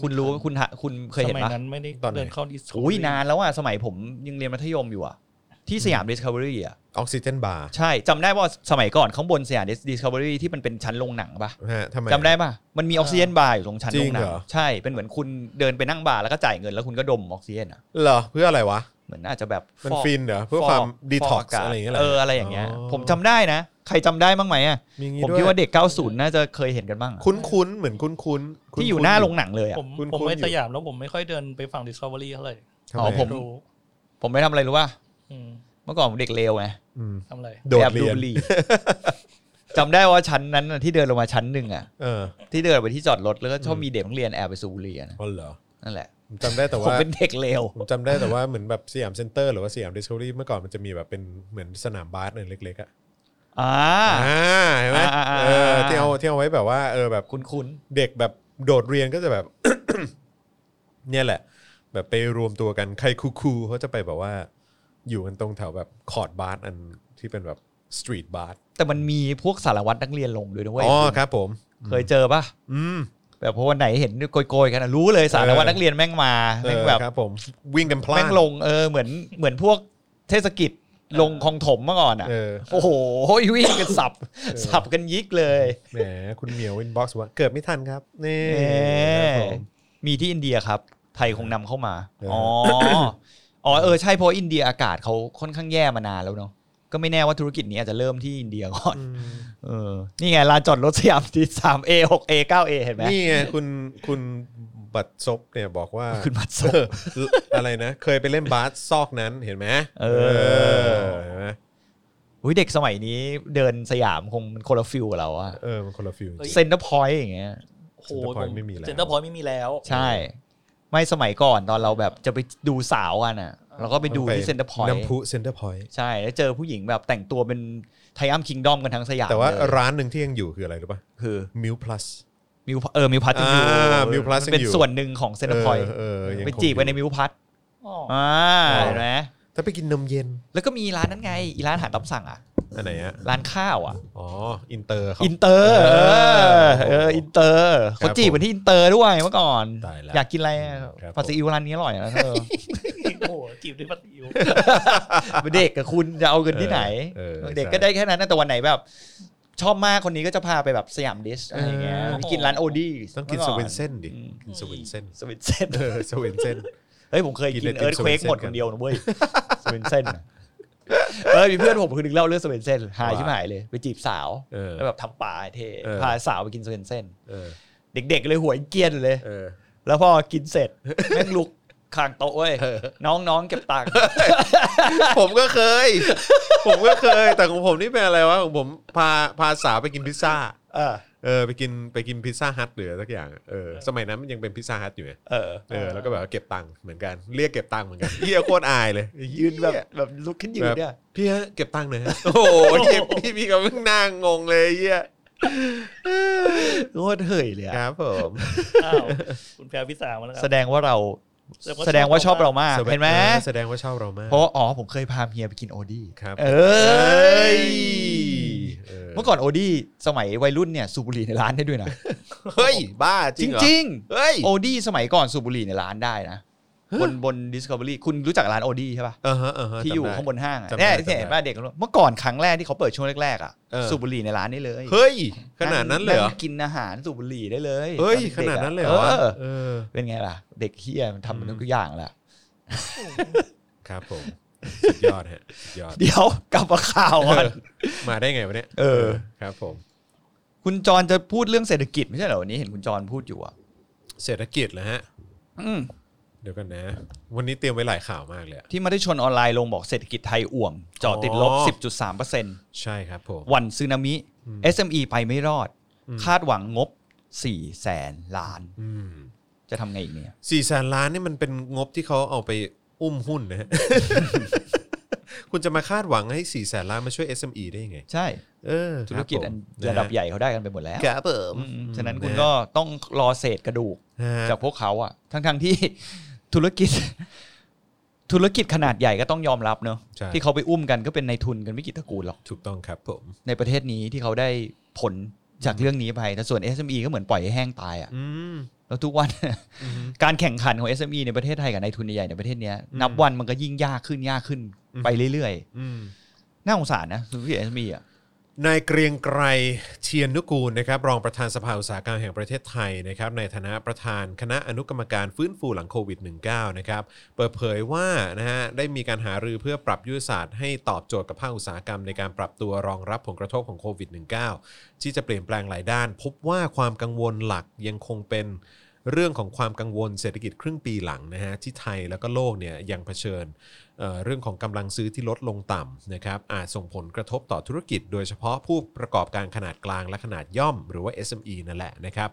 คุณรู้ไหมคุณหาคุณเคยเห็น สมัย ปะ นั้นไม่ได้เดินเข้าดิสโท อุ้ยนานแล้วอ่ะ สมัยผมยังเรียนมัธยมอยู่อ่ะ ที่สยามดิสคัฟเวอรี่อ่ะ ออกซิเจนบาร์ ใช่จำได้ว่าสมัยก่อนข้างบนสยามดิสคัฟเวอรี่ที่มันเป็นชั้นลงหนังปะ ฮะทำไม จำได้ปะมันมีออกซิเจนบาร์อยู่ตรงชั้นลงหนังจริงเหรอ ใช่ เป็นเหมือนคุณเดินไปนั่งบาร์แล้วก็จ่ายเงินแล้วคุณก็ดมออกซิเจนอ่ะ เหรอเพื่ออะไรวะ เหมือนอาจจะแบบ มัน ฟอก ฟินเหรอ เพื่อ ฟก ความดี ฟ ท็อก าศ อะไรอย่างเงี้ยหร เอออะไรอย่างเงี้ย ผมจำ อ๋อ ได้นะ ใครจำได้บ้างไหมอ่ะ มีงี้ ผม ด้วย คิดว่าเด็ก 90 น่าจะเคยเห็นกันบ้างอะ คุ้นคุ้นๆเหมือนคุ้นคุ้นๆ ที่อยู่ คุ้ๆ หน้าโรงหนังเลยอ่ะ ผม คุณ ผม คุณ ไม่ อยู่ สยามแล้วผมไม่ค่อยเดินไปฝั่งดิสคัฟเวอรี่เท่าไหร่ ทำไ อ๋อผม รู้ ผมไม่ทำอะไรรู้ป่ะ อืม เมื่อก่อนผมเด็กเลวไง อืม ทำอะไร โดด แอบ เรียน บุห จำได้ว่าชั้นนั้นน่ะที่เดินลงมาชั้นหนึ่งอ่ะ เออ ที่เดินไปที่จอดรถแล้วก็ชอบมีเด็กนักเรียนแอบไปสูบบุหรี่อะนะ อ๋อเหรอ นั่นแหละ ผมจำได้แต่ ผม ว่า เป็นเด็กเลว ผมจำได้แต่ว่าเหมือนแบบสยามเซ็นเตอร์หรือว่าสยามดิสคัฟเวอรี่เมื่อก่อนมันจะมีแบบเป็นเหมือนสนามบาสเนี่ยเล็กๆอะ อ่า อ่าเห็นไหม อ่าอ่าอ่า เออที่เอาที่เอาไว้แบบว่าเออแบบ คุ้นคุ้น เด็กแบบโดดเรียนก็จะแบบ เนี่ยแหละ แบบไปรวมตัวกันใครคูลๆเขาจะไปแบบว่า อยู่กันตรงแถวแบบคอร์ดบาสอันที่เป็นแบบสตรีทบาส ๆแต่มันมีพวกสารวัตรนักเรียนลงด้วยนะเว้ย อ๋อครับผม เคยเจอป่ะ อืม แบบเพราะวันไหนเห็นโกยๆกันอะรู้เลยสารวัตรนักเรียนแม่งมา เอ แม่ง อ แบบ ครับผมวิ่งกันพลา แม่ ด งลงเออเหมือนเหมือนพวกเทศกิจลงคลองถมเมื่อก่อนอ่ะ เออ โอ้โหวิ่งกันสับสับกันยิกเลย แหมคุณเหมียวอินบ็อกซ์ว่าเกิดไม่ทันครับนี่ เอ ครับ อ ผม มีที่อินเดียครับ ไทยคงนำเข้ามา เอออ๋ อ๋ออ๋อเออใช่เพราะอินเดียอากาศเขาค่อนข้างแย่มานานแล้วเนาะก็ไม่แน่ว่าธุรกิจนี้อาจจะเริ่มที่อินเดียก่อน อืม เออ นี่ไงลานจอดรถสยามที่ 3A 6A 9A เห็นไหม นี่ไงคุณคุณบัตรซบเนี่ยบอกว่า คุณบัตรซบ เอออะไรนะ เคยไปเล่นบาสซอกนั้นเห็นไหม เออ เห็นไหม อุ้ยเด็กสมัยนี้เดินสยามคงมันคนละฟิลกับเราอะ เออมันคนละฟิลจริง เซนเตอร์พอยต์อย่างเงี้ย โห Center Point ไม่มีแล้ว เซ็นเตอร์พอยต์ไม่มีแล้ว ใช่ ไม่สมัยก่อนตอนเราแบบจะไปดูสาวกันอ่ะเราก็ไปดูที่เซ็นเตอร์พอยต์ น้ำพุเซ็นเตอร์พอยต์ ใช่แล้วเจอผู้หญิงแบบแต่งตัวเป็นไทอัมคิงดอมกันทั้งสยาม แต่ว่า เลย ร้านหนึ่งที่ยังอยู่คืออะไรรู้ป่ะ คือ มิวพลัส มิวเออมิวพัทยังอยู่ อ่า Mill Plus เป็น ยังอยู่ ส่วนหนึ่งของเซ็นเตอร์พอยต์ เออยังคง ไปจีบไปใน อยู่ มิวพัท อ๋อ อ่าเห็นไหม ถ้าไปกินนมเย็น แล้วก็มีร้านนั้นไงอีร้านอาหารตามสั่งอ่ะ อันไหนอะ ร้านข้าวอ่ะ อ๋ออินเตอร์เขา อินเตอร์เออเอออินเตอร์ ครับ เขาจีบกันที่อินเตอร์ด้วยเมื่อก่อน ตายแล้ว อยากกินอะไร ครับ ผัดซีอิ๊วร้านนี้อร่อยนะเธอ โอ้โหจีบด้วยปัตติว เป็นเด็กกับคุณจะเอาเงินที่ไหน เออเออ เด็ก ใช่ ก็ได้แค่นั้นนะแต่วันไหนแบบ ชอบมากคนนี้ก็จะพาไปแบบสยามดิสอะไรอย่างเงี้ยไปกินร้านโอดี ต้องกินสวินเซนดิ อืม กินสวินเซน สวินเซ่น เออสวินเซน เฮ้ยผมเคยกิน กินไอติม เอิร์ธเควก Swensen หมดคนเดียวนะเว้ยสวินเซ่นเออมีเพื่อนผมคนหนึงเล่าเรื่องสวินเซ่นหาย ว่า ชิบหายเลยไปจีบสาว เออ แล้วแบบทำป่าไอ้เท่ เออ พาสาวไปกินสวินเซ่น เออ เด็กๆเลยหัวเกรียนเลย เออ แล้วพอกินเสร็จ แม่งลุกคางโต๊ะเว้ย เออ น้องๆเก็บตังค์ ผมก็เคย ผมก็เคย แต่ของผมนี่เป็นอะไรวะของผมพาพาสาวไปกินพิซซ่า เออ เออไปกินไปกินพิซซ่าฮัทหรืออะไรสักอย่างเออสมัยนั้นมันยังเป็นพิซซ่าฮัทอยู่ไง เออ เออแล้วก็แบบว่าเก็บตังค์เหมือนกันเรียกเก็บตังค์เหมือนกันเฮียโคตรอายเลย ยืนแบบแบบลุกขึ้นยืนเนี่ย พี่ฮะเก็บตังค์หน่อยฮะโอ้โหเฮียพี่พี่ก็เพิ่งนั่งงงเลยเฮีย โคตรเหยเลยอะ ครับผม อ้าวคุณแพรพิสามาแล้วค แส รับ ดงว่าเราแส แส ด ด ง ง ว่า ว่า ช ช อ อ บบ เรามามเราาก ก แสดง เห็นไหม ออแสดงว่าชอบเรามาก เพราะว่าอ๋อผมเคยพาเมียไปกินโอดี้ ครับ เอ เอ้ ้ย ย เมื่อก่อนโอดี้สมัยวัยรุ่นเนี่ยสูบบุหรี่ในร้านได้ด้วยนะ เฮ้ย บ้าจ จ ริงเหอ ริง เฮ้ย ๆโอดี้สมัยก่อนสูบบุหรี่ในร้านได้นะบนบน Discovery คุณรู้จักร้านโอดี้ใช่ป่ะ อ่าฮะอ่าฮะ ที่อยู่ จำได้ ข้างบนห้างอะ จำได้ เนี่ย จำได้ เห็นป่ะเด็กเมื่อก่อนครั้งแรกที่เขาเปิดช่วงแรกๆอ่ะ เออ สูบบุหรี่ในร้านได้เลย เฮ้ย ขนาดนั้นเลยเหรอ งกินอาหารสูบบุหรี่ได้เลย เฮ้ย ต ข อด็กๆ นาด อะ นั้นเลยเหรอ อ เออ เป็นไงล่ะ เด็กเฮียมันทำมัน อืม ทุกอย่างล่ะ ครับผมสุดยอดฮะสุดยอด เดี๋ยว กลับมาข่าวก่อน มาได้ไงวะเนี่ย เออ ครับผม คุณจรจะพูดเรื่องเศรษฐกิจไม่ใช่เหรอวันนี้เห็นคุณจรพูดอยู่อ่ะ เศรษฐกิจเหรอฮะ อืม เดี๋ยวกันนะ วันนี้เตรียมไว้หลายข่าวมากเลยอะ ที่มาได้ชนออนไลน์ลงบอกเศรษฐกิจไทยอ่วมจ่อติดลบ อ๋อ 10.3% ใช่ครับผม วันซึนามิ อืม SME ไปไม่รอด อืม คาดหวังงบ 4 แสนล้าน อืม จะทำไงอีกเนี่ย สี่แสนล้านนี่มันเป็นงบที่เขาเอาไปอุ้มหุ้นนะฮะ คุณจะมาคาดหวังให้สี่แสนล้านมาช่วย SME ได้ยังไง ใช่ เออ ธุรกิจอัน ค ระ บผม ดับใหญ่เขาได้กันไปหมดแล้ว ครับผม อืมฉะนั้นคุณก็ต้องรอเศษกระดูก ฮะ จากพวกเขาอะทั้งทงๆที่ ธุรกิจ ธุรกิจขนาดใหญ่ก็ต้องยอมรับเนอะ ใช่ ที่เขาไปอุ้มกันก็เป็นในทุนกันไม่กี่ตระกูลหรอก ถูกต้องครับผม ในประเทศนี้ที่เขาได้ผลจากเรื่องนี้ไปแต่ส่วน SME ก็เหมือนปล่อยให้แห้งตายอะ อืม แล้วทุกวัน อืม การแข่งขันของ SME ในประเทศไทยกับในายทุนใหญ่ๆในประเทศเนี้ย อืม นับวันมันก็ยิ่งยากขึ้นยากขึ้น อืม ไปเรื่อย อืม ๆน่าสงสารนะธุรกิจ SME อะ นายเกรียงไกรเทียนนุกูลนะครับรองประธานสภาอุตสาหกรรมแห่งประเทศไทยนะครับในฐานะประธานคณะอนุกรรมการฟื้นฟูหลังโควิด -19 นะครับเปิดเผยว่านะฮะได้มีการหารือเพื่อปรับยุทธศาสตร์ให้ตอบโจทย์กับภาคอุตสาหกรรมในการปรับตัวรองรับผลกระทบของโควิด -19 ที่จะเปลี่ยนแปลงหลายด้าน พบว่าความกังวลหลักยังคงเป็น เรื่องของความกังวลเศรษฐกิจครึ่งปีหลังนะฮะที่ไทยแล้วก็โลกเนี่ยยังเผชิญเอ่อเรื่องของกำลังซื้อที่ลดลงต่ำนะครับอาจส่งผลกระทบต่อธุรกิจ โดยเฉพาะผู้ประกอบการขนาดกลางและขนาดย่อม หรือว่า SME นั่นแหละนะครับ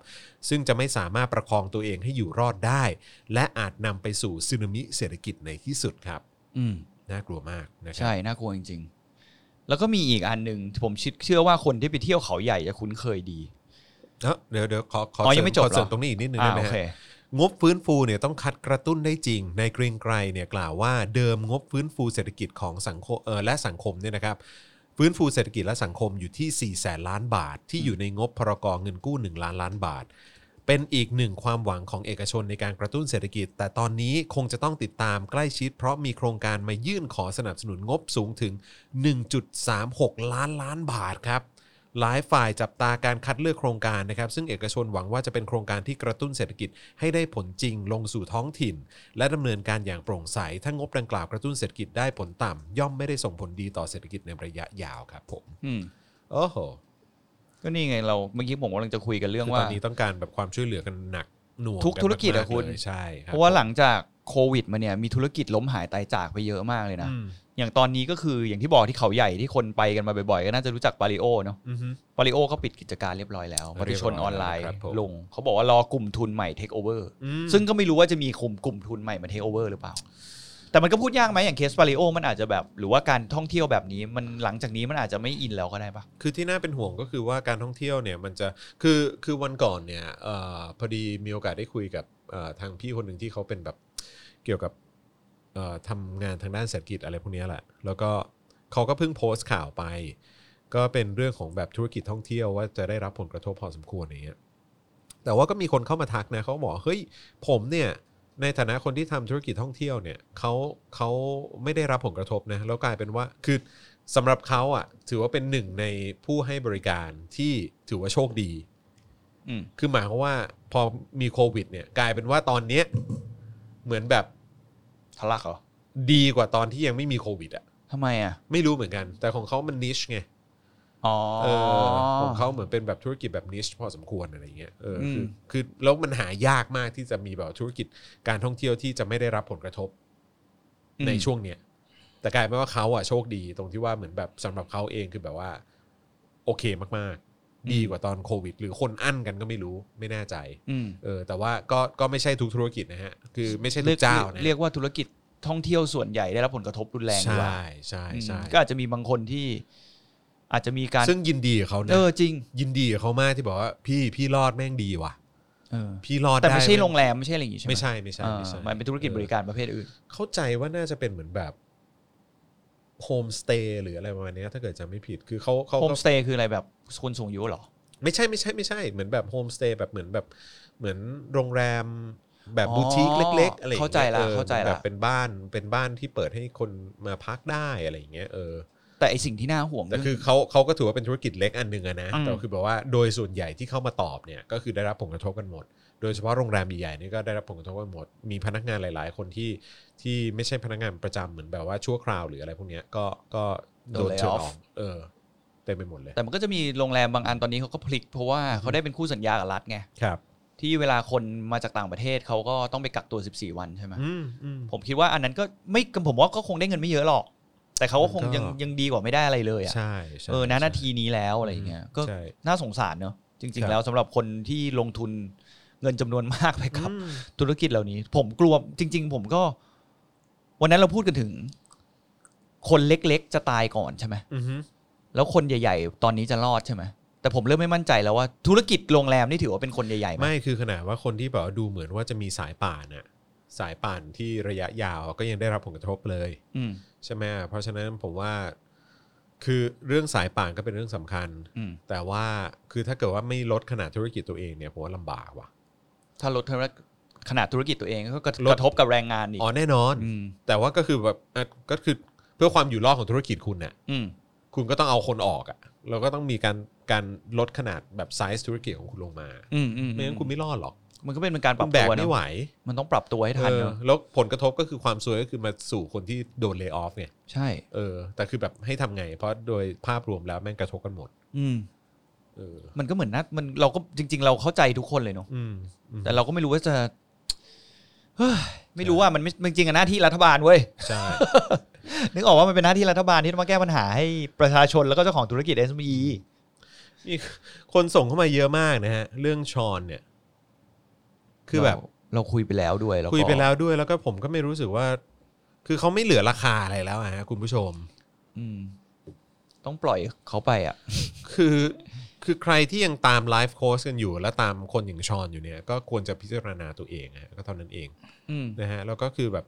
ซึ่งจะไม่สามารถประคองตัวเองให้อยู่รอดได้ และอาจนำไปสู่สึนามิเศรษฐกิจในที่สุดครับ อืม น่ากลัวมากนะครั ใช่ น่ากลัวจริง ๆ แล้วก็มีอีกอันหนึ่งผมเชื่อว่าคนที่ไปเที่ยวเขาใหญ่จะคุ้นเคยดี เอ้อเดี๋ยวเดี๋ยวขอขอ อ๋อ เส ยังริม ไม่จบ ขอเสริเหมรอ ตรงนี้อีกนิดนึง อ่า ได้ไหโอมฮะ เค งบฟื้นฟูเนี่ยต้องคัดกระตุ้นได้จริง ในายเกรียงไกรเนี่ยกล่าวว่าเดิมงบฟื้นฟูเศรษฐกิจของสังคมเออและสังคมเนี่ยนะครับฟื้นฟูเศรษฐกิจและสังคมอยู่ที่ 4 แสนล้านบาท ที่อยู่ในงบพรกองเงินกู้ 1 ล้านล้านบาท เป็นอีกหนึ่งความหวังของเอกชนในการกระตุ้นเศรษฐกิจ แต่ตอนนี้คงจะต้องติดตามใกล้ชิด เพราะมีโครงการมายื่นขอสนับสนุนงบสูงถึง 1.36 ล้านล้านบาทครับ หลายฝ่ายจับตาการคัดเลือกโครงการนะครับ ซึ่งเอกชนหวังว่าจะเป็นโครงการที่กระตุ้นเศรษฐกิจให้ได้ผลจริงลงสู่ท้องถิ่น และดำเนินการอย่างโปร่งใส ถ้างบดังกล่าวกระตุ้นเศรษฐกิจได้ผลต่ำย่อมไม่ได้ส่งผลดีต่อเศรษฐกิจในระยะยาวครับผม อืม โอ้โห ก็นี่ไงเราเมื่อกี้ผมกำลังจะคุยกันเรื่อง คือ ว่า ตอนนี้ต้องการแบบความช่วยเหลือกันหนักหน่วง ทุก น ธุรกิจอะ มๆ คุณ เลยใช่คบ เพราะว่าหลังจากโควิดมาเนี่ยมีธุรกิจล้มหายตายจากไปเยอะมากเลยนะ อืม จ อย่างตอนนี้ก็คืออย่างที่บอกที่เขาใหญ่ที่คนไปกันมาบ่อยๆ ก็น่าจะรู้จักปาริโอเนาะ อือฮึ ปาริโอเขาปิดกิจการเรียบร้อยแล้วมติชนออนไลน์ ครับผม ลงเขาบอกว่ารอกลุ่มทุนใหม่เทคโอเวอร์ อืม ซึ่งก็ไม่รู้ว่าจะมีกลุ่มกลุ่มทุนใหม่มาเทคโอเวอร์หรือเปล่า แต่มันก็พูดยากไหมอย่างเคสปาริโอมันอาจจะแบบ หรือว่าการท่องเที่ยวแบบนี้มันหลังจากนี้มันอาจจะไม่อินแล้วก็ได้ปะ คือที่น่าเป็นห่วงก็คือว่าการท่องเที่ยวเนี่ยมันจะคือคือวันก่อนเนี่ยเออพอดีมีโอกาสได้คุยกับเอ่อทางพี่คนหนึ่งที่เขาเป็นแบบเกี่ยวกับเอ่อทำงานทางด้านเศรษฐกิจอะไรพวกเนี้ยแหละ แล้วก็เขาก็เพิ่งโพสต์ข่าวไป ก็เป็นเรื่องของแบบธุรกิจท่องเที่ยวว่าจะได้รับผลกระทบพอสมควรอย่างเงี้ยแต่ว่าก็มีคนเข้ามาทักนะเขาบอกเฮ้ยผมเนี่ยในฐานะคนที่ทำธุรกิจท่องเที่ยวเนี่ยเขาเขาไม่ได้รับผลกระทบนะแล้วกลายเป็นว่าคือสำหรับเขาอ่ะถือว่าเป็นหนึ่งในผู้ให้บริการที่ถือว่าโชคดี อืม คือหมายความว่าพอมีโควิดเนี่ยกลายเป็นว่าตอนเนี้ยเหมือนแบบ ทะลักเหรอ ดีกว่าตอนที่ยังไม่มีโควิดอ่ะ ทำไมอ่ะ ไม่รู้เหมือนกัน แต่ของเขามันนิชไง อ๋อ เออของเขาเหมือนเป็นแบบธุรกิจแบบนิชพอสมควรอะไรเงี้ยเอออ ม คือคือแล้วมันหายากมากที่จะมีแบบธุรกิจการท่องเที่ยวที่จะไม่ได้รับผลกระทบ อืม ในช่วงเนี้ยแต่กลายเป็นว่าเขาอะโชคดีตรงที่ว่าเหมือนแบบสำหรับเขาเองคือแบบว่า โอเคมากๆ ดีกว่าตอนโควิด หรือคนอั้นกันก็ไม่รู้ไม่แน่ใจ อืม เออ แต่ว่าก็ก็ไม่ใช่ทุกธุรกิจนะฮะ คือไม่ใช่ทุกเจ้านะ เรียกว่าธุรกิจท่องเที่ยวส่วนใหญ่ได้รับผลกระทบรุนแรงดีกว่า ใช่ใช่ อืม ใช่ ก็อาจจะมีบางคนที่ อาจจะมีการ ซึ่งยินดีกับเขานะ เออจริง ยินดีกับเขามากที่บอกว่าพี่พี่รอดแม่งดีว่ะ เออ พี่รอด แต่ไม่ ด้ ใช่ แง โรงแรมไม่ใช่อะไรอย่างงี้ใช่ไหม ไม่ใช่ไม่ใช่ อ่า ไม่ใช่ มันเป็นธุรกิจบริการประเภทอื่น เข้าใจว่าน่าจะเป็นเหมือนแบบโฮมสเตย์หรืออะไรประมาณเนี้ยถ้าเกิดจำไม่ผิดคือเขาเขา โฮม ก็ สเตย์คืออะไรแบบคนสูงอายุเหรอ ไม่ใช่ไม่ใช่ไม่ใช่เหมือนแบบโฮมสเตย์แบบเหมือนแบบเหมือนโรงแรมแบบ อ๋อ บูติกเล็ก ๆ อะไรอย่งงี้ย เข้าใจละ ออ เข้าใจละ แบบเป็นบ้านเป็นบ้านที่เปิดให้คนมาพักได้อะไรอย่างเงี้ยเออ แต่ไอสิ่งที่น่าห่วง แต่ เรื่ง คือเขาเขาก็ถือว่าเป็นธุรกิจเล็กอันหนึ่งอะนะ อืม แต่คือแบบว่าโดยส่วนใหญ่ที่เข้ามาตอบเนี่ยก็คือได้รับผลกระทบกันหมด โดยเฉพาะโรงแรมใหญ่ๆนี่ก็ได้รับผลกระทบกันหมด มีพนักงานหลาย ๆ คนที่ที่ไม่ใช่พนักงานประจำเหมือนแบบว่าชั่วคราวหรืออะไรพวกเนี้ยก็ก็โดนเชิญออกเออเต็มไปหมดเลย แต่มันก็จะมีโรงแรมบางอันตอนนี้เขาก็พลิก เพราะว่าเขาได้เป็นคู่สัญญากับรัฐไง ครับ ที่เวลาคนมาจากต่างประเทศเขาก็ต้องไปกักตัว 14 วันใช่ไหม อืมอืม ผมคิดว่าอันนั้นก็ไม่ผมว่าก็คงได้เงินไม่เยอะหรอก แต่เขาก็คงยัง ก็ ยังดีกว่าไม่ได้อะไรเลยอ่ะ ใช่ใช่ เออนะ ใช่ นาทีนี้แล้วอะไรอย่างเงี้ยก็ ใช่ น่าสงสารเนอะจริง ๆ แล้วสำหรับคนที่ลงทุนเงินจำนวนมากไปกับ อืม ธุรกิจเหล่านี้ ผมกลัวจริง ๆ ผมก็ วันนั้นเราพูดกันถึง คนเล็กๆ จะตายก่อนใช่ไหม อือฮึ แล้วคนใหญ่ ๆ ตอนนี้จะรอดใช่ไหม แต่ผมเริ่มไม่มั่นใจแล้วว่าธุรกิจโรงแรมนี่ถือว่าเป็นคนใหญ่ๆไหม ไม่คือขนาดว่าคนที่แบบว่าดูเหมือนว่าจะมีสายป่านอะสายป่านที่ระยะยาวก็ยังได้รับผลกระทบเลย อืม ใช่ไหมเพราะฉะนั้นผมว่า คือเรื่องสายป่านก็เป็นเรื่องสำคัญ อืม แต่ว่าคือถ้าเกิดว่าไม่ลดขนาดธุรกิจตัวเองเนี่ยผมว่าลำบากว่ะ ถ้าลดธุรกิจขนาดธุรกิจตัวเองก็กระ ลด กระทบกับแรงงานอีก อ๋อแน่นอน อืม แต่ว่าก็คือแบบอ่ะก็คือเพื่อความอยู่รอดของธุรกิจคุณเนี่ย อืม คุณก็ต้องเอาคนออกอะ่ะแล้วก็ต้องมีการการลดขนาดแบบไซส์ธุรกิจของคุณลงมา อืมอืม ไม่งั้นคุณไม่รอดหรอก มันก็เป็นการป คุ รับ ณแบ ตั ก ว ไม่ เน ไหว อะมันต้องปรับตัวให้ทัน เออ เนอะ แล้วผลกระทบก็คือความซวยก็คือมาสู่คนที่โดนเลิกออฟไง ใช่ เออแต่คือแบบให้ทำไง เพราะโดยภาพรวมแล้วแม่งกระทบกันหมด อืม เออ มันก็เหมือนนะมันเราก็จริง ๆ เราเข้าใจทุกคนเลยเนอะ อืมอืม แต่เราก็ไม่รู้ว่าจะ เฮ้ยไม่รู้ว่ามันไม่จริงๆอะหน้าที่รัฐบาลเว้ย ใช่ นึกออกว่ามันเป็นหน้าที่รัฐบาลที่ต้องมาแก้ปัญหาให้ประชาชนแล้วก็เจ้าของธุรกิจ SME มีคนส่งเข้ามาเยอะมากนะฮะเรื่องชอนเนี่ย คือแบบ เราเราคุยไปแล้วด้วยแล้วก็ คุยไปแล้วด้วยแล้วก็ผมก็ไม่รู้สึกว่า คือเขาไม่เหลือราคาอะไรแล้วอะฮะคุณผู้ชม อืม ต้องปล่อยเขาไปอ่ะ คือคือใครที่ยังตามไลฟ์โค้ชกันอยู่ และตามคนอย่างชอนอยู่เนี่ย ก็ควรจะพิจารณาตัวเองฮะก็เท่านั้นเอง อืม นะฮะแล้วก็คือแบบ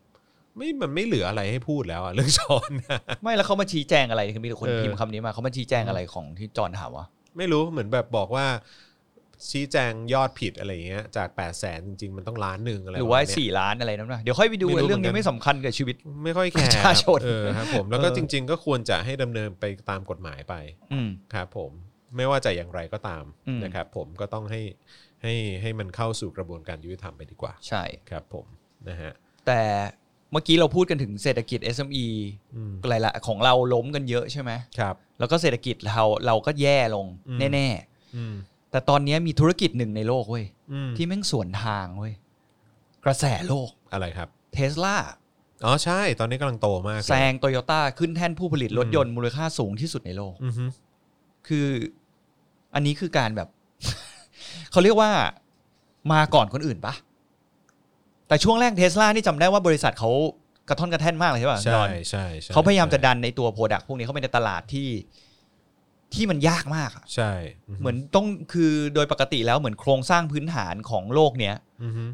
ไม่มันไม่เหลืออะไรให้พูดแล้วอะเรื่อง ชอนนะ ไม่แล้วเขามาชี้แจงอะไรคือมีแต่คน เออ พิมพ์คำนี้มาเขามาชี้แจงอะไรของที่จอห์นถามวะ ไม่รู้เหมือนแบบบอกว่า ชี้แจงยอดผิดอะไรอย่างเงี้ยจาก8ปดแสนจริง ๆ มันต้องล้านหนึ่งอะไร หรือว่า ประมณเนี้ย สี่ล้านอะไรนั่นนะเดี๋ยวค่อยไปดู ไม่รู้ เรื่อง เหมือนกั นี้ น ไม่สำคัญกับชีวิต ไม่ค่อยแค ป ร์ ระชาชน เออครับผมแล้วก็ เออ จริง ๆ ก็ควรจะให้ดำเนินไปตามกฎหมายไป อืม ครับผมไม่ว่าจะอย่างไรก็ตาม อืม นะครับผมก็ต้องให้ให้ให้มันเข้าสู่กระบวนการยุติธรรมไปดีกว่า ใช่ ครับผมนะฮะ แต่เมื่อกี้เราพูดกันถึงเศรษฐกิจ SME อืม หลายๆของเราล้มกันเยอะใช่ไหม ครับ แล้วก็เศรษฐกิจเราเราก็แย่ลง อืม แน่ อืม ๆ แต่ตอนนี้มีธุรกิจหนึ่งในโลกเว้ย อืม ที่แม่งสวนทางเว้ยกระแสโลก อะไรครับ เทสลา อ๋อใช่ตอนนี้กำลังโตมากเลย แซงโตโยต้าขึ้นแท่นผู้ผลิตรถยนต์มูลค่าสูงที่สุดในโลก อือฮึ คืออันนี้คือการแบบ เขาเรียกว่ามาก่อนคนอื่นปะแต่ช่วงแรกเทสลานี่จำได้ว่าบริษัทเขากระท่อนกระแท่นมากเลยใช่ป่ะ ใช่ นอน ใช่ใช่ เขาพยายามจะดันในตัวโปรดักพวกนี้เข้าไปในตลาดที่ที่มันยากมากอะ ใช่ฮึ เหมือนต้องคือโดยปกติแล้วเหมือนโครงสร้างพื้นฐานของโลกเนี้ย อือฮึ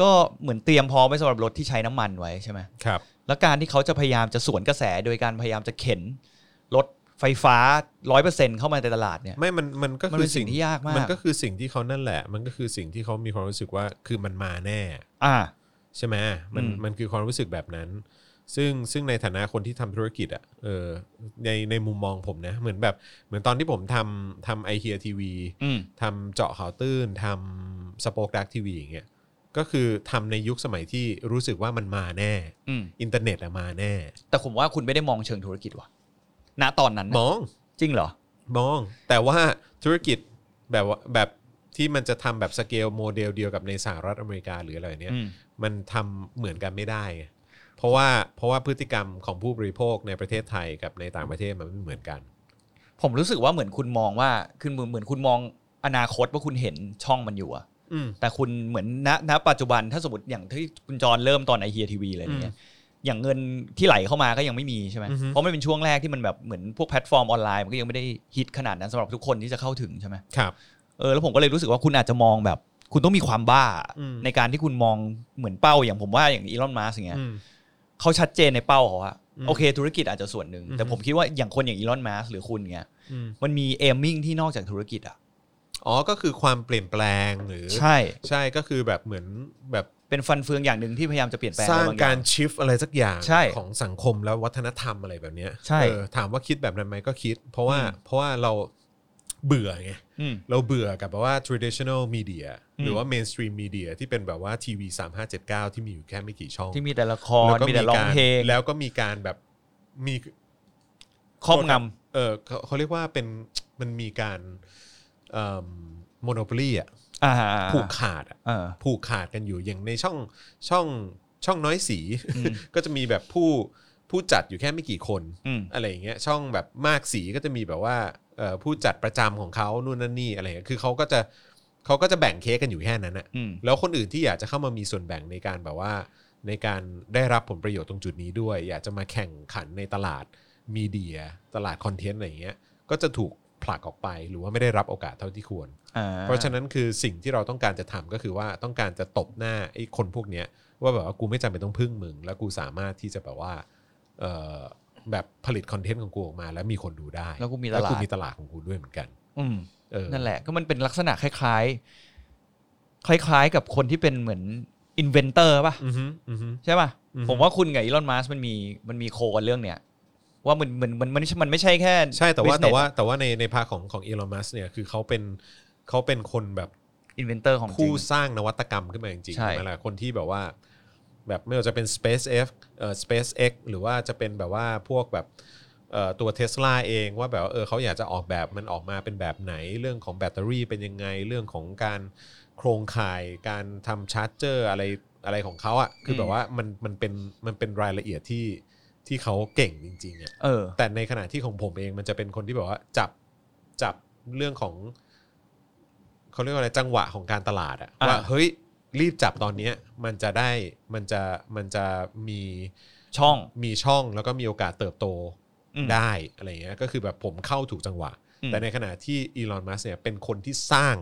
ก็เหมือนเตรียมพร้อมไว้สำหรับรถที่ใช้น้ำมันไว้ใช่ไหม ครับ แล้วการที่เขาจะพยายามจะสวนกระแสโดยการพยายามจะเข็นรถไฟฟ้าร้อยเปอร์เซ็นเข้ามาในตลาดเนี่ย ไม่มันมันก็ มัน คื เป็ อน สิ่ สิ่ ง ง ที่ยากมาก มันก็คือสิ่งที่เขานั่นแหละ มันก็คือสิ่งที่เขามีความรู้สึกว่าคือมันมาแน่ อ่า ใช่ไหมมัน อืม มันคือความรู้สึกแบบนั้น ซึ่งซึ่งในฐานะคนที่ทำธุรกิจอ่ะเออในในมุมมองผมนะ เหมือนแบบเหมือนตอนที่ผมทำทำไอเฮียทีวี อืม ทำเจาะข่าวตื้นทำสปอคดักทีวีอย่างเงี้ยก็คือทำในยุคสมัยที่รู้สึกว่ามันมาแน่ อืม อินเทอร์เน็ตอะมาแน่ แต่ผมว่าคุณไม่ได้มองเชิงธุรกิจว่ะณตอนนั้น ม นะ อง จริงเหรอ มอง แต่ว่าธุรกิจแบบว่าแบบที่มันจะทำแบบสเกลโมเดลเดียวกับในสหรัฐอเมริกาหรืออะไรเนี้ย อืม มันทำเหมือนกันไม่ได้ไงเพราะว่าเพราะว่าพฤติกรรมของผู้บริโภคในประเทศไทยกับในต่างประเทศมันไม่เหมือนกัน ผมรู้สึกว่าเหมือนคุณมองว่าคือเหมือนเหมือนคุณมองอนาคตว่าคุณเห็นช่องมันอยู่อะ อืม แต่คุณเหมือนณณปัจจุบันถ้าสมมติอย่างที่คุณจรเริ่มตอนไอเฮียทีวีอะไรอย่างเงี้ยอย่างเงินที่ไหลเข้ามาก็ยังไม่มีใช่ไหม อือฮึ เพราะมันเป็นช่วงแรกที่มันแบบเหมือนพวกแพลตฟอร์มออนไลน์มันก็ยังไม่ได้ฮิตขนาดนั้นสำหรับทุกคนที่จะเข้าถึงใช่ไหม ครับ เออแล้วผมก็เลยรู้สึกว่าคุณอาจจะมองแบบ คุณต้องมีความบ้า อืม ในการที่คุณมองเหมือนเป้าอย่างผมว่าอย่างอีลอนมัสก์อย่างเงี้ย อืม เขาชัดเจนในเป้าเขาอะ อืม โอเค ธุรกิจอาจจะส่วนหนึ่ง อืม แต่ผมคิดว่าอย่างคนอย่างอีลอนมัสก์หรือคุณเงี้ย อืม มันมีเอมมิ่งที่นอกจากธุรกิจอะ อ๋อก็คือความเปลี่ยนแปลงหรือ ใช่ ใช่ก็คือแบบเหมือนแบบ เป็นฟันเฟืองอย่างหนึ่งที่พยายามจะเปลี่ยนแปลง สร้าง อะไรบอย่ การชิฟอะไรสักอย่าง ใช่ ของสังคมและวัฒนธรรมอะไรแบบเนี้ย ใช่ เออถามว่าคิดแบบนั้นไหมก็คิด เพราะว่า อืม เพราะว่าเราเบื่อไง อืม เราเบื่อกับแบบว่า traditional media อืม หรือว่า mainstream media ที่เป็นแบบว่าทีวี3579 ที่มีอยู่แค่ไม่กี่ช่อง ที่มีแต่ละคร แล้วก็ มีแต่ร้อง การ เพลง แล้วก็มีการแบบมี ครอบง เออเขาเขาเรียกว่าเป็นมันมีการโมโนโพลีอ่ะ ำอ่า ผูกขาดอ่ะ เออ ผูกขาดกันอยู่อย่างในช่องช่องช่องน้อยสี อืม ก็จะมีแบบผู้ผู้จัดอยู่แค่ไม่กี่คน อืม อะไรอย่างเงี้ยช่องแบบมากสีก็จะมีแบบว่าเอ่อผู้จัดประจำของเขานู่นนั่นนี่อะไรอย่างเงี้ยคือเขาก็จะเขาก็จะแบ่งเค้กกันอยู่แค่นั้นอะ อืม แล้วคนอื่นที่อยากจะเข้ามามีส่วนแบ่งในการแบบว่า ในการได้รับผลประโยชน์ตรงจุดนี้ด้วย อยากจะมาแข่งขันในตลาดมีเดีย ตลาดคอนเทนต์อะไรอย่างเงี้ยก็จะถูกผลักออกไปหรือว่าไม่ได้รับโอกาสเท่าที่ควร อ่า เพราะฉะนั้นคือสิ่งที่เราต้องการจะทำก็คือว่าต้องการจะตบหน้าไอ้คนพวกเนี้ยว่าแบบว่ากูไม่จำเป็นต้องพึ่งมึง แล้วกูสามารถที่จะแบบว่าเอ่อแบบผลิตคอนเทนต์ของกูออกมา แล้วมีคนดูได้ แล้วกูมีตลาด แล้วกูมีตลาดของกูด้วยเหมือนกัน อืม เออ นั่นแหละก็มันเป็นลักษณะคล้ายๆ คล้าย ๆ กับคนที่เป็นเหมือนอินเวนเตอร์ป่ะ อือฮึอือฮึ ใช่ป่ะ อืม ผมว่าคุณกับอีลอนมัสก์มันมีมันมีโคกันเรื่องเนี้ยว่ามันมันมันมันมันไม่ใช่แค่ ใช่แต่ว่า business แต่ว่าแต่ว่าในในภาคของของอีลอนมัสเนี่ยคือเขาเป็นเขาเป็นคนแบบ อินเวนเตอร์ของจริ ผู้ ง สร้างนวัตกรรมขึ้นมาจริงๆ ใช่ ใช่ไหมล่ะคนที่แบบว่า แบบไม่ว่าจะเป็น Space F เอ่อ Space X หรือว่าจะเป็นแบบว่าพวกแบบเอ่อตัวเทสลาเองว่าแบบว่าเออเขาอยากจะออกแบบมันออกมาเป็นแบบไหน เรื่องของแบตเตอรี่เป็นยังไงเรื่องของการโครงข่ายการทำชาร์จเจอร์อะไรอะไรของเขาอะ่ะคือแบบว่ามันมันเป็นมันเป็นรายละเอียดที่ที่เขาเก่งจริงๆอ่ะ เออ แต่ในขณะที่ของผมเองมันจะเป็นคนที่แบบว่าจับจับเรื่องของเขาเรียกว่าอะไรจังหวะของการตลาดอะ อ่า ว่าเฮ้ยรีบจับตอนเนี้ยมันจะได้มันจะมันจะมี ช่อง มีช่องแล้วก็มีโอกาสเติบโต อืม ได้อะไรเงี้ยก็คือแบบผมเข้าถูกจังหวะ อืม แต่ในขณะที่อีลอนมัสเนี่ยเป็นคนที่สร้าง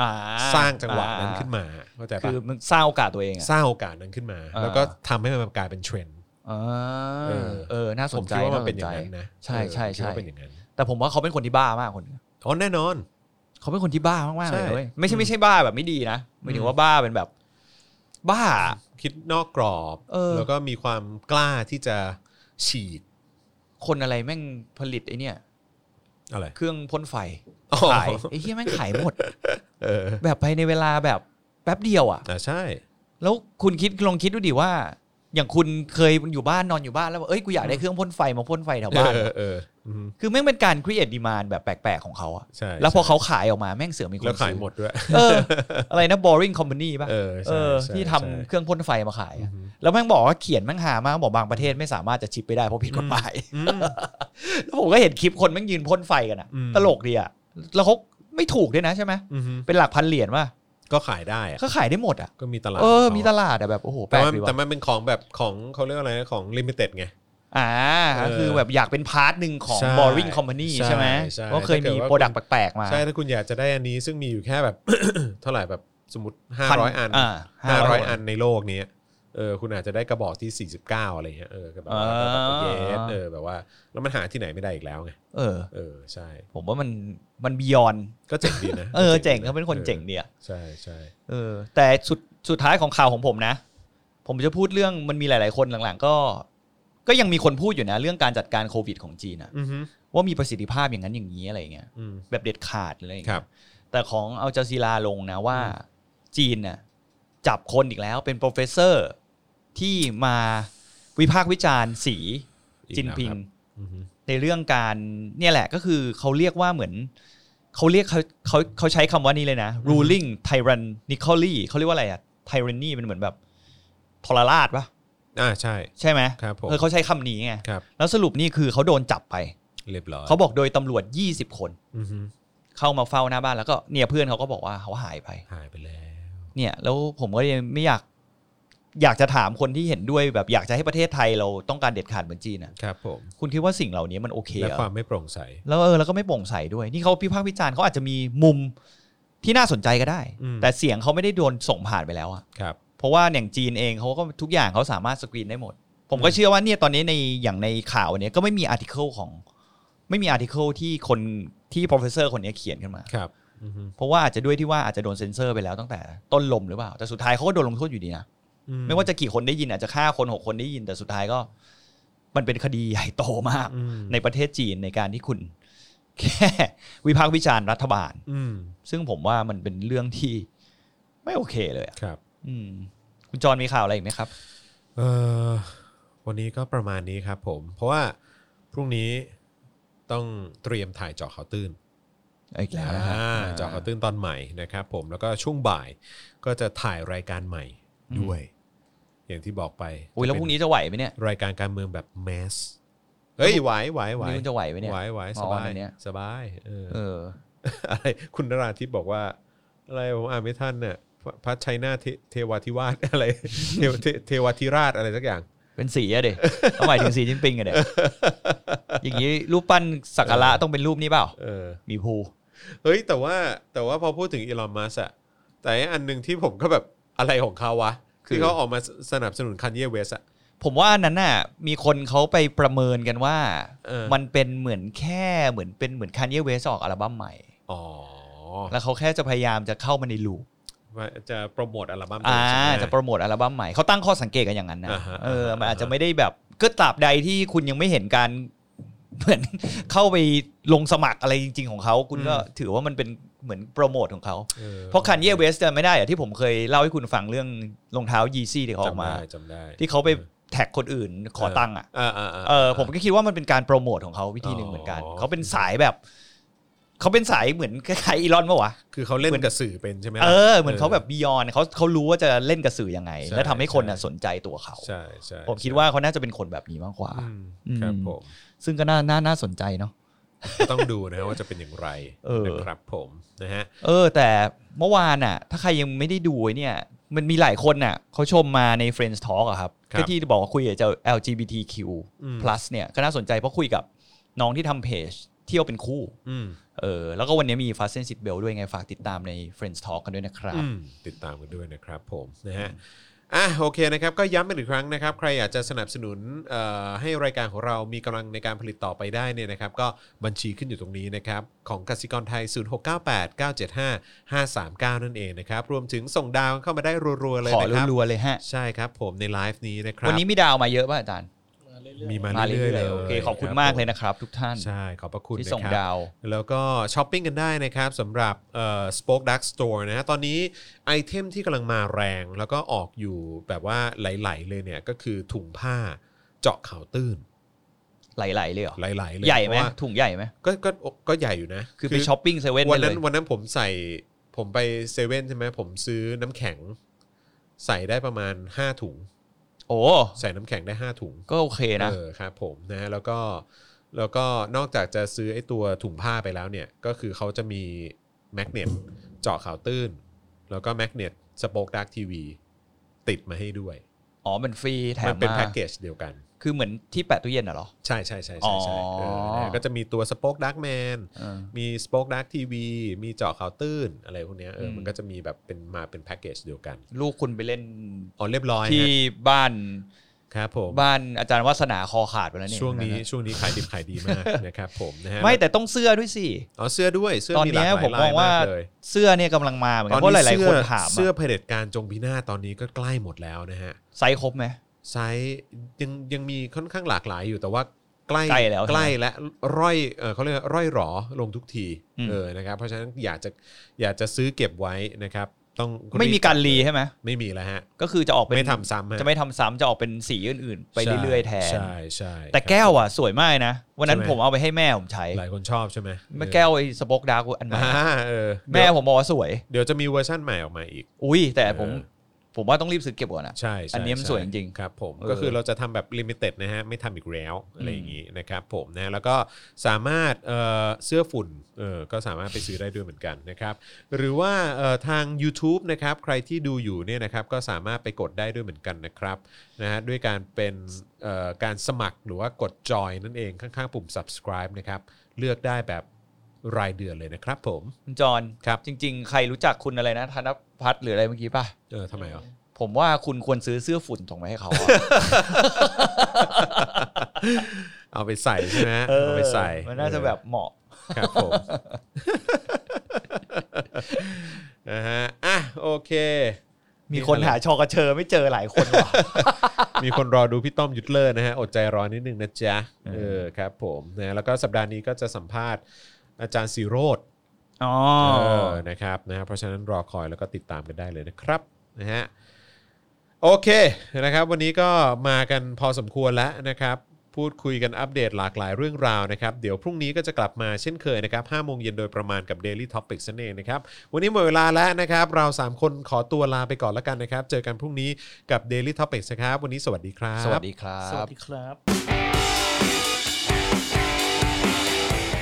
อ่า สร้างจังหวะนั้นขึ้นมาเข้าใจ คื ปะ อมันสร้างโอกาสตัวเองอะ สร้างโอกาสนั้นขึ้นมา อ่า แล้วก็ทำให้มันกลายเป็นเทรนด์ อ่า เออ เออน่าส ผ น ม ใจ คิดว่ามัน ส เป็นอย่างนั้นนะ ใช่ เออ ใช่ ผมคิด ใช่ ว่าเป็นอย่างนั้น แต่ผมว่าเขาเป็นคนที่บ้ามากคนหนึ่ง อ๋อแน่นอน เขาเป็นคนที่บ้ามากๆเลยนะเว้ย ใช่ ไม่ใช่ไม่ใช่บ้าแบบไม่ดีนะหมายถึงอืม ว่าบ้าเป็นแบบ บ้า คิดนอกกรอบ เออ แล้วก็มีความกล้าที่จะฉีก คนอะไรแม่งผลิตไอเนี่ย อะไร เครื่องพ่นไฟ อ๋อ ขายไอ้เหี้ยแม่งขายหมด เออ แบบไปในเวลาแบบแป๊บเดียวอะ อ่าใช่ แล้วคุณคิดลองคิดดูดิว่า อย่างคุณเคยอยู่บ้านนอนอยู่บ้านแล้วบอกเอ้ยกูอยากได้เครื่องพ่นไฟมาพ่นไฟแถวบ้าน เออเอออืม คือแม่งเป็นการ create demand แบบแปลกๆ ของเขาอะ ใช่ แล้วพอเขาขายออกมาแม่งเสือมีค แล้ว น ขาย ซื้อ หมดด้วย เออ อะไรนะ boring company ป่ะ เออใช่ อ ใช่ ที่ทำ ใช่ เครื่องพ่นไฟมาขาย อื อะ อหือ แล้วแม่งบอกว่าเขียนแม่งหามากบอกบางประเทศไม่สามารถจะชิปไปได้เพราะผิดกฎหมาย อืม แล้วผมก็เห็นคลิปคนแม่งยืนพ่นไฟกันอะ อืม ตลกดีอะแล้วเขาไม่ถูกด้วยนะใช่ไหม อือหือ เป็นหลักพันเหรียญว่ะ ก็ขายได้อะ เขาขายได้หมดอะ ก็มีตลาด เออ ขงขา มีตลาดอะแบบโอ้โหแปล แต่ ก มัน ดีว่ะ แต่มันเป็นของแบบของเขาเรียกว่าอะไรนะของลิมิเต็ดไง อ่า เออ คือแบบอยากเป็นพาร์ทหนึ่งของ ใช่ boring company ใช่ ใช่ไหม ใช่ เพราะเคยมี ถ้าเกิดว่า โปรดักต์แปลกๆมา ใช่ถ้าคุณอยากจะได้อันนี้ซึ่งมีอยู่แค่แบบ เท่าไหร่แบบสมมติห้า พัน ร้อยอัน อ่า ห้าร้อย 500 อันในโลกนี้เออคุณอาจจะได้กระบอกที่ 49 อะไรเงี้ยเออก็แบบว่า อ่า แบบเยสเออแบบว่าแล้วมันหาที่ไหนไม่ได้อีกแล้วไง เออ เออใช่ ผมว่ามันมันบียอน ก็เจ๋งดีนะ เออ ก็ เจ๋ง ดีะ เขาเป็นคนเจ๋ง ออ เนี่ย ใช่ใช่ เออ แต่สุดสุดท้ายของข่าวของผมนะ ผมจะพูดเรื่องมันมีหลาย ๆ คนหลัง ๆ ก็ ก็ยังมีคนพูดอยู่นะ เรื่องการจัดการโควิดของจีนนะ อือฮึ ว่ามีประสิทธิภาพอย่างนั้นอย่างนี้อะไรอย่างเงี้ย อืม แบบเด็ดขาดอะไรอย่าง ค เงี้ย รับ แต่ของเอาจาซีลาลงนะว่า จีนน่ะจับคนอีกแล้วเป็นโปรเฟสเซอร์ที่มาวิพากษ์วิจารณ์สี อีก จินพิง แล้วครับ อือฮึ ในเรื่องการเนี่ยแหละก็คือเขาเรียกว่าเหมือนเขาเรียกเขาเขาเขาใช้คำว่านี้เลยนะ ruling tyrannically เขาเรียกว่าอะไรอะ tyranny มันเหมือนแบบทรราชปะ อ่าใช่ ใช่ไหม ครับผม เออเขาใช้คำนี้ไง ครับ แล้วสรุปนี่คือเขาโดนจับไป เรียบร้อย เขาบอกโดยตำรวจ 20 คน อือฮึ เข้ามาเฝ้าหน้าบ้านแล้วก็เนี่ยเพื่อนเขาก็บอกว่าเขาหายไป หายไปแล้ว เนี่ยแล้วผมก็เลยไม่อยากอยากจะถามคนที่เห็นด้วยแบบอยากจะให้ประเทศไทยเราต้องการเด็ดขาดเหมือนจีนนะครับ ผม คุณคิดว่าสิ่งเหล่านี้มันโอเค และ เหรอ ความไม่โปร่งใส แล้วเออแล้วก็ไม่โปร่งใสด้วย นี่เขาพิพากษ์วิจารณ์เขาอาจจะมีมุมที่น่าสนใจก็ได้ อืม แต่เสียงเขาไม่ได้โดนส่งผ่านไปแล้วอะ ครับ เพราะว่าอย่างจีนเองเขาก็ทุกอย่างเขาสามารถสกรีนได้หมด ผมก็เชื่อว่าเนี่ยตอนนี้ในอย่างในข่าวอันเนี้ยก็ไม่มีอาร์ติเคิลของ ไม่มีอาร์ติเคิลที่คนที่ professor คนเนี้ยเขียนขึ้นมา ครับอือฮึ เพราะว่าอาจจะด้วยที่ว่าอาจจะโดนเซ็นเซอร์ไปแล้วตั้งแต่ต้นลมหรือเปล่า แต่สุดท้ายเขาก็โดนลงโทษอยู่ดีนะ อื ไม่ว่าจะกี่คนได้ยินอาจจะฆ่าคนหกคนได้ยินแต่สุดท้ายก็ มันเป็นคดีใหญ่โตมาก อืม ในประเทศจีนในการที่คุณ แค่ วิพากษ์วิจารณ์รัฐบาล อืม ซึ่งผมว่ามันเป็นเรื่องที่ไม่โอเคเลยอะ ครับ อืม คุณจรมีข่าวอะไรอีกไหมครับ เออวันนี้ก็ประมาณนี้ครับผม เพราะว่าพรุ่งนี้ต้องเตรียมถ่ายเจาะข่าวตื้น อีกแล้วนะฮะ อ่าเจาะข่าวตื้นตอนใหม่นะครับผมแล้วก็ช่วงบ่ายก็จะถ่ายรายการใหม่ด้วย อย่างที่บอกไป อุ้ยแล้วพรุ่งนี้จะไหวไหมเนี่ย รายการการเมืองแบบแมสเฮ้ยไหวไหวไหว นี่คุณจะไหวไหมเนี่ย ไหวไหว อ๋อ สบาย อันเนี้ย สบายเออ เออ อะไรคุณนราธิปบอกว่า อะไรผมอ่านไม่ทันเนี่ยพระชัยนาทเทเทวาธิวาส อะไรเทวเทเทวาธิราชอะไรสักอย่าง เป็นสีอะเด็กเอาหมายถึงสีจิ้นปิง อะเด็กอย่างนี้รูปปั้นสักการะต้องเป็นรูปนี้เปล่า เออ มีภู เฮ้ย แต่ว่าแต่ว่าพอพูดถึงอีลอนมัสอะแต่ไอ้อันหนึ่งที่ผมก็แบบอะไรของเขาวะ ที่เขาออกมาสสนับสนุนคันเยเวสอะ ผมว่าอันนั้นน่ะ มีคนเขาไปประเมินกันว่า เออ มันเป็นเหมือนแค่เหมือนเป็นเหมือนคานเยเวสออกอัลบั้มใหม่ อ๋อ แล้วเขาแค่จะพยายามจะเข้ามาในลูป ว่าจะโปรโมทอัลบั้มตัว อ่า เงใช่ไหม จะโปรโมทอัลบั้มใหม่เขาตั้งข้อสังเกตกันอย่างนั้นนะ อ่าฮะ เออ อ่าฮะ มันอาจจะไม่ได้แบบก็ตราบใดที่คุณยังไม่เห็นการ เหมือน เข้าไปลงสมัครอะไรจริง ๆ ของเขาคุณก็ถือว่ามันเป็นเหมือนโปรโมทของเขา ออ เพราะคันเย่เวสจะไม่ได้อะที่ผมเคยเล่าให้คุณฟังเรื่องรองเท้ายีซี่ที่เขาออก จำ มา ได้จำได้ ที่เขาไปแท็กคนอื่นขอตังค์อ่ะ อ่าอ่าอ่า เออผมก็คิดว่ามันเป็นการโปรโมทของเขาวิธีหนึ่งเหมือนกัน อ๋อ เขาเป็นสายแบบเขาเป็นสายเหมือนคล้ายๆอีลอนปะวะ คือเขาเล่นกับสื่อเป็นใช่ไหมล่ะ เออ เหมือนเขาแบบบียอนเขาเขารู้ว่าจะเล่นกับสื่อยังไง ใช่ แล้วทำให้คนน่ะ ใช่ สนใจตัวเขา ใช่ใช่ ผมคิดว่าเขาน่าจะเป็นคนแบบนี้มากกว่า อืมครับ อืม ผม ซึ่งก็น่าน่าน่าสนใจเนาะ ต้องดูนะว่าจะเป็นอย่างไร เออ นะครับผมนะฮะ เออ แต่เมื่อวานน่ะ ถ้าใครยังไม่ได้ดูไอ้เนี่ย มันมีหลายคนน่ะเขาชมมาใน Friends Talk อะครับ ครับ ก็ที่บอกว่าคุยกับเจ้า LGBTQ+ อืม เนี่ย ก็น่าสนใจเพราะคุยกับน้องที่ทำเพจเที่ยวเป็นคู่ อืม เออ แล้วก็วันนี้มี Fast and Sit Bell ด้วยไงฝากติดตามใน Friends Talk กันด้วยนะครับ อืมติดตามกันด้วยนะครับผมนะฮะอ่ะโอเคนะครับ ก็ย้ำกันอีกครั้งนะครับ ใครอยากจะสนับสนุนเอ่อให้รายการของเรามีกำลังในการผลิตต่อไปได้เนี่ยนะครับ ก็บัญชีขึ้นอยู่ตรงนี้นะครับ ของกสิกรไทย 0698 975 539 นั่นเองนะครับ รวมถึงส่งดาวเข้ามาได้รัวๆเลย ขอ นะครับ รัวๆเลยฮะ ใช่ครับผมในไลฟ์นี้นะครับ วันนี้มีดาวมาเยอะป่ะอาจารย์ มา รื่อยๆ มีมา มา เรื่ เรื่อย ยๆอๆเล เลย ยโอเคขอบคุณ รั มากเลยนะครับ ทุกท่าน ใช่ขอบพระคุณ ที่ นะ ส่ง ครับ ดาว แล้วก็ช้อปปิ้งกันได้นะครับสำหรับเอ่อ Spoke Dark Store นะฮะตอนนี้ไอเทมที่กำลังมาแรงแล้วก็ออกอยู่แบบว่าไหลๆเลยเนี่ยก็คือถุงผ้าเจาะข่าวตื้น ไหลๆเลยเหรอ ไหลๆเลย ใหญ่ไหม เพราะว่า ถุงใหญ่ไหม ก็ก็ก็ใหญ่อยู่นะ คือไปช้อปปิ้งเซเว่น วั ได้ น เล นั้น ย วันนั้นผมใส่ผมไปเซเว่นใช่ไหมผมซื้อน้ำแข็ง ใส่ได้ประมาณ 5 ถุง โอ้ ใส่น้ำแข็งได้ 5 ถุง ก็โอเคนะ เออครับผมนะแล้วก็แล้วก็นอกจากจะซื้อไอ้ตัวถุงผ้าไปแล้วเนี่ย ก็คือเขาจะมีแมกเนตเจาะข่าวตื้น แล้วก็แมกเนตสป็อคดักทีวีติดมาให้ด้วย อ๋อเป็นฟรีแถ มั ม เป็น มา แพ็กเกจเดียวกัน คือเหมือนที่แปะตู้เย็นน่ะเหรอ ใช่ใช่ใช่ใช่ใช่เออ อ๋อ นะก็จะมีตัวสป็อคดักแมน เออ มีสป็อคดักทีวีมีเจาะข่าวตื้นอะไรพวกเนี้ยเอออ ม มันก็จะมีแบบเป็นมาเป็นแพ็กเกจเดียวกัน ลูกคุณไปเล่น อ๋อเรียบร้อยฮะ ที่บ้าน ครับผม บ้านอาจารย์วัสนาคอขาดไปแล้วเนี่ย ช่วงนี้ ตอะ ช่วงนี้ขายดิบขายดีมาก นะครับผมนะฮะ ไม่แต่ต้องเสื้อด้วยสิ อ๋อเสื้อด้วยเสื้อ ตอน มีหลาก เนี้ย หลาย ผม ลย มองว่าก เลย เสื้อเนี่ยกำลังมาเหมือนกันเพ ตอ ราะหลายๆคน เสื้อ ถาม เสื้อ อะ เผด็จการจงพินาศตอนนี้ก็ใกล้หมดแล้วนะฮะ ไซส์ครบไหม ไซส์ยังยังมีค่อนข้างหลากหลายอยู่แต่ว่าใกล้ ใกล้แล้ว ใกล้และร่อยเออเขาเรียกว่าร่อยหรอลงทุกที อืม เออนะครับเพราะฉะนั้นอยากจะอยากจะซื้อเก็บไว้นะครับ ต้อง ไม่มีการรีใช่ไหม ไม่มีแล้วฮะ ก็คือจะออกเป็น ไม่ทำซ้ำฮ จะไม่ทำซ้ำจะออกเป็นสีอื่นๆ ไปเรื่อยๆแทน ใช่ใช่ แต่ ครับ แก้วอ่ะสวยมากนะ วันนั้น ใช่ไหม ผมเอาไปให้แม่ผมใช้ หลายคนชอบใช่ไหม แม่แก้วไอ้สป็อกดาร์กอันใหม่ อ่าเออ แม่ เดี๋ยว ผมบอกว่าสวย เดี๋ยวจะมีเวอร์ชั่นใหม่ออกมาอีก อุ้ยแต่ผม เออ ผมว่าต้องรีบซื้อเก็บก่อนอะ ใช่ใช่ อันนี้มัน ใช่ สวยจริงๆ ครับผม เออ ก็คือเราจะทำแบบลิมิเต็ดนะฮะ ไม่ทำอีกแล้ว อะไรอย่างนี้นะครับผมนะแล้วก็สามารถเอ่อเสื้อฝุ่นเออก็สามารถไปซื้อได้ด้วยเหมือนกันนะครับ หรือว่าเอ่อทาง u t u b e นะครับ ใครที่ดูอยู่เนี่ยนะครับ ก็สามารถไปกดได้ด้วยเหมือนกันนะครับนะฮะด้วยการเป็นเอ่อการสมัครหรือว่ากดจอยนั่นเองข้างๆ ปุ่ม subscribe นะครับ เลือกได้แบบรายเดือนเลยนะครับผม คุณจอน ครับ จริง ๆ ใครรู้จักคุณอะไรนะธนพัฒน์หรืออะไรเมื่อกี้ป่ะ เออทำไมอ่ะ ผมว่าคุณควรซื้อเสื้อฝุ่นส่งไปให้เขาอะ เอาไปใส่ใช่ไหม เออ เอาไปใส่ มันน่าจะ เออ แบบเหมาะ ครับผม นะฮะ อ่ะ โอเค มีคนหาชอกระเชอไม่เจอหลายคนว่ะ มีคนรอดูพี่ต้อมยุทธเลอร์นะฮะ อดใจรอนิดนึงนะจ๊ะ เออ ครับผมนะแล้วก็สัปดาห์นี้ก็จะสัมภาษณ์อาจารย์ซีโรด อ๋อ นะครับนะฮะเพราะฉะนั้นรอคอยแล้วก็ติดตามกันได้เลยนะครับ นะฮะ โอเค นะครับ วันนี้ก็มากันพอสมควรแล้วนะครับ พูดคุยกันอัปเดตหลากหลายเรื่องราวนะครับ เดี๋ยวพรุ่งนี้ก็จะกลับมาเช่นเคยนะครับ5โมงเย็นโดยประมาณกับ Daily Topics นั่นเองนะครับ วันนี้หมดเวลาแล้วนะครับ เรา 3 คนขอตัวลาไปก่อนแล้วกันนะครับ เจอกันพรุ่งนี้กับ Daily Topics นะครับ วันนี้สวัสดีครับ สวัสดีครั สวั บ สดีครับ